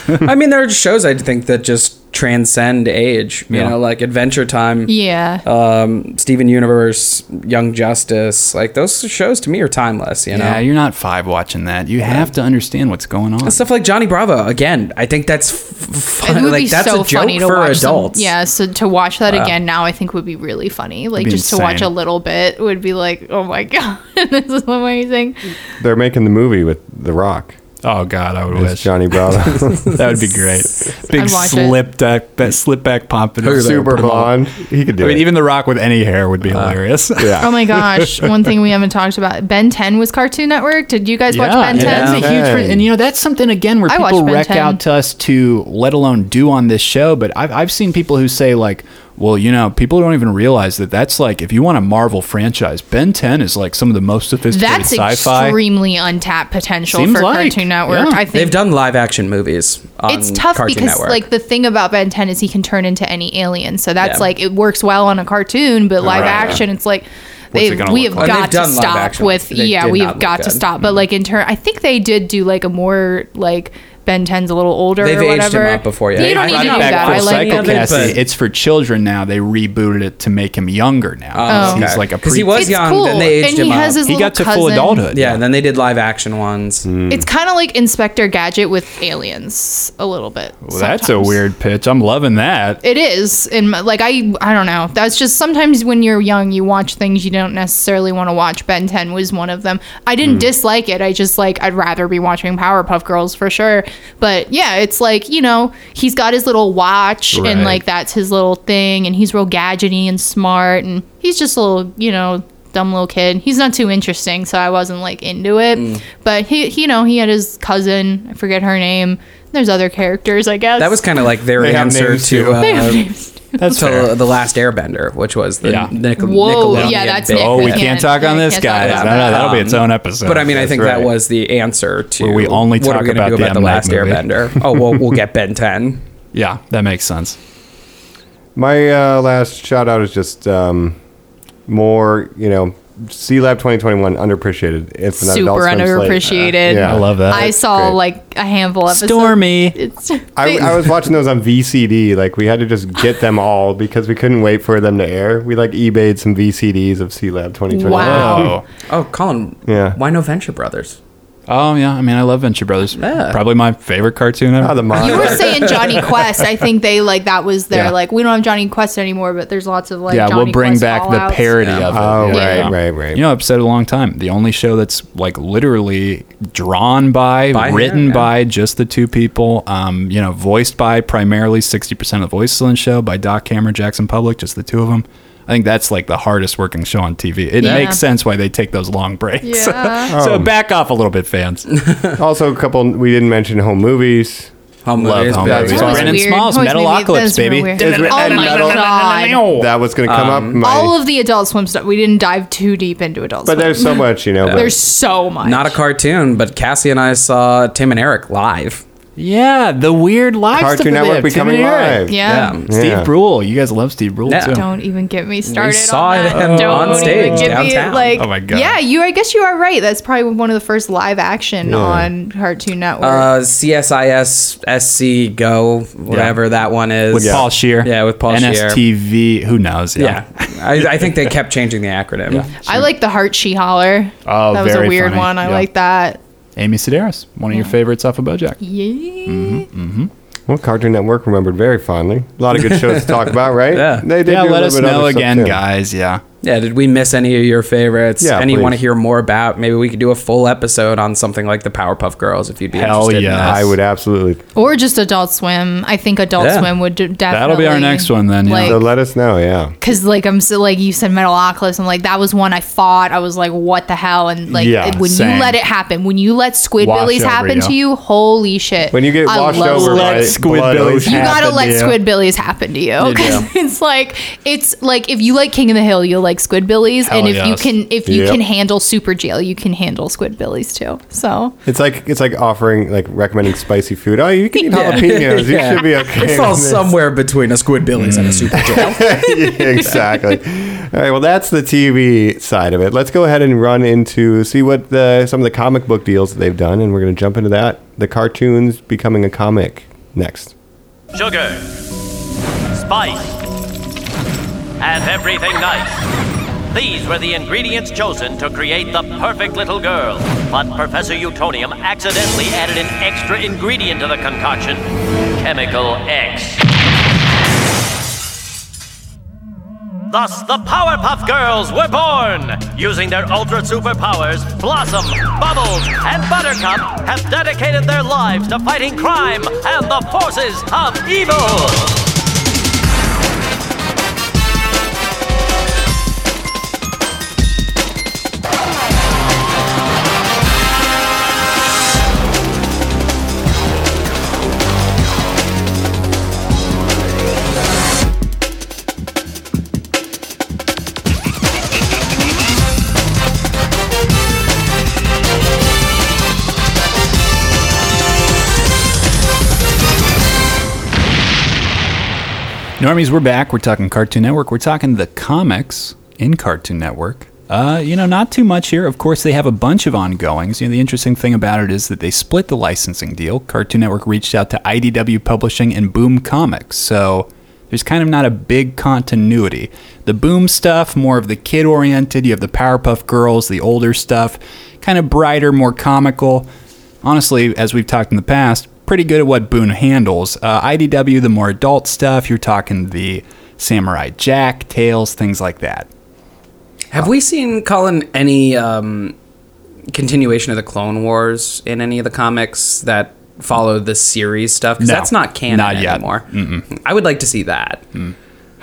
Speaker 7: I mean, there are shows I think that just transcend age. You
Speaker 6: Yeah.
Speaker 7: know, like Adventure Time.
Speaker 8: Yeah.
Speaker 7: Um, Steven Universe, Young Justice, like those shows to me are timeless. You know.
Speaker 6: Yeah, you're not five watching that. You have to understand what's going on.
Speaker 7: And stuff like Johnny Bravo again. I think that's f- f-
Speaker 8: it would
Speaker 7: like
Speaker 8: be
Speaker 7: that's
Speaker 8: so
Speaker 7: a joke
Speaker 8: funny to
Speaker 7: for
Speaker 8: watch. some-
Speaker 7: adults.
Speaker 8: yeah. So to watch that
Speaker 7: Wow.
Speaker 8: again now, I think would be really funny. Like
Speaker 1: be
Speaker 8: just to watch
Speaker 1: insane.
Speaker 8: a little bit would be like, oh my god, this is amazing.
Speaker 1: They're making the movie with The Rock.
Speaker 6: Oh God, I would
Speaker 1: wish Johnny Bravo.
Speaker 6: that would be great. Big
Speaker 1: I'd watch it.
Speaker 6: slip back, that slip back pompadour,
Speaker 1: Super blonde. He could do
Speaker 6: I mean,
Speaker 1: it.
Speaker 6: even The Rock with any hair would
Speaker 7: Uh,
Speaker 6: be hilarious.
Speaker 1: Yeah.
Speaker 8: Oh my gosh! One thing we haven't talked about: Ben Ten was Cartoon Network. Did you guys watch Ben Ten?
Speaker 6: That's a huge, re- and you know that's something again where
Speaker 8: I
Speaker 6: people
Speaker 8: watched Ben
Speaker 6: wreck
Speaker 8: 10.
Speaker 6: out to us to let alone do on this show. But I've I've seen people who say like, well, you know, people don't even realize that that's like if you want a Marvel franchise, Ben Ten is like some of the most sophisticated
Speaker 8: That's
Speaker 6: sci-fi.
Speaker 8: extremely untapped potential
Speaker 6: Seems
Speaker 8: for
Speaker 6: like,
Speaker 8: Cartoon Network. I think
Speaker 7: they've done live action movies. On
Speaker 8: it's tough
Speaker 7: Cartoon
Speaker 8: because
Speaker 7: Network.
Speaker 8: like the thing about Ben 10 is he can turn into any alien. So that's
Speaker 7: Yeah.
Speaker 8: like it works well on a cartoon, but live
Speaker 7: Right.
Speaker 8: action, it's like
Speaker 7: What's
Speaker 8: they
Speaker 7: it gonna
Speaker 8: we
Speaker 7: look
Speaker 8: have
Speaker 7: like? And
Speaker 8: got
Speaker 7: they've
Speaker 8: to
Speaker 7: done live
Speaker 8: stop
Speaker 7: action.
Speaker 8: with
Speaker 7: They
Speaker 8: yeah,
Speaker 7: did
Speaker 8: we've
Speaker 7: not look
Speaker 8: got to
Speaker 7: good. Mm-hmm.
Speaker 8: stop. But like in turn, I think they did do like a more like Ben 10's a little older
Speaker 7: They've
Speaker 8: or
Speaker 7: aged him
Speaker 8: whatever.
Speaker 7: up before, yeah.
Speaker 8: You don't
Speaker 7: They brought
Speaker 8: need to
Speaker 7: it
Speaker 8: do
Speaker 7: back
Speaker 8: that.
Speaker 7: full
Speaker 8: I like
Speaker 6: Psycho
Speaker 8: the other-
Speaker 6: Cassie, it's for children now. They rebooted it to make him younger now.
Speaker 7: Oh,
Speaker 6: He's
Speaker 7: okay.
Speaker 6: like a
Speaker 7: 'Cause he
Speaker 6: preteen.
Speaker 7: was It's young, then cool, they aged
Speaker 8: and he him has up. his
Speaker 6: He
Speaker 8: little
Speaker 6: got to full
Speaker 8: cousin.
Speaker 6: adulthood.
Speaker 7: yeah, and then they did live action ones.
Speaker 6: Hmm.
Speaker 8: It's kind of like Inspector Gadget with aliens a little bit.
Speaker 6: Well, that's a
Speaker 8: sometimes.
Speaker 6: weird pitch. I'm loving that.
Speaker 8: It is, and like I, I don't know. That's just sometimes when you're young, you watch things you don't necessarily want to watch. Ben 10 was one of them. I
Speaker 7: Hmm.
Speaker 8: didn't
Speaker 12: Mm.
Speaker 8: dislike it. I just like I'd rather be watching Powerpuff Girls for sure. But yeah, it's like you know he's got his little watch, and
Speaker 12: Right.
Speaker 8: like that's his little thing, and he's real gadgety and smart, and he's just a little you know dumb little kid. He's not too interesting, so I wasn't like into it.
Speaker 7: Mm.
Speaker 8: But he, he, you know, he had his cousin. I forget her name. There's other characters, I guess.
Speaker 7: That was kind of like their
Speaker 8: They have
Speaker 7: answer
Speaker 8: names,
Speaker 7: to
Speaker 8: too. They
Speaker 7: uh,
Speaker 8: have names,
Speaker 7: that's to the last Airbender, which was the Nic-
Speaker 8: Whoa,
Speaker 7: Nickelodeon
Speaker 8: yeah, that's
Speaker 7: bit.
Speaker 8: Nick. Oh, we can't Yeah, talk on yeah, this, can't talk guys. about No, no, that. that'll
Speaker 6: be its own episode.
Speaker 7: But I mean, I
Speaker 6: That's
Speaker 7: think that
Speaker 6: right.
Speaker 7: was the answer to
Speaker 6: Where we only
Speaker 7: what are
Speaker 6: talk
Speaker 7: we gonna
Speaker 6: about
Speaker 7: do
Speaker 6: the
Speaker 7: about the
Speaker 6: M. Night
Speaker 7: last
Speaker 6: movie.
Speaker 7: Airbender. oh, well, we'll get Ben Ten.
Speaker 6: Yeah, that makes sense.
Speaker 1: My uh, last shout out is just um, more, you know, C Lab 2021 underappreciated. It's an
Speaker 8: Super
Speaker 1: adult swim slate.
Speaker 8: underappreciated.
Speaker 1: Yeah.
Speaker 8: I saw
Speaker 1: Great.
Speaker 8: like a handful of
Speaker 6: Stormy.
Speaker 8: It's,
Speaker 1: I, I was watching those on VCD. Like we had to just get them all because we couldn't wait for them to air. We like eBayed some VCDs of C Lab 2021.
Speaker 6: Wow.
Speaker 7: Oh, Colin.
Speaker 1: Yeah.
Speaker 7: Why no Venture Brothers?
Speaker 6: Oh yeah, I mean I love Venture Brothers. Probably my favorite cartoon
Speaker 7: Oh,
Speaker 6: ever.
Speaker 1: Oh, the
Speaker 8: you were saying Johnny Quest. I think they like that was their
Speaker 6: Yeah.
Speaker 8: like we don't have Johnny Quest anymore, but there's lots of like
Speaker 6: yeah,
Speaker 8: Johnny
Speaker 6: we'll bring
Speaker 8: Quest
Speaker 6: back the
Speaker 8: fallouts.
Speaker 6: parody of it.
Speaker 1: Oh,
Speaker 6: yeah.
Speaker 1: right, right, right.
Speaker 6: You know, I've said it a long time. The only show that's like literally drawn by,
Speaker 7: By hand,
Speaker 6: written
Speaker 7: yeah.
Speaker 6: by just the two people, um, you know, voiced by primarily 60% of the voices on the show by Doc Cameron, Jackson Public, just the two of them. I think that's like the hardest working show on TV. It
Speaker 8: Yeah.
Speaker 6: makes sense why they take those long breaks.
Speaker 8: Yeah.
Speaker 1: Oh.
Speaker 6: so back off a little bit, fans.
Speaker 1: also, a couple we didn't mention home movies.
Speaker 7: Home
Speaker 6: Love
Speaker 7: movies.
Speaker 6: Home
Speaker 7: baby.
Speaker 1: Movies.
Speaker 8: That was
Speaker 6: Brennan
Speaker 8: weird.
Speaker 6: Smalls,
Speaker 8: That was
Speaker 6: Metalocalypse,
Speaker 8: weird. That's
Speaker 6: baby.
Speaker 8: weird.
Speaker 1: It's re-
Speaker 8: Oh my god!
Speaker 1: That was going to come
Speaker 6: Um,
Speaker 1: up. My,
Speaker 8: All of the Adult Swim stuff. We didn't dive too deep into Adult
Speaker 1: but
Speaker 8: Swim.
Speaker 1: there's so much, you know. but-
Speaker 8: There's so much.
Speaker 7: Not a cartoon, but Cassie and I saw Tim and Eric live.
Speaker 6: Yeah, the weird live stuff
Speaker 1: Cartoon
Speaker 6: that they
Speaker 1: Network
Speaker 6: have. Tim
Speaker 1: becoming
Speaker 6: and Eric.
Speaker 1: live.
Speaker 8: yeah.
Speaker 6: Steve
Speaker 1: Yeah.
Speaker 6: Brule. You guys love Steve Brule
Speaker 7: Yeah.
Speaker 6: too.
Speaker 8: Don't even get me started.
Speaker 7: saw
Speaker 8: on
Speaker 7: it
Speaker 8: that.
Speaker 7: on
Speaker 8: Don't
Speaker 7: stage
Speaker 8: even get me,
Speaker 7: downtown.
Speaker 8: like,
Speaker 6: Oh my God.
Speaker 8: Yeah, you. I guess you are right. That's probably one of the first live action on Cartoon Network.
Speaker 7: Uh, CSIS SC Go, whatever that one is.
Speaker 6: With Paul Shear.
Speaker 7: Yeah, with Paul Scheer.
Speaker 6: NSTV. Who knows?
Speaker 7: Yeah. I, I think they kept changing the acronym.
Speaker 8: I like the heart she holler.
Speaker 6: Oh,
Speaker 8: that was
Speaker 6: very
Speaker 8: a weird
Speaker 6: funny.
Speaker 8: one. I
Speaker 6: Yeah.
Speaker 8: like that.
Speaker 6: Amy Sedaris, one of your favorites off of BoJack.
Speaker 8: Yeah.
Speaker 1: Well, Cartoon Network remembered very fondly. A lot of good shows to talk about, right?
Speaker 7: Yeah.
Speaker 1: They did
Speaker 6: Yeah,
Speaker 1: do a
Speaker 6: let
Speaker 1: little
Speaker 6: us
Speaker 1: bit
Speaker 6: know
Speaker 1: other stuff,
Speaker 6: again,
Speaker 1: too.
Speaker 6: guys. Yeah.
Speaker 7: Yeah, did we miss any of your favorites?
Speaker 1: Yeah,
Speaker 7: any you
Speaker 1: please.
Speaker 7: want to hear more about? Maybe we could do a full episode on something like the Powerpuff Girls if you'd be
Speaker 6: Hell
Speaker 7: interested. in
Speaker 6: yeah.
Speaker 7: that.
Speaker 1: I would absolutely.
Speaker 8: Or just Adult Swim. I think Adult
Speaker 7: Yeah.
Speaker 8: Swim would d- definitely.
Speaker 6: That'll be our next one then, yeah.
Speaker 1: So
Speaker 8: Like,
Speaker 1: let us know, yeah.
Speaker 8: because like I'm so, like you said, Metalocalypse. I'm like that was one I fought. I was like, what the hell? And like
Speaker 6: Yeah,
Speaker 8: it- when
Speaker 6: same.
Speaker 8: you let it happen, when you let
Speaker 6: Wash
Speaker 8: Squidbillies
Speaker 6: over
Speaker 8: happen
Speaker 6: you.
Speaker 8: to you, holy shit!
Speaker 1: When you get
Speaker 8: I
Speaker 1: washed
Speaker 8: love
Speaker 1: over
Speaker 8: Squid-
Speaker 1: by
Speaker 6: Let
Speaker 1: blood
Speaker 6: Squidbillies
Speaker 1: ocean-
Speaker 8: you gotta
Speaker 6: happen
Speaker 8: let
Speaker 6: to you.
Speaker 8: Squidbillies happen to you. 'cause it's like it's like if you like King of the Hill, you'll like Squidbillies,
Speaker 6: Hell
Speaker 8: and if you
Speaker 6: yes.
Speaker 8: can if you
Speaker 1: Yep.
Speaker 8: can handle Super Jail, you can handle Squidbillies too. So
Speaker 1: It's like it's like offering like recommending spicy food. Oh, you can eat jalapenos. You should be okay.
Speaker 10: It's all
Speaker 1: with this.
Speaker 10: somewhere between a Squidbillies
Speaker 6: Mm.
Speaker 10: and a Super Jail.
Speaker 1: exactly. All right. Well, that's the TV side of it. Let's go ahead and run into see what the, some of the comic book deals that they've done, and we're going to jump into that. The cartoons becoming a comic next.
Speaker 4: Sugar, spice, and everything nice. These were the ingredients chosen to create the perfect little girl. But Professor Utonium accidentally added an extra ingredient to the concoction Chemical X. Thus, the Powerpuff Girls were born! Using their ultra superpowers, Blossom, Bubbles, and Buttercup have dedicated their lives to fighting crime and the forces of evil!
Speaker 6: Normies, we're back. We're talking Cartoon Network. We're talking the comics in Cartoon Network. Uh, you know, not too much here. Of course, they have a bunch of ongoings. You know, the interesting thing about it is that they split the licensing deal. Cartoon Network reached out to IDW Publishing and Boom Comics, so there's kind of not a big continuity. The Boom stuff, more of the kid-oriented. You have the Powerpuff Girls, the older stuff, kind of brighter, more comical honestly, as we've talked in the past, pretty good at what Boone handles. Uh, IDW, the more adult stuff, you're talking the Samurai Jack, Tales, things like that.
Speaker 7: Have we seen Colin any um, continuation of the Clone Wars in any of the comics that follow the series stuff? Because
Speaker 6: No,
Speaker 7: that's not canon
Speaker 6: not yet.
Speaker 7: anymore. I would like to see that.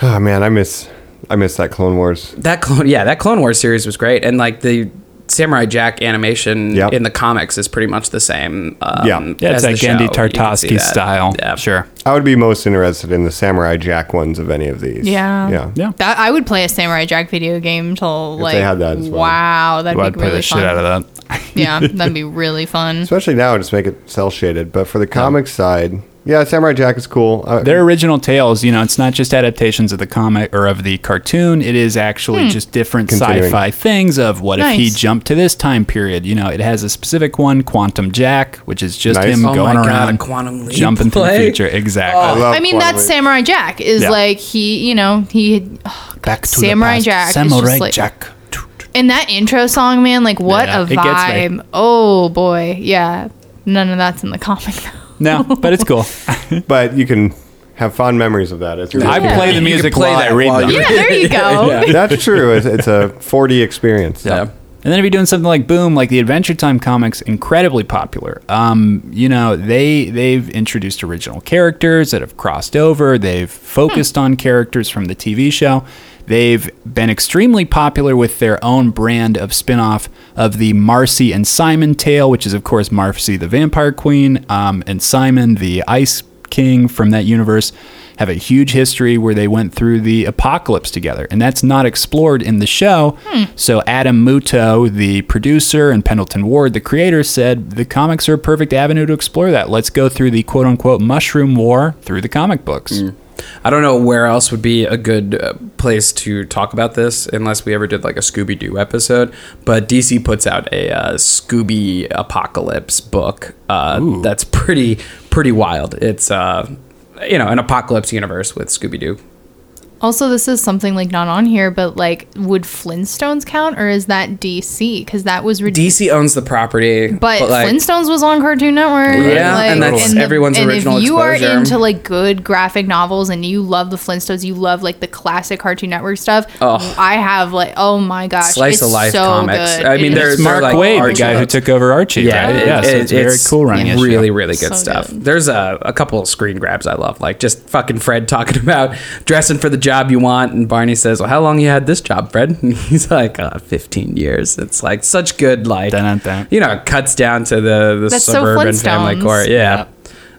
Speaker 1: Oh man, I miss I miss that Clone Wars.
Speaker 7: That clone, yeah, that Clone Wars series was great, and like the Samurai Jack animation
Speaker 1: Yep.
Speaker 7: in the comics is pretty much the same. Um,
Speaker 1: Yeah.
Speaker 6: Yeah, it's
Speaker 7: as
Speaker 6: like
Speaker 7: the
Speaker 6: Gandhi
Speaker 7: show. You can see
Speaker 6: Tartarsky
Speaker 7: that.
Speaker 6: style.
Speaker 7: Yeah.
Speaker 6: Sure.
Speaker 1: I would be most interested in the Samurai Jack ones of any of these.
Speaker 8: yeah,
Speaker 1: Yeah.
Speaker 6: Yeah.
Speaker 8: That I would play a Samurai Jack video game till like
Speaker 1: had that as well.
Speaker 8: wow, that'd
Speaker 6: I'd
Speaker 8: be
Speaker 6: play
Speaker 8: really
Speaker 6: the
Speaker 8: fun.
Speaker 6: shit out of that.
Speaker 8: yeah, that'd be really fun.
Speaker 1: Especially now, just make it cell shaded. But for the comic side, Yeah, Samurai Jack is cool. Uh,
Speaker 6: Their original tales, you know, it's not just adaptations of the comic or of the cartoon. It is actually
Speaker 1: Hmm.
Speaker 6: just different
Speaker 1: Continuing.
Speaker 6: sci-fi things of what if he
Speaker 1: Nice.
Speaker 6: jumped to this time period. You know, it has a specific one, Quantum Jack, which is just
Speaker 10: Nice.
Speaker 6: him
Speaker 10: Oh my
Speaker 6: going
Speaker 10: God,
Speaker 6: around
Speaker 10: a Quantum Leap
Speaker 6: jumping to the
Speaker 10: play?
Speaker 6: future. Exactly.
Speaker 1: Oh,
Speaker 8: I mean, that's Samurai Jack. Is
Speaker 6: Yeah.
Speaker 8: like he, you know, he
Speaker 6: Back to
Speaker 8: Samurai
Speaker 6: the past.
Speaker 8: Jack is
Speaker 6: Samurai
Speaker 8: just like-
Speaker 6: Jack.
Speaker 8: And that intro song, man, like what
Speaker 6: Yeah,
Speaker 8: a
Speaker 6: it gets me.
Speaker 8: vibe. Oh boy. Yeah. None of that's in the comic though.
Speaker 6: No, but it's cool.
Speaker 1: but you can have fond memories of that. It's really
Speaker 6: I
Speaker 1: cool.
Speaker 6: play the You can music play while I that read while them. you-
Speaker 8: Yeah, there you go. Yeah.
Speaker 1: That's true. It's, it's a 4D experience.
Speaker 6: Yeah. And then if you're doing something like Boom, like the Adventure Time comics, incredibly popular. Um, you know, they they've introduced original characters that have crossed over. They've focused on characters from the TV show. They've been extremely popular with their own brand of spin-off of the Marcy and Simon tale, which is of course Marcy the Vampire Queen um, and Simon the Ice King from that universe have a huge history where they went through the apocalypse together, and that's not explored in the show. So Adam Muto, the producer, and Pendleton Ward, the creator, said the comics are a perfect avenue to explore that. Let's go through the quote unquote mushroom war through the comic books.
Speaker 7: Hmm. I don't know where else would be a good uh, place to talk about this unless we ever did like a Scooby Doo episode. But DC puts out a uh, Scooby Apocalypse book uh, that's pretty pretty wild. It's uh, you know an apocalypse universe with Scooby Doo.
Speaker 8: Also, this is something like not on here, but like would Flintstones count or is that DC? Because that was ridiculous.
Speaker 7: DC owns the property,
Speaker 8: But,
Speaker 7: like,
Speaker 8: Flintstones was on Cartoon Network.
Speaker 7: Yeah,
Speaker 8: like,
Speaker 7: and that's everyone's
Speaker 8: and
Speaker 7: original
Speaker 8: If you
Speaker 7: exposure.
Speaker 8: are into like good graphic novels and you love the Flintstones, you love like the classic Cartoon Network stuff.
Speaker 7: Ugh.
Speaker 8: I have like oh my gosh,
Speaker 7: Slice
Speaker 8: it's
Speaker 7: of life
Speaker 8: so
Speaker 7: comics.
Speaker 8: Good.
Speaker 7: I mean,
Speaker 8: It
Speaker 7: there's
Speaker 8: is
Speaker 6: It's Mark
Speaker 7: like
Speaker 6: Wade,
Speaker 7: Archie.
Speaker 6: the guy who took over Archie,
Speaker 7: Yeah,
Speaker 6: right?
Speaker 7: it-
Speaker 6: yeah, so
Speaker 7: it-
Speaker 6: it's, very cool running issue.
Speaker 7: Really, really good
Speaker 6: So
Speaker 7: stuff. There's a, a couple of screen grabs I love, like just fucking Fred talking about dressing for the job you want, and Barney says, "Well, how long you had this job, Fred?" And he's like, uh, "15 years." It's like such good, like you know, it cuts down to the the
Speaker 8: That's so
Speaker 7: suburban family
Speaker 8: Flintstones.
Speaker 7: court. Yeah.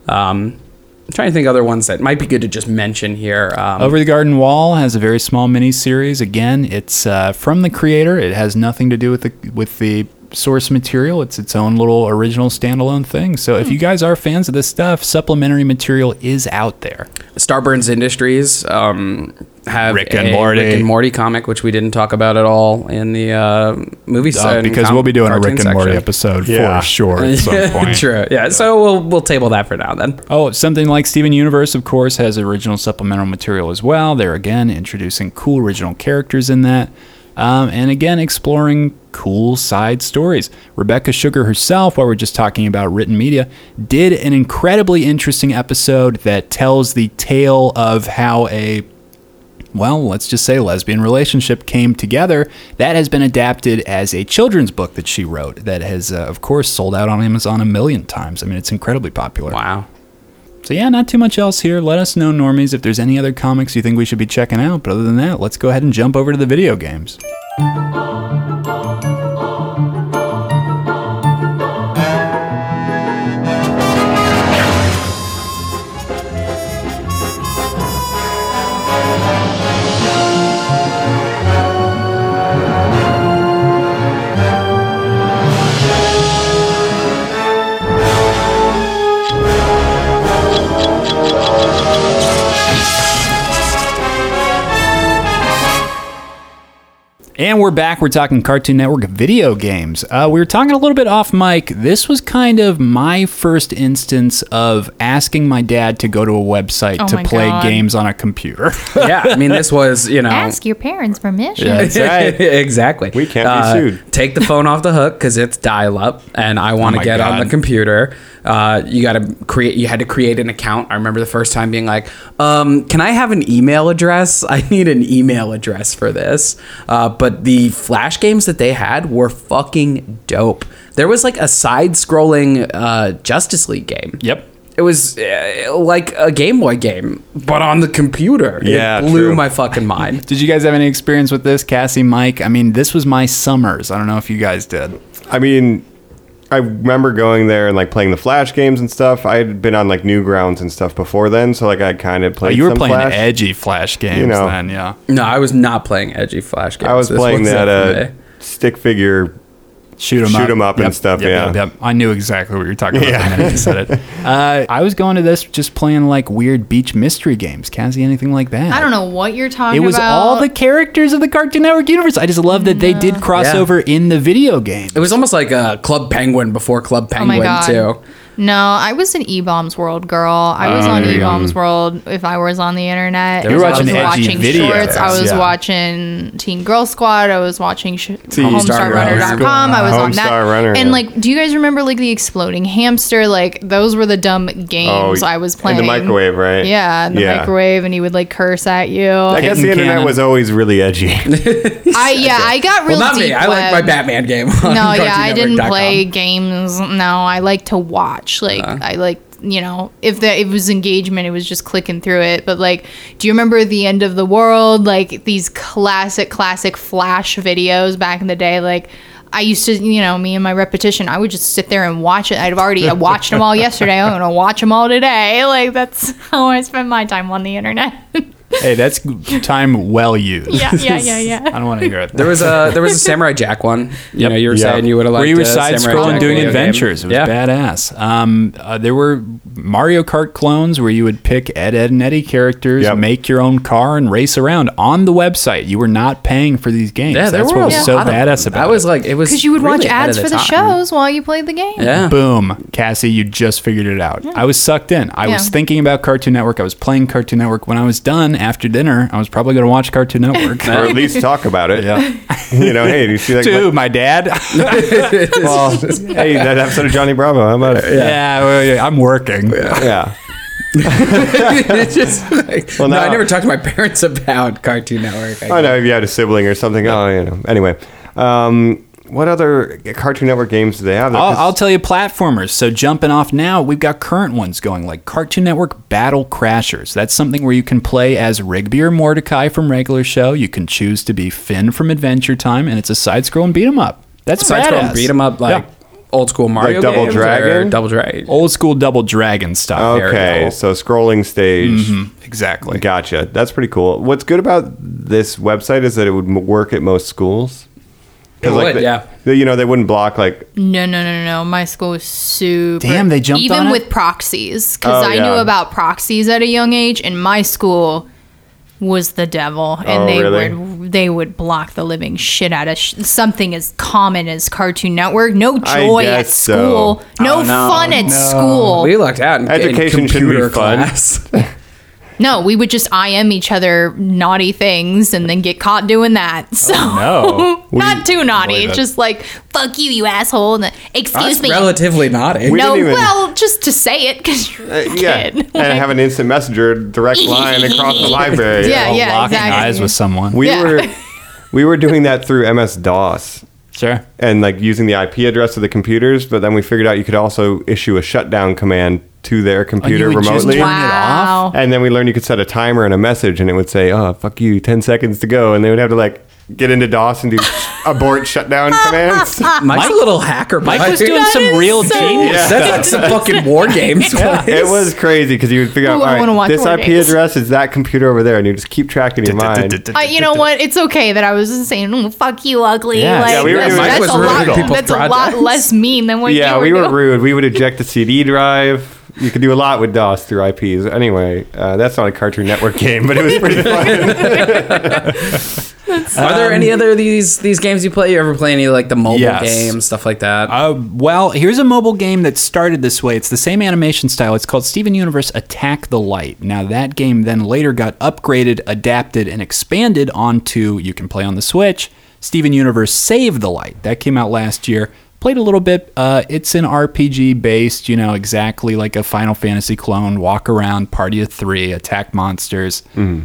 Speaker 7: Um, I'm trying to think of other ones that might be good to just mention here. Um,
Speaker 6: Over the Garden Wall has a very small mini series. Again, it's uh, from the creator. It has nothing to do with the with the source material. It's its own little original standalone thing. So
Speaker 7: Hmm.
Speaker 6: if you guys are fans of this stuff, supplementary material is out there. uh,
Speaker 7: Starburns Industries um, have
Speaker 6: Rick and
Speaker 7: a
Speaker 6: Morty.
Speaker 7: Rick and Morty comic, which we didn't talk about at all in the uh, movie
Speaker 6: Uh,
Speaker 7: side
Speaker 6: because
Speaker 7: com-
Speaker 6: we'll be doing a
Speaker 7: cartoon
Speaker 6: Rick and Morty
Speaker 7: section.
Speaker 6: episode for sure at some
Speaker 7: Yeah,
Speaker 6: point.
Speaker 7: True. Yeah, So we'll we'll table that for now then.
Speaker 6: Oh, something like Steven Universe, of course, has original supplemental material as well. They're again introducing cool original characters in that. Um, and again, exploring cool side stories. Rebecca Sugar herself, while we're just talking about written media, did an incredibly interesting episode that tells the tale of how a well, let's just say lesbian relationship came together. That has been adapted as a children's book that she wrote that has, uh, of course, sold out on Amazon a million times. I mean, it's incredibly popular.
Speaker 7: Wow.
Speaker 6: So, yeah, not too much else here. Let us know, normies, if there's any other comics you think we should be checking out. But other than that, let's go ahead and jump over to the video games. And we're back. We're talking Cartoon Network video games. Uh, we were talking a little bit off mic. This was kind of my first instance of asking my dad to go to a website
Speaker 8: Oh
Speaker 6: to
Speaker 8: my
Speaker 6: play
Speaker 8: God.
Speaker 6: games on a computer.
Speaker 7: yeah, I mean this was you know
Speaker 8: Ask your parents permission.
Speaker 7: exactly. We can't
Speaker 6: be sued.
Speaker 7: Take the phone off the hook because it's dial up, and I want
Speaker 6: Oh
Speaker 7: to
Speaker 6: my
Speaker 7: get on
Speaker 6: God.
Speaker 7: the computer. Uh, you got to create. You had to create an account. I remember the first time being like, um, "Can I have an email address? I need an email address for this." Uh, but the flash games that they had were fucking dope. There was like a side-scrolling uh, Justice League game.
Speaker 6: Yep.
Speaker 7: It was uh, like a Game Boy game, but on the computer.
Speaker 6: Yeah,
Speaker 7: it blew
Speaker 6: true.
Speaker 7: my fucking mind.
Speaker 6: Did you guys have any experience with this, Cassie, Mike? I mean, this was my summers. I don't know if you guys did.
Speaker 1: I mean, I remember going there and like playing the Flash games and stuff. I had been on like Newgrounds and stuff before then, so like I kind of
Speaker 6: Oh,
Speaker 1: played.
Speaker 6: you were
Speaker 1: some
Speaker 6: playing
Speaker 1: Flash.
Speaker 6: edgy Flash games
Speaker 1: know.
Speaker 6: then, yeah.
Speaker 7: No, I was not playing edgy flash games.
Speaker 1: I was
Speaker 7: This
Speaker 6: uh,
Speaker 1: playing
Speaker 6: eh?
Speaker 7: wasn't
Speaker 1: that
Speaker 7: for me.
Speaker 1: uh, stick figure
Speaker 6: Shoot 'em
Speaker 1: Shoot
Speaker 6: up.
Speaker 1: 'em up and
Speaker 6: Yep,
Speaker 1: stuff,
Speaker 6: yep,
Speaker 1: yeah.
Speaker 6: yep, yep. I knew exactly what you were talking about
Speaker 1: Yeah.
Speaker 6: the minute you said it. Uh, I was going to this just playing like weird beach mystery games. Cassie, anything like that?
Speaker 8: I don't know what you're talking
Speaker 6: It
Speaker 8: about.
Speaker 6: was all the characters of the Cartoon Network universe. I just love that they did crossover in the video game.
Speaker 7: It was almost like uh, Club Penguin before Club
Speaker 8: Oh my
Speaker 7: Penguin
Speaker 8: god.
Speaker 7: too.
Speaker 8: No, I was an E Bombs World girl. I was
Speaker 7: Oh,
Speaker 8: on
Speaker 7: there
Speaker 8: E
Speaker 7: you go.
Speaker 8: Bombs World if I was on the internet.
Speaker 6: You were
Speaker 8: I was
Speaker 6: watching edgy
Speaker 8: watching
Speaker 6: videos.
Speaker 8: shorts. I was
Speaker 6: Yeah.
Speaker 8: watching Teen Girl Squad. I was watching sh-
Speaker 6: Teen Star Runner.
Speaker 8: HomestarRunner.com. I was on that.
Speaker 1: Homestar Runner,
Speaker 8: and
Speaker 1: yeah.
Speaker 8: like, do you guys remember like the exploding hamster? Like those were the dumb games I was playing.
Speaker 1: In the microwave, right?
Speaker 8: Yeah, in the microwave, and he would like curse at you.
Speaker 1: I guess the internet was always really edgy.
Speaker 8: I yeah, I got real
Speaker 7: Well, not
Speaker 8: deep
Speaker 7: me. I like
Speaker 8: web.
Speaker 7: my Batman game.
Speaker 8: No, yeah, I didn't play games. No, I like to watch. Like
Speaker 7: Uh-huh.
Speaker 8: I like you know, if the if it was engagement, it was just clicking through it. But like, do you remember the end of the world? Like these classic, classic flash videos back in the day. Like I used to, you know, me and my repetition, I would just sit there and watch it. I'd have already I watched them all yesterday. I'm gonna watch them all today. Like that's how I spend my time on the internet.
Speaker 6: Hey, that's time well used.
Speaker 8: Yeah, yeah, yeah, yeah.
Speaker 6: I don't want to hear it.
Speaker 7: There was a there was a Samurai Jack one. You know, you were
Speaker 6: Yep.
Speaker 7: saying you would have liked.
Speaker 6: Where you were
Speaker 7: a
Speaker 6: side
Speaker 7: Samurai
Speaker 6: scrolling
Speaker 7: Jack
Speaker 6: doing
Speaker 7: video game.
Speaker 6: adventures. It was
Speaker 7: Yeah.
Speaker 6: badass. Um, uh, there were Mario Kart clones where you would pick Ed, Ed, and Eddie characters, make your own car, and race around on the website. You were not paying for these games.
Speaker 7: Yeah, there
Speaker 6: That's
Speaker 7: were
Speaker 6: what
Speaker 7: a
Speaker 6: was so
Speaker 7: lot of them.
Speaker 6: badass about
Speaker 7: That was like it was
Speaker 8: Because you would watch
Speaker 7: really ahead
Speaker 8: ads
Speaker 7: of
Speaker 8: for the
Speaker 7: time.
Speaker 8: shows while you played the game.
Speaker 7: Yeah.
Speaker 6: Boom. Cassie, you just figured it out. I was sucked in. I was
Speaker 8: Yeah.
Speaker 6: thinking about Cartoon Network. I was playing Cartoon Network. When I was done after dinner, I was probably going to watch Cartoon Network.
Speaker 1: or at least talk about it. Yeah. you know, hey, do you see that?
Speaker 6: Dude, my dad.
Speaker 1: well, hey, that episode of Johnny Bravo. How about it?
Speaker 6: Yeah, well, yeah, I'm working.
Speaker 1: Yeah.
Speaker 7: it's just like,
Speaker 1: Well,
Speaker 7: no,
Speaker 1: now-
Speaker 7: I never talked to my parents about Cartoon Network.
Speaker 1: I know if you had a sibling or something. Oh, you know. Anyway, um, what other Cartoon Network games do they have?
Speaker 6: I'll, I'll tell you platformers. So jumping off now, we've got current ones going like Cartoon Network Battle Crashers. That's something where you can play as Rigby or Mordecai from regular show. You can choose to be Finn from Adventure Time, and it's a side scroll and beat 'em up. That's
Speaker 7: Side scroll and
Speaker 6: badass.
Speaker 7: beat 'em up, like old school Mario,
Speaker 1: Double
Speaker 7: games
Speaker 1: Dragon?
Speaker 7: or Double Dragon.
Speaker 6: old school Double Dragon stuff.
Speaker 7: There we
Speaker 1: Okay,
Speaker 7: go.
Speaker 1: so scrolling stage.
Speaker 7: Mm-hmm.
Speaker 6: Exactly.
Speaker 1: Gotcha. That's pretty cool. What's good about this website is that it would m- work at most schools. 'Cause,
Speaker 7: It
Speaker 1: like,
Speaker 7: would,
Speaker 1: the-
Speaker 7: yeah.
Speaker 1: the- you know, they wouldn't block like uh,
Speaker 8: No, no, no, no. My school was super.
Speaker 6: Damn, they jumped
Speaker 8: even
Speaker 6: on it?
Speaker 8: with proxies because
Speaker 1: Oh,
Speaker 8: I
Speaker 1: yeah.
Speaker 8: knew about proxies at a young age, and my school was the devil, and
Speaker 1: Oh,
Speaker 8: they
Speaker 1: really?
Speaker 8: would they would block the living shit out of sh- something as common as Cartoon Network. No
Speaker 1: I
Speaker 8: joy at
Speaker 1: guess so.
Speaker 8: school.
Speaker 6: Oh,
Speaker 8: No, fun at school.
Speaker 7: We lucked out. In,
Speaker 1: Education
Speaker 7: in
Speaker 1: should be
Speaker 7: computer
Speaker 1: fun.
Speaker 7: class.
Speaker 8: no, we would just IM each other naughty things and then get caught doing that.
Speaker 1: Oh,
Speaker 8: So
Speaker 6: No.
Speaker 8: not too naughty,
Speaker 6: that.
Speaker 8: just like fuck you, you asshole. And then, excuse
Speaker 7: That's
Speaker 8: me.
Speaker 7: relatively naughty.
Speaker 1: We
Speaker 8: no,
Speaker 1: didn't even-
Speaker 8: well, just to say it because you're
Speaker 1: uh,
Speaker 8: a
Speaker 1: yeah,
Speaker 8: kid.
Speaker 1: and
Speaker 8: Like-
Speaker 1: have an instant messenger direct line across the library.
Speaker 8: Yeah, yeah,
Speaker 6: locking
Speaker 8: exactly.
Speaker 6: eyes with someone.
Speaker 1: we
Speaker 8: Yeah.
Speaker 1: were we were doing that through MS DOS
Speaker 6: sure.
Speaker 1: and like using the IP address of the computers, but then we figured out you could also issue a shutdown command to
Speaker 8: Oh,
Speaker 1: their computer
Speaker 6: would just
Speaker 1: remotely.
Speaker 6: turn it off?
Speaker 8: Wow.
Speaker 1: And then we learned you could set a timer and a message, and it would say, "Oh, fuck you, ten seconds to go," and they would have to like get into DOS and do abort shutdown commands.
Speaker 7: Mike's a little hacker.
Speaker 6: Mike
Speaker 7: bud.
Speaker 6: was doing some real genius.
Speaker 7: That's like some fucking war games.
Speaker 1: It was crazy because you would figure out
Speaker 8: Ooh, I
Speaker 1: all
Speaker 8: wanna
Speaker 1: right,
Speaker 8: watch
Speaker 1: this
Speaker 8: more
Speaker 1: IP
Speaker 8: days.
Speaker 1: address is that computer over there, and you just keep track in your mind.
Speaker 8: I, Uh, you know what? It's okay that I was just saying, "Mm, "Fuck you, ugly."
Speaker 6: Yeah.
Speaker 8: Like
Speaker 6: Yeah,
Speaker 1: we were
Speaker 8: that's,
Speaker 1: doing- Mike
Speaker 8: that's
Speaker 1: was
Speaker 8: a
Speaker 1: rude
Speaker 8: lot.
Speaker 1: to
Speaker 7: people's
Speaker 8: That's a lot
Speaker 7: projects.
Speaker 8: less mean than what
Speaker 1: Yeah,
Speaker 8: you were
Speaker 1: we were
Speaker 8: doing.
Speaker 1: rude. We would eject the CD drive. You could do a lot with DOS through IPs. Anyway, uh, that's not a Cartoon Network game, but it was pretty fun.
Speaker 7: Are there any other of these these games you play? You ever play any like the mobile
Speaker 6: Yes.
Speaker 7: games, stuff like that?
Speaker 6: Uh, well, here's a mobile game that started this way. It's the same animation style. It's called Steven Universe Attack the Light. Now, that game then later got upgraded, adapted, and expanded onto, you can play on the Switch, Steven Universe Save the Light. That came out last year. Played a little bit. Uh, it's an RPG based, you know, exactly like a Final Fantasy clone. Walk around, party of three, attack monsters.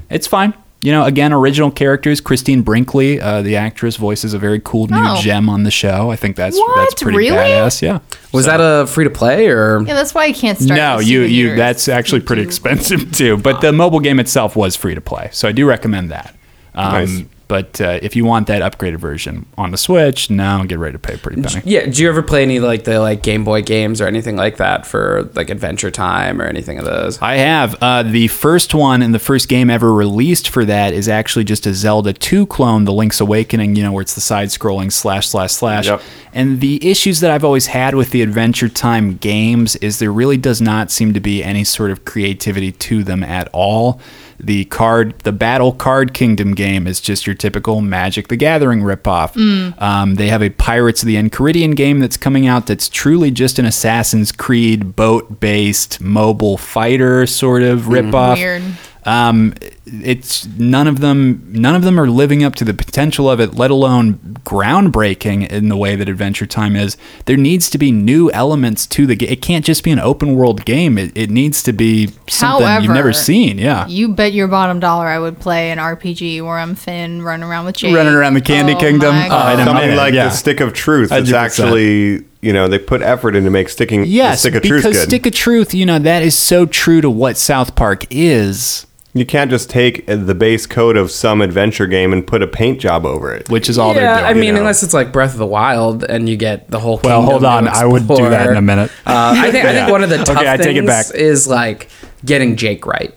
Speaker 6: It's fine. You know, again, original characters. Christine Brinkley, uh, the actress, voices a very cool new
Speaker 8: Oh.
Speaker 6: gem on the show. I think that's
Speaker 8: What?
Speaker 6: that's pretty
Speaker 8: Really?
Speaker 6: badass. Yeah.
Speaker 7: was that a free to play or?
Speaker 8: Yeah, that's why I can't start.
Speaker 6: No,
Speaker 8: with
Speaker 6: you
Speaker 8: Steven
Speaker 6: you
Speaker 8: Universe.
Speaker 6: that's actually pretty expensive too. But the mobile game itself was free to play, so I do recommend that. Um,
Speaker 1: Nice.
Speaker 6: But uh, if you want that upgraded version on the Switch, now get ready to pay a pretty penny.
Speaker 7: Yeah, do you ever play any like the like Game Boy games or anything like that for like Adventure Time or anything of those?
Speaker 6: I have. Uh, the first one and the first game ever released for that is actually just a Zelda 2 clone, The Link's Awakening, you know, where it's the side scrolling slash slash slash.
Speaker 1: Yep.
Speaker 6: And the issues that I've always had with the Adventure Time games is there really does not seem to be any sort of creativity to them at all. The card, the Battle Card Kingdom game is just your typical Magic the Gathering ripoff.
Speaker 12: Mm.
Speaker 6: Um, they have a Pirates of the Enchiridion game that's coming out that's truly just an Assassin's Creed boat based mobile fighter sort of
Speaker 1: Hmm.
Speaker 6: ripoff.
Speaker 8: Weird.
Speaker 6: Um, it's none of them. None of them are living up to the potential of it, let alone groundbreaking in the way that Adventure Time is. There needs to be new elements to the game. It can't just be an open world game. It, it needs to be something you've never
Speaker 8: However,
Speaker 6: seen. Yeah,
Speaker 8: You bet your bottom dollar I would play an RPG where I'm Finn running around with Jake.
Speaker 6: running around the Candy Kingdom. Oh,
Speaker 8: my
Speaker 6: I don't
Speaker 1: something
Speaker 6: know.
Speaker 1: like
Speaker 6: Yeah.
Speaker 1: the Stick of Truth. It's
Speaker 6: 100%.
Speaker 1: actually, you know, they put effort into make sticking
Speaker 6: Yes,
Speaker 1: the Stick of
Speaker 6: because
Speaker 1: Truth good.
Speaker 6: Stick of Truth, you know, that is so true to what South Park is.
Speaker 1: you can't just take uh, the base code of some adventure game and put a paint job over it,
Speaker 6: which is
Speaker 7: yeah, I mean,
Speaker 1: you know?
Speaker 7: unless it's like Breath of the Wild and you get the whole.
Speaker 1: Well,
Speaker 7: kingdom
Speaker 1: hold
Speaker 7: to
Speaker 1: on, I would do
Speaker 7: explore.
Speaker 1: that in a minute.
Speaker 7: Uh, I think I think
Speaker 6: Yeah.
Speaker 7: one of the
Speaker 6: Okay,
Speaker 7: tough
Speaker 6: I
Speaker 7: things
Speaker 6: take it back.
Speaker 7: is like getting Jake right.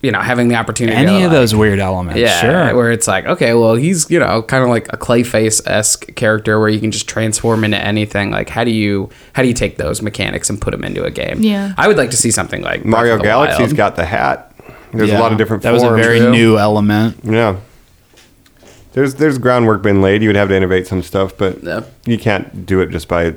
Speaker 7: You know, having the opportunity. to,
Speaker 6: Any
Speaker 7: like,
Speaker 6: of those weird elements,
Speaker 7: yeah,
Speaker 6: sure.
Speaker 7: where it's like, okay, well, he's you know kind of like a Clayface esque character where you can just transform into anything. Like, how do you how do you take those mechanics and put them into a game?
Speaker 1: Yeah.
Speaker 7: I would like to see something like Breath
Speaker 1: Mario
Speaker 7: of the
Speaker 1: Galaxy's
Speaker 7: Wild.
Speaker 1: got the hat. There's
Speaker 6: Yeah,
Speaker 1: a lot of different.
Speaker 6: that was a
Speaker 1: forms.
Speaker 6: very new element.
Speaker 1: Yeah. There's there's groundwork been laid. You would have to innovate some stuff, but you can't do it just by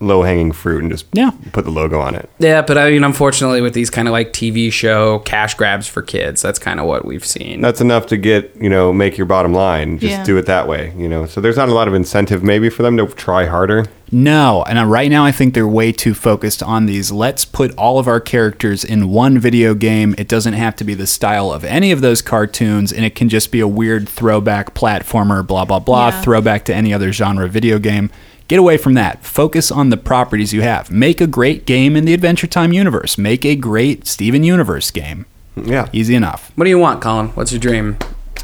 Speaker 1: low hanging fruit and just
Speaker 6: yeah.
Speaker 1: put the logo on it.
Speaker 7: Yeah, but I mean, unfortunately, with these kind of like TV show cash grabs for kids, that's kind of what we've seen.
Speaker 1: That's enough to get you know make your bottom line. Just
Speaker 7: Yeah.
Speaker 1: do it that way, you know. So there's not a lot of incentive maybe for them to try harder.
Speaker 6: No, and uh, right now I think they're way too focused on these. Let's put all of our characters in one video game. It doesn't have to be the style of any of those cartoons, and it can just be a weird throwback platformer, blah, blah, blah,
Speaker 13: Yeah.
Speaker 6: throwback to any other genre video game. Get away from that. Focus on the properties you have. Make a great game in the Adventure Time universe. Make a great Steven Universe game.
Speaker 1: Yeah.
Speaker 6: Easy enough.
Speaker 7: What do you want, Colin? What's your dream?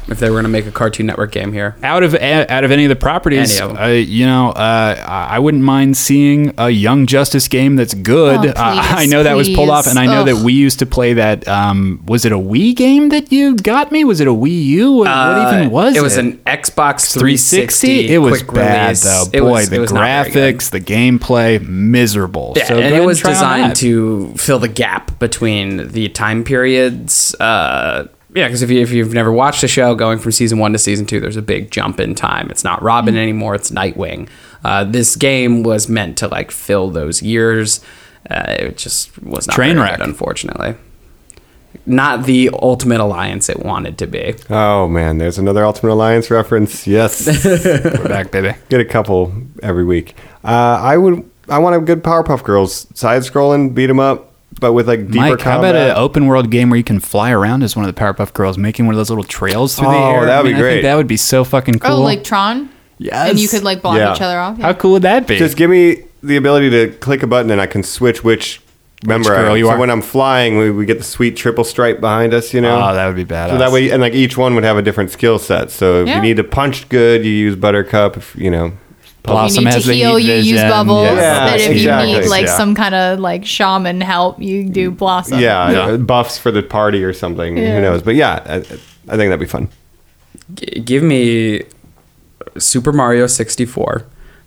Speaker 7: If they were going to make a Cartoon Network game here,
Speaker 6: out of a- out of any of the properties,
Speaker 7: Any of 'em.
Speaker 6: uh, you know, uh, I I wouldn't mind seeing a Young Justice game that's good.
Speaker 13: Oh,
Speaker 6: Uh, I
Speaker 13: please,
Speaker 6: know that was pulled off,
Speaker 13: please.
Speaker 6: and I know that
Speaker 13: Ugh.
Speaker 6: we used to play that. Um, was it a Wii game that you got me? Was it a Wii U? What, what even was it?
Speaker 7: Uh, it was an Xbox 360.
Speaker 6: It was
Speaker 7: quick
Speaker 6: bad
Speaker 7: release.
Speaker 6: though.
Speaker 7: It
Speaker 6: Boy,
Speaker 7: was-
Speaker 6: the
Speaker 7: it was not very good.
Speaker 6: graphics, the gameplay, miserable.
Speaker 7: Yeah,
Speaker 6: so go
Speaker 7: and
Speaker 6: ahead
Speaker 7: it was
Speaker 6: try on
Speaker 7: designed
Speaker 6: that.
Speaker 7: to fill the gap between the time periods. Uh, yeah, because if, you, if you've never watched the show, going from season one to season two, there's a big jump in time. It's not Robin
Speaker 6: Mm-hmm.
Speaker 7: anymore; it's Nightwing. Uh, this game was meant to like fill those years. Uh, it just was not
Speaker 6: Train
Speaker 7: very
Speaker 6: wreck.
Speaker 7: good, unfortunately. Not the ultimate alliance it wanted to be.
Speaker 1: Oh man, there's another Ultimate Alliance reference. Yes, we're
Speaker 6: back, baby.
Speaker 1: Get a couple every week. Uh, I would. I want a good Powerpuff Girls side scrolling beat 'em up, but with like deeper
Speaker 6: Mike, how
Speaker 1: combat.
Speaker 6: about oh, an open world game where you can fly around as one of the Powerpuff Girls, making one of those little trails through the
Speaker 1: Oh,
Speaker 6: air?
Speaker 1: that'd
Speaker 6: I
Speaker 1: be
Speaker 6: mean, I think
Speaker 1: great.
Speaker 6: that would be so fucking cool.
Speaker 8: Oh, like Tron?
Speaker 6: Yes.
Speaker 8: And you could like block
Speaker 1: Yeah.
Speaker 8: each other off?
Speaker 6: How cool would that be?
Speaker 1: Just give me the ability to click a button and I can switch which member I
Speaker 6: girl
Speaker 1: am.
Speaker 6: you
Speaker 1: so
Speaker 6: are.
Speaker 1: when I'm flying, we, we get the sweet triple stripe behind us, you know?
Speaker 6: Oh, that would be badass.
Speaker 1: So that way, and like each one would have a different skill set. So if
Speaker 8: Yeah.
Speaker 1: you need to punch good, you use Buttercup. If you know,
Speaker 8: Blossom you need to heal, you use bubbles. but if you need like
Speaker 1: yeah.
Speaker 8: some kind of like shaman help, you do blossom.
Speaker 1: yeah, uh, buffs for the party or something.
Speaker 8: Yeah.
Speaker 1: Who knows? But yeah, I, I think that'd be fun.
Speaker 7: G- give me Super Mario 64,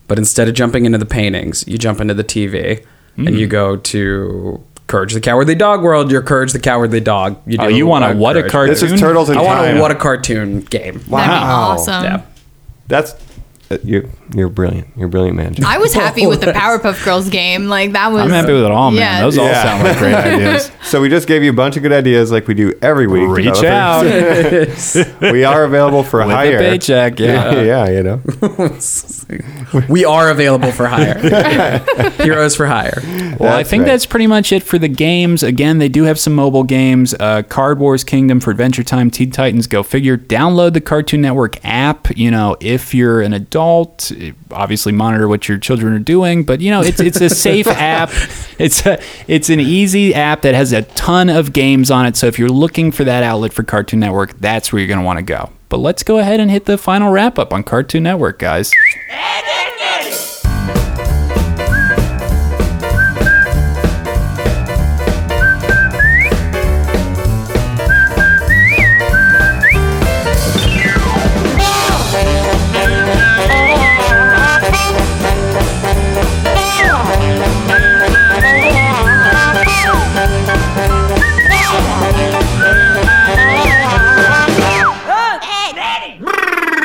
Speaker 7: but instead of jumping into the paintings, you jump into the TV and
Speaker 6: Mm.
Speaker 7: you go to Courage the Cowardly Dog World. You're Courage the Cowardly Dog. You
Speaker 6: Oh,
Speaker 7: do
Speaker 6: you want a what a
Speaker 7: Courage.
Speaker 6: cartoon? This is Turtles in
Speaker 7: I want
Speaker 6: Time.
Speaker 7: a what a cartoon game.
Speaker 1: Wow.
Speaker 8: awesome.
Speaker 7: Yeah.
Speaker 1: That's uh, you're you're brilliant. You're a brilliant, man.
Speaker 8: I was happy with the Powerpuff Girls game. Like that was.
Speaker 1: Yeah. so we just gave you a bunch of good ideas, like we do every week.
Speaker 6: Reach
Speaker 1: developers. we are available for
Speaker 6: With a
Speaker 1: hire.
Speaker 6: paycheck, yeah.
Speaker 1: yeah, you know.
Speaker 7: we are available for hire. Heroes for hire.
Speaker 6: Well, I think that's pretty much it for the games. Again, they do have some mobile games. Uh, Card Wars Kingdom for Adventure Time, Teen Titans, go figure. Download the Cartoon Network app. You know, if you're an adult, eh, obviously monitor what your children are doing. But you know, it's it's a safe app. It's a it's an easy app that has a ton of games on it. So if you're looking for that outlet for Cartoon Network, that's where you're going to want to go. But let's go ahead and hit the final wrap up on Cartoon Network, guys.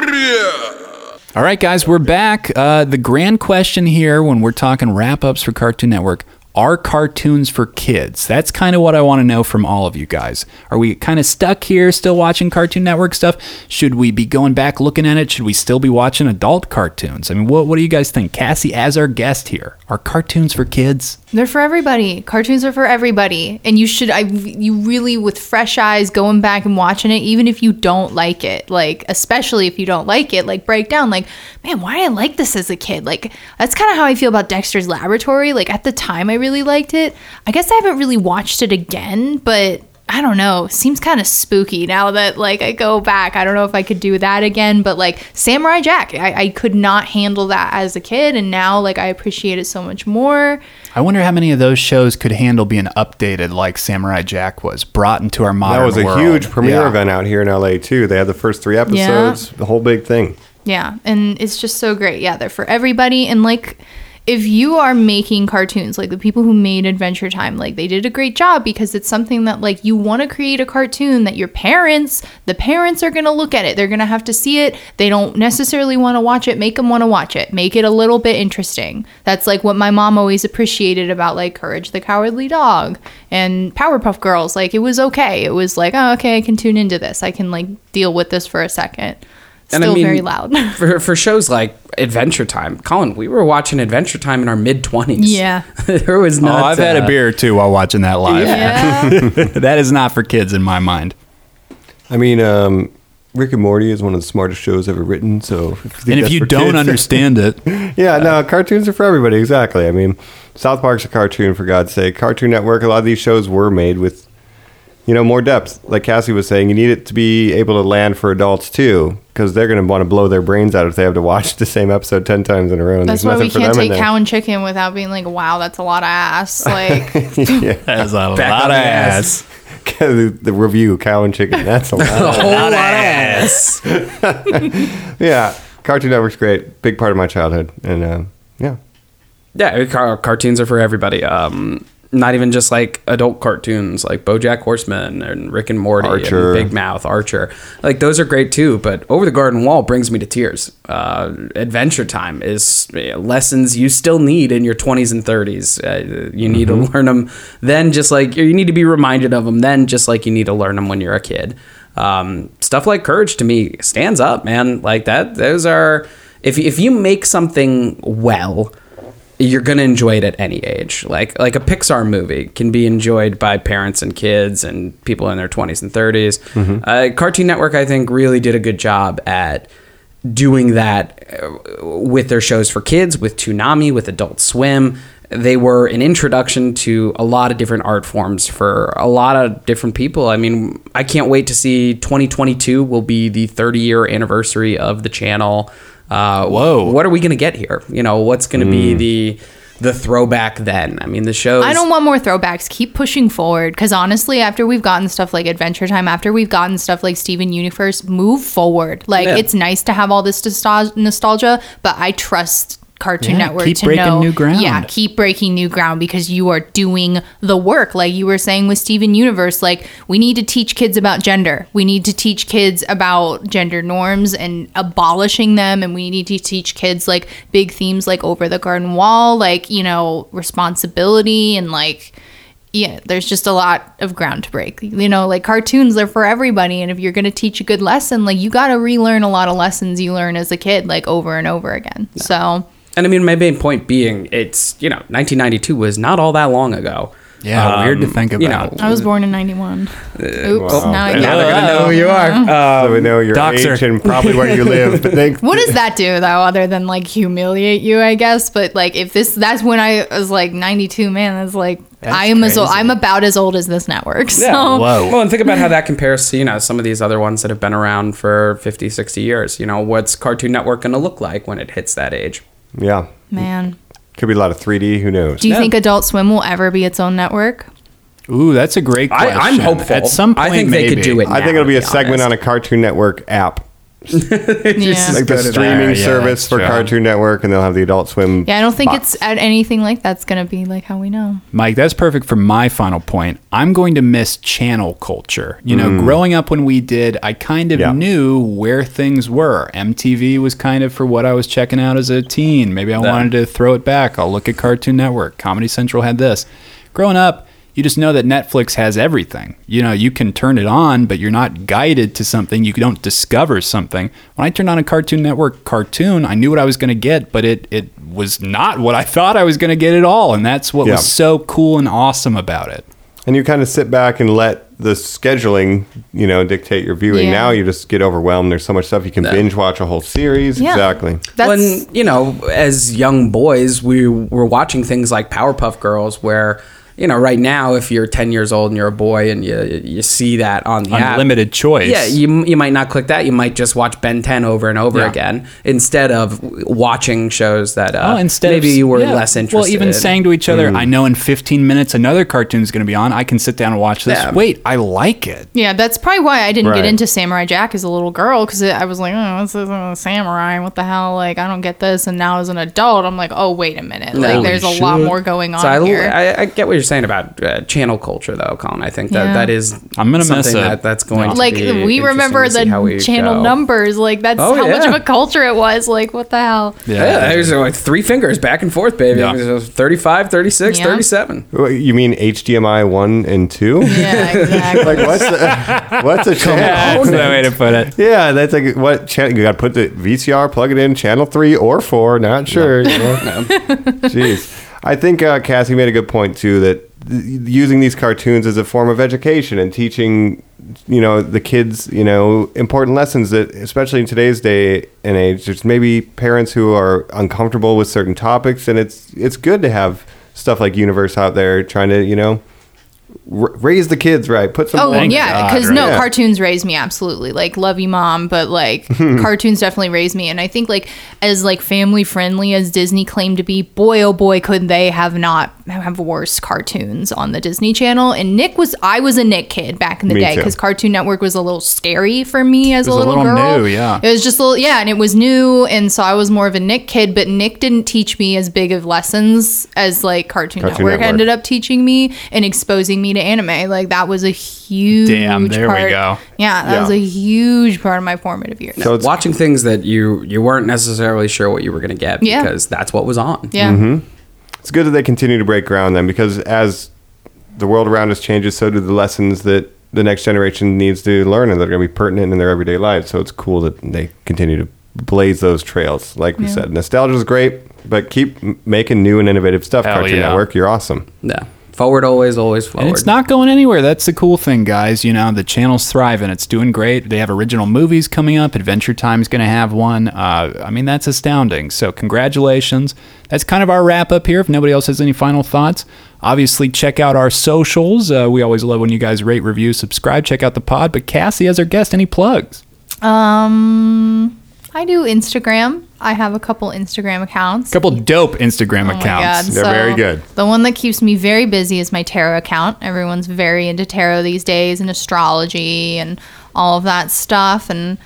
Speaker 6: All right, guys, we're back. Uh, the grand question here when we're talking wrap ups for Cartoon Network are cartoons for kids? That's kind of what I want to know from all of you guys. Are we kind of stuck here still watching Cartoon Network stuff? Should we be going back looking at it? Should we still be watching adult cartoons? I mean, what, what do you guys think? Cassie, as our guest here, are cartoons for kids?
Speaker 8: They're for everybody. Cartoons are for everybody, and you should. I you really with fresh eyes going back and watching it, even if you don't like it. Like especially if you don't like it, like break down. Like man, why did I like this as a kid? Like that's kind of how I feel about Dexter's Laboratory. Like at the time, I really liked it. I guess I haven't really watched it again, but I don't know. Seems kind of spooky now that like I go back. I don't know if I could do that again, but like Samurai Jack, I, I could not handle that as a kid, and now like I appreciate it so much more.
Speaker 6: I wonder how many of those shows could handle being updated like Samurai Jack was brought into our modern
Speaker 1: That was a
Speaker 6: world.
Speaker 1: huge premiere
Speaker 6: Yeah.
Speaker 1: event out here in LA too. They had the first three episodes, the whole big thing.
Speaker 8: Yeah, and it's just so great. Yeah, they're for everybody. And like, if you are making cartoons, like the people who made Adventure Time, like they did a great job because it's something that like you want to create a cartoon that your parents, the parents are gonna look at it. They're gonna have to see it. They don't necessarily want to watch it. Make them want to watch it. Make it a little bit interesting. That's like what my mom always appreciated about like Courage the Cowardly Dog and Powerpuff Girls. Like it was okay. It was like, oh, okay, I can tune into this. I can like deal with this for a second. Still very loud.
Speaker 7: for, for shows like Adventure Time. Colin, we were watching Adventure Time in our mid twenties.
Speaker 8: Yeah.
Speaker 7: there was
Speaker 6: Oh,
Speaker 7: not.
Speaker 6: I've had a
Speaker 7: uh,
Speaker 6: beer or two while watching that live.
Speaker 7: Yeah.
Speaker 6: that is not for kids in my mind.
Speaker 1: I mean, um, Rick and Morty is one of the smartest shows ever written. So, if you think
Speaker 6: And if
Speaker 1: that's
Speaker 6: you
Speaker 1: for
Speaker 6: don't
Speaker 1: kids-
Speaker 6: understand it,
Speaker 1: yeah, no, cartoons are for everybody. Exactly. I mean, South Park's a cartoon for God's sake. Cartoon Network. A lot of these shows were made with, you know, more depth. Like Cassie was saying, you need it to be able to land for adults too, because they're going to want to blow their brains out if they have to watch the same episode ten times in a row. And
Speaker 8: That's
Speaker 1: there's
Speaker 8: why
Speaker 1: nothing
Speaker 8: we
Speaker 1: for
Speaker 8: can't
Speaker 1: them in
Speaker 8: take
Speaker 1: there.
Speaker 8: cow and chicken without being like, wow, that's a lot of ass. Like,
Speaker 1: yeah.
Speaker 6: That's a
Speaker 1: Back on
Speaker 6: lot of
Speaker 1: the
Speaker 6: ass.
Speaker 1: the, the review, cow and chicken. That's a lot.
Speaker 6: A whole lot of
Speaker 1: ass. yeah, Cartoon Network's great. Big part of my childhood, and um, yeah,
Speaker 7: Yeah, car- cartoons are for everybody. Um, not even just like adult cartoons, like BoJack Horseman and Rick and Morty,
Speaker 1: Archer.
Speaker 7: and Big Mouth, Archer. Like those are great too. But Over the Garden Wall brings me to tears. Uh, Adventure Time is uh, lessons you still need in your twenties and thirties. Uh, you need to
Speaker 12: Mhm.
Speaker 7: learn them then, just like you need to be reminded of them then, just like you need to learn them when you're a kid. Um, stuff like courage to me stands up, man. Like that. Those are if if you make something well you're gonna enjoy it at any age. Like like a Pixar movie can be enjoyed by parents and kids and people in their 20s and 30s.
Speaker 12: Mhm.
Speaker 7: Uh, Cartoon Network, I think, really did a good job at doing that uh, with their shows for kids, with Toonami, with Adult Swim. They were an introduction to a lot of different art forms for a lot of different people. I mean, I can't wait to see 2022 will be the 30 year anniversary of the channel. Uh, Whoa! What are we going to get here? You know, what's going to be
Speaker 6: Mm.
Speaker 7: the the throwback then? I mean, the shows.
Speaker 8: I don't want more throwbacks. Keep pushing forward. Because honestly, after we've gotten stuff like Adventure Time, after we've gotten stuff like Steven Universe, move forward. Like,
Speaker 6: Yeah.
Speaker 8: it's nice to have all this nostal- nostalgia, but I trust Cartoon
Speaker 6: Yeah,
Speaker 8: Network
Speaker 6: keep
Speaker 8: to
Speaker 6: breaking
Speaker 8: know.
Speaker 6: new ground.
Speaker 8: Yeah, keep breaking new ground because you are doing the work. Like you were saying with Steven Universe, like we need to teach kids about gender. We need to teach kids about gender norms and abolishing them. And we need to teach kids like big themes like over the garden wall, like, you know, responsibility and like, yeah, there's just a lot of ground to break. You know, like cartoons, they're for everybody. And if you're going to teach a good lesson, like you got to relearn a lot of lessons you learn as a kid, like over and over again. So,
Speaker 7: And I mean, my main point being, it's you know, 1992 was not all that long ago.
Speaker 6: Yeah, weird to think
Speaker 7: You know,
Speaker 6: about.
Speaker 8: I was born in 91. Oops.
Speaker 1: wow.
Speaker 8: Now
Speaker 1: Now
Speaker 8: I get
Speaker 1: they're
Speaker 8: it.
Speaker 1: gonna know who you are. Uh, so we know your
Speaker 6: Doxer.
Speaker 1: age and probably where you live. But they,
Speaker 8: What does that do though, other than like humiliate you, I guess? But like, if this, that's when I was like 92, man, that's like, I am as old,
Speaker 7: crazy.
Speaker 8: I'm about as old as this network. So,
Speaker 7: Well, and think about how that compares to, you know, some of these other ones that have been around for 50, 60 years. You know, what's Cartoon Network going to look like when it hits that age?
Speaker 1: yeah,
Speaker 8: man,
Speaker 1: could be a lot of 3D. Who knows?
Speaker 8: do you think Adult Swim will ever be its own network?
Speaker 6: Ooh, that's a great
Speaker 7: I-
Speaker 6: question.
Speaker 7: I'm hopeful.
Speaker 6: At some
Speaker 7: I
Speaker 6: point,
Speaker 7: think they could
Speaker 6: maybe.
Speaker 7: do it
Speaker 1: I
Speaker 7: now,
Speaker 1: think it'll
Speaker 7: to
Speaker 1: be a
Speaker 7: be
Speaker 1: segment
Speaker 7: honest.
Speaker 1: on a Cartoon Network app,
Speaker 8: Yeah.
Speaker 1: like the
Speaker 10: go to that.
Speaker 1: streaming
Speaker 6: Yeah,
Speaker 1: service
Speaker 6: that's
Speaker 1: for
Speaker 6: true.
Speaker 1: Cartoon Network, and they'll have the Adult Swim.
Speaker 8: Yeah, I don't think
Speaker 1: box.
Speaker 8: it's at anything like that's going to be like how we know.
Speaker 6: Mike, that's perfect for my final point. I'm going to miss channel culture. You know, growing up when we did, I kind of
Speaker 1: Yeah.
Speaker 6: knew where things were. MTV was kind of for what I was checking out as a teen. Maybe I wanted to throw it back. I'll look at Cartoon Network. Comedy Central had this. Growing up, you just know that Netflix has everything. You know, you can turn it on, but you're not guided to something. You don't discover something. When I turned on a Cartoon Network cartoon, I knew what I was going to get, but it it was not what I thought I was going to get at all, and that's what
Speaker 1: Yeah.
Speaker 6: was so cool and awesome about it.
Speaker 1: and you kind of sit back and let the scheduling, you know, dictate your viewing.
Speaker 8: Yeah.
Speaker 1: Now you just get overwhelmed. There's so much stuff you can binge watch a whole series.
Speaker 8: Yeah.
Speaker 1: Exactly.
Speaker 8: That's
Speaker 7: when you know as young boys we were watching things like powerpuff girls where you know right now if you're 10 years old and you're a boy and you you see that on the app,
Speaker 6: Unlimited choice.
Speaker 7: yeah you, you might not click that you might just watch ben 10 over and over
Speaker 6: Yeah.
Speaker 7: again instead of watching shows that uh,
Speaker 6: Oh, instead
Speaker 7: maybe
Speaker 6: of,
Speaker 7: you were
Speaker 6: yeah.
Speaker 7: less interested
Speaker 6: Well, even saying to each other, "I know in 15 minutes another cartoon's going to be on. I can sit down and watch this.
Speaker 7: Yeah.
Speaker 6: Wait, I like it."
Speaker 8: Yeah, that's probably why I didn't
Speaker 1: Right.
Speaker 8: get into Samurai Jack as a little girl because I was like, oh, this isn't a samurai. What the hell? Like, I don't get this. And now as an adult, I'm like, oh, wait a minute. Like, there's a lot more going on
Speaker 7: so I,
Speaker 8: here.
Speaker 7: I, I get what you're saying about uh, channel culture though colin i think that
Speaker 8: Yeah.
Speaker 7: that is
Speaker 6: I'm gonna miss
Speaker 7: something
Speaker 6: it.
Speaker 7: that, that's going to
Speaker 8: like
Speaker 7: be
Speaker 8: we
Speaker 7: interesting
Speaker 8: remember
Speaker 7: to see
Speaker 8: the
Speaker 7: how we
Speaker 8: channel
Speaker 7: go.
Speaker 8: numbers like that's
Speaker 7: Oh,
Speaker 8: how much
Speaker 7: yeah.
Speaker 8: of a culture it was like what the hell
Speaker 7: Yeah, there's like three fingers back and forth, baby.
Speaker 6: Yeah.
Speaker 7: It was 35, 36,
Speaker 8: Yeah.
Speaker 7: 37.
Speaker 1: Well, You mean HDMI one and two?
Speaker 8: yeah exactly
Speaker 1: like what's a, what's a
Speaker 7: Oh,
Speaker 1: channel?
Speaker 6: That's the way to put it.
Speaker 1: Yeah, that's like what channel you got to put the VCR, plug it in, channel three or four. Not sure. you know? Jeez, I think uh, Cassie made a good point too that th- using these cartoons as a form of education and teaching, you know, the kids, you know, important lessons that, especially in today's day and age, there's maybe parents who are uncomfortable with certain topics, and it's it's good to have stuff like Universe out there trying to, you know. r- Raise the kids right. Put some.
Speaker 8: Oh
Speaker 1: more-
Speaker 6: Thank
Speaker 8: yeah,
Speaker 6: God,
Speaker 8: because
Speaker 6: right?
Speaker 8: no,
Speaker 1: Yeah.
Speaker 8: cartoons raised me absolutely. Like love you, mom, but like
Speaker 6: Mm-hmm.
Speaker 8: cartoons definitely raised me. And I think like as like family friendly as Disney claimed to be, boy oh boy, could they have not have worse cartoons on the Disney Channel? And Nick was I was a Nick kid back in the
Speaker 1: Me
Speaker 8: day
Speaker 1: too.
Speaker 8: because Cartoon Network was a little scary for me as
Speaker 6: was
Speaker 8: a
Speaker 6: a
Speaker 8: little,
Speaker 6: little
Speaker 8: girl.
Speaker 6: new, yeah.
Speaker 8: it was just a little yeah, and it was new, and so I was more of a Nick kid. But Nick didn't teach me as big of lessons as like Cartoon,
Speaker 1: Cartoon
Speaker 8: Network,
Speaker 1: Network.
Speaker 8: ended up teaching me and exposing me to anime. Like that was a huge
Speaker 6: Damn,
Speaker 8: huge
Speaker 6: there we
Speaker 8: part-
Speaker 6: go.
Speaker 8: Yeah, that
Speaker 1: Yeah.
Speaker 8: was a huge part of my formative years.
Speaker 1: So it's
Speaker 7: Watching things that you you weren't necessarily sure what you were going to get
Speaker 8: Yeah.
Speaker 7: because that's what was on.
Speaker 8: Yeah.
Speaker 1: mm-hmm. it's good that they continue to break ground then because as the world around us changes so do the lessons that the next generation needs to learn and that are going to be pertinent in their everyday lives so it's cool that they continue to blaze those trails like we said nostalgia is great but keep m- making new and innovative stuff
Speaker 6: Hell
Speaker 1: cartoon
Speaker 6: yeah.
Speaker 1: network you're awesome
Speaker 7: Yeah. Forward always, always forward.
Speaker 6: And it's not going anywhere. That's the cool thing, guys. You know, the channel's thriving. It's doing great. They have original movies coming up. Adventure Time's going to have one. Uh, I mean, that's astounding. So, congratulations. That's kind of our wrap up here. If nobody else has any final thoughts, obviously check out our socials. Uh, we always love when you guys rate, review, subscribe, check out the pod. But, Cassie, as our guest, any plugs?
Speaker 8: Um, I do Instagram. I have a couple Instagram accounts.
Speaker 6: A couple dope Instagram
Speaker 8: Oh my
Speaker 6: accounts.
Speaker 8: God,
Speaker 1: They're very good.
Speaker 8: The one that keeps me very busy is my tarot account. Everyone's very into tarot these days and astrology and all of that stuff. And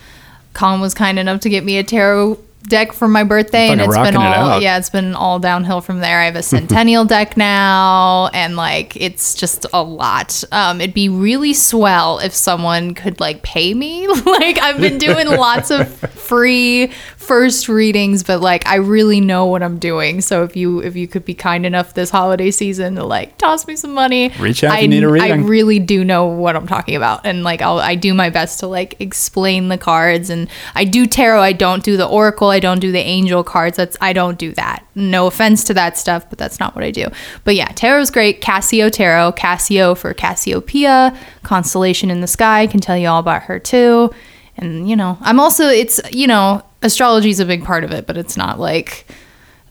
Speaker 8: Colin was kind enough to get me a tarot deck for my birthday, and
Speaker 6: Fucking
Speaker 8: it's been
Speaker 6: rocking it
Speaker 8: all
Speaker 6: out.
Speaker 8: yeah, it's been all downhill from there. I have a centennial deck now, and like it's just a lot. Um, it'd be really swell if someone could like pay me. like I've been doing lots of free first readings, but like I really know what I'm doing. So if you if you could be kind enough this holiday season to like toss me some money,
Speaker 6: Reach out if
Speaker 8: I,
Speaker 6: you need a
Speaker 8: I
Speaker 6: reading.
Speaker 8: really do know what I'm talking about, and like I'll I do my best to like explain the cards, and I do tarot. I don't do the oracle. I don't do the angel cards. That's I don't do that. No offense to that stuff, but that's not what I do. But yeah, tarot's great. Cassio tarot, Cassio for Cassiopeia, constellation in the sky. Can tell you all about her too and you know i'm also it's you know astrology's a big part of it but it's not like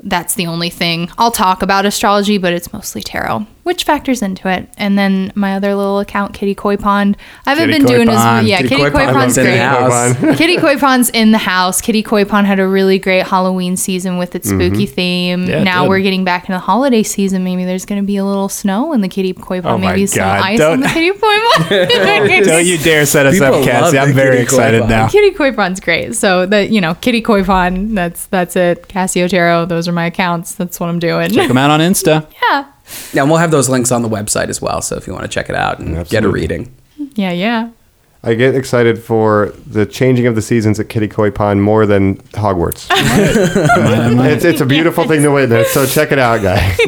Speaker 8: that's the only thing i'll talk about astrology but it's mostly tarot which factors into it and then my other little account kitty koi pond i haven't
Speaker 6: Kitty
Speaker 8: been
Speaker 6: Koi
Speaker 8: doing
Speaker 6: Pond.
Speaker 8: as yeah kitty,
Speaker 6: Kitty
Speaker 8: koi,
Speaker 6: Koi Pond. I love
Speaker 8: pond's
Speaker 6: Kitty
Speaker 8: great
Speaker 6: Koi Pond.
Speaker 8: kitty koi pond's in the house kitty koi pond had a really great halloween season with its spooky
Speaker 6: Mhm.
Speaker 8: theme
Speaker 6: Yeah, it
Speaker 8: now
Speaker 6: did.
Speaker 8: we're getting back into the holiday season maybe there's going to be a little snow in the kitty koi pond
Speaker 6: Oh my
Speaker 8: maybe some
Speaker 6: God,
Speaker 8: ice
Speaker 6: don't-
Speaker 8: on the kitty koi pond
Speaker 6: Don't you dare set us
Speaker 10: People
Speaker 6: up, Cassie.
Speaker 10: love
Speaker 6: I'm
Speaker 10: the
Speaker 6: very
Speaker 10: kitty koi
Speaker 6: excited
Speaker 10: pond.
Speaker 6: now.
Speaker 8: Kitty Koi Pond's great. So that you know, Kitty Koi Pond. That's that's it. Cassio Tarot. Those are my accounts. That's what I'm doing.
Speaker 10: Check 'em
Speaker 6: out on Insta.
Speaker 8: yeah,
Speaker 10: Yeah, and we'll have those links on the website as well. So if you want to check it out and get a reading,
Speaker 8: yeah, yeah.
Speaker 1: I get excited for the changing of the seasons at Kitty Koi Pond more than Hogwarts. It's, it's a beautiful thing to witness. So check it out, guys.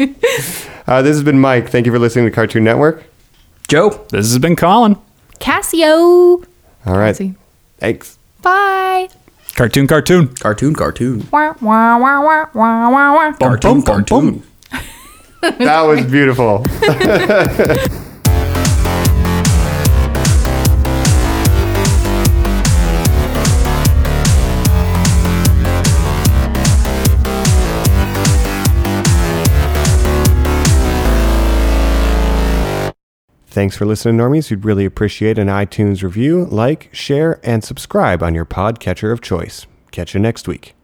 Speaker 1: uh, this has been Mike. Thank you for listening to Cartoon Network.
Speaker 10: Joe.
Speaker 6: This has been Colin.
Speaker 8: Cassio.
Speaker 1: All right. Thanks.
Speaker 8: Bye.
Speaker 6: Cartoon, cartoon.
Speaker 10: Cartoon, cartoon.
Speaker 8: Wah, wah, wah, wah, wah, wah, wah.
Speaker 10: Cartoon, cartoon.
Speaker 1: That was beautiful. Thanks for listening, Normies. We'd really appreciate an iTunes review, like, share, and subscribe on your podcatcher of choice. Catch you next week.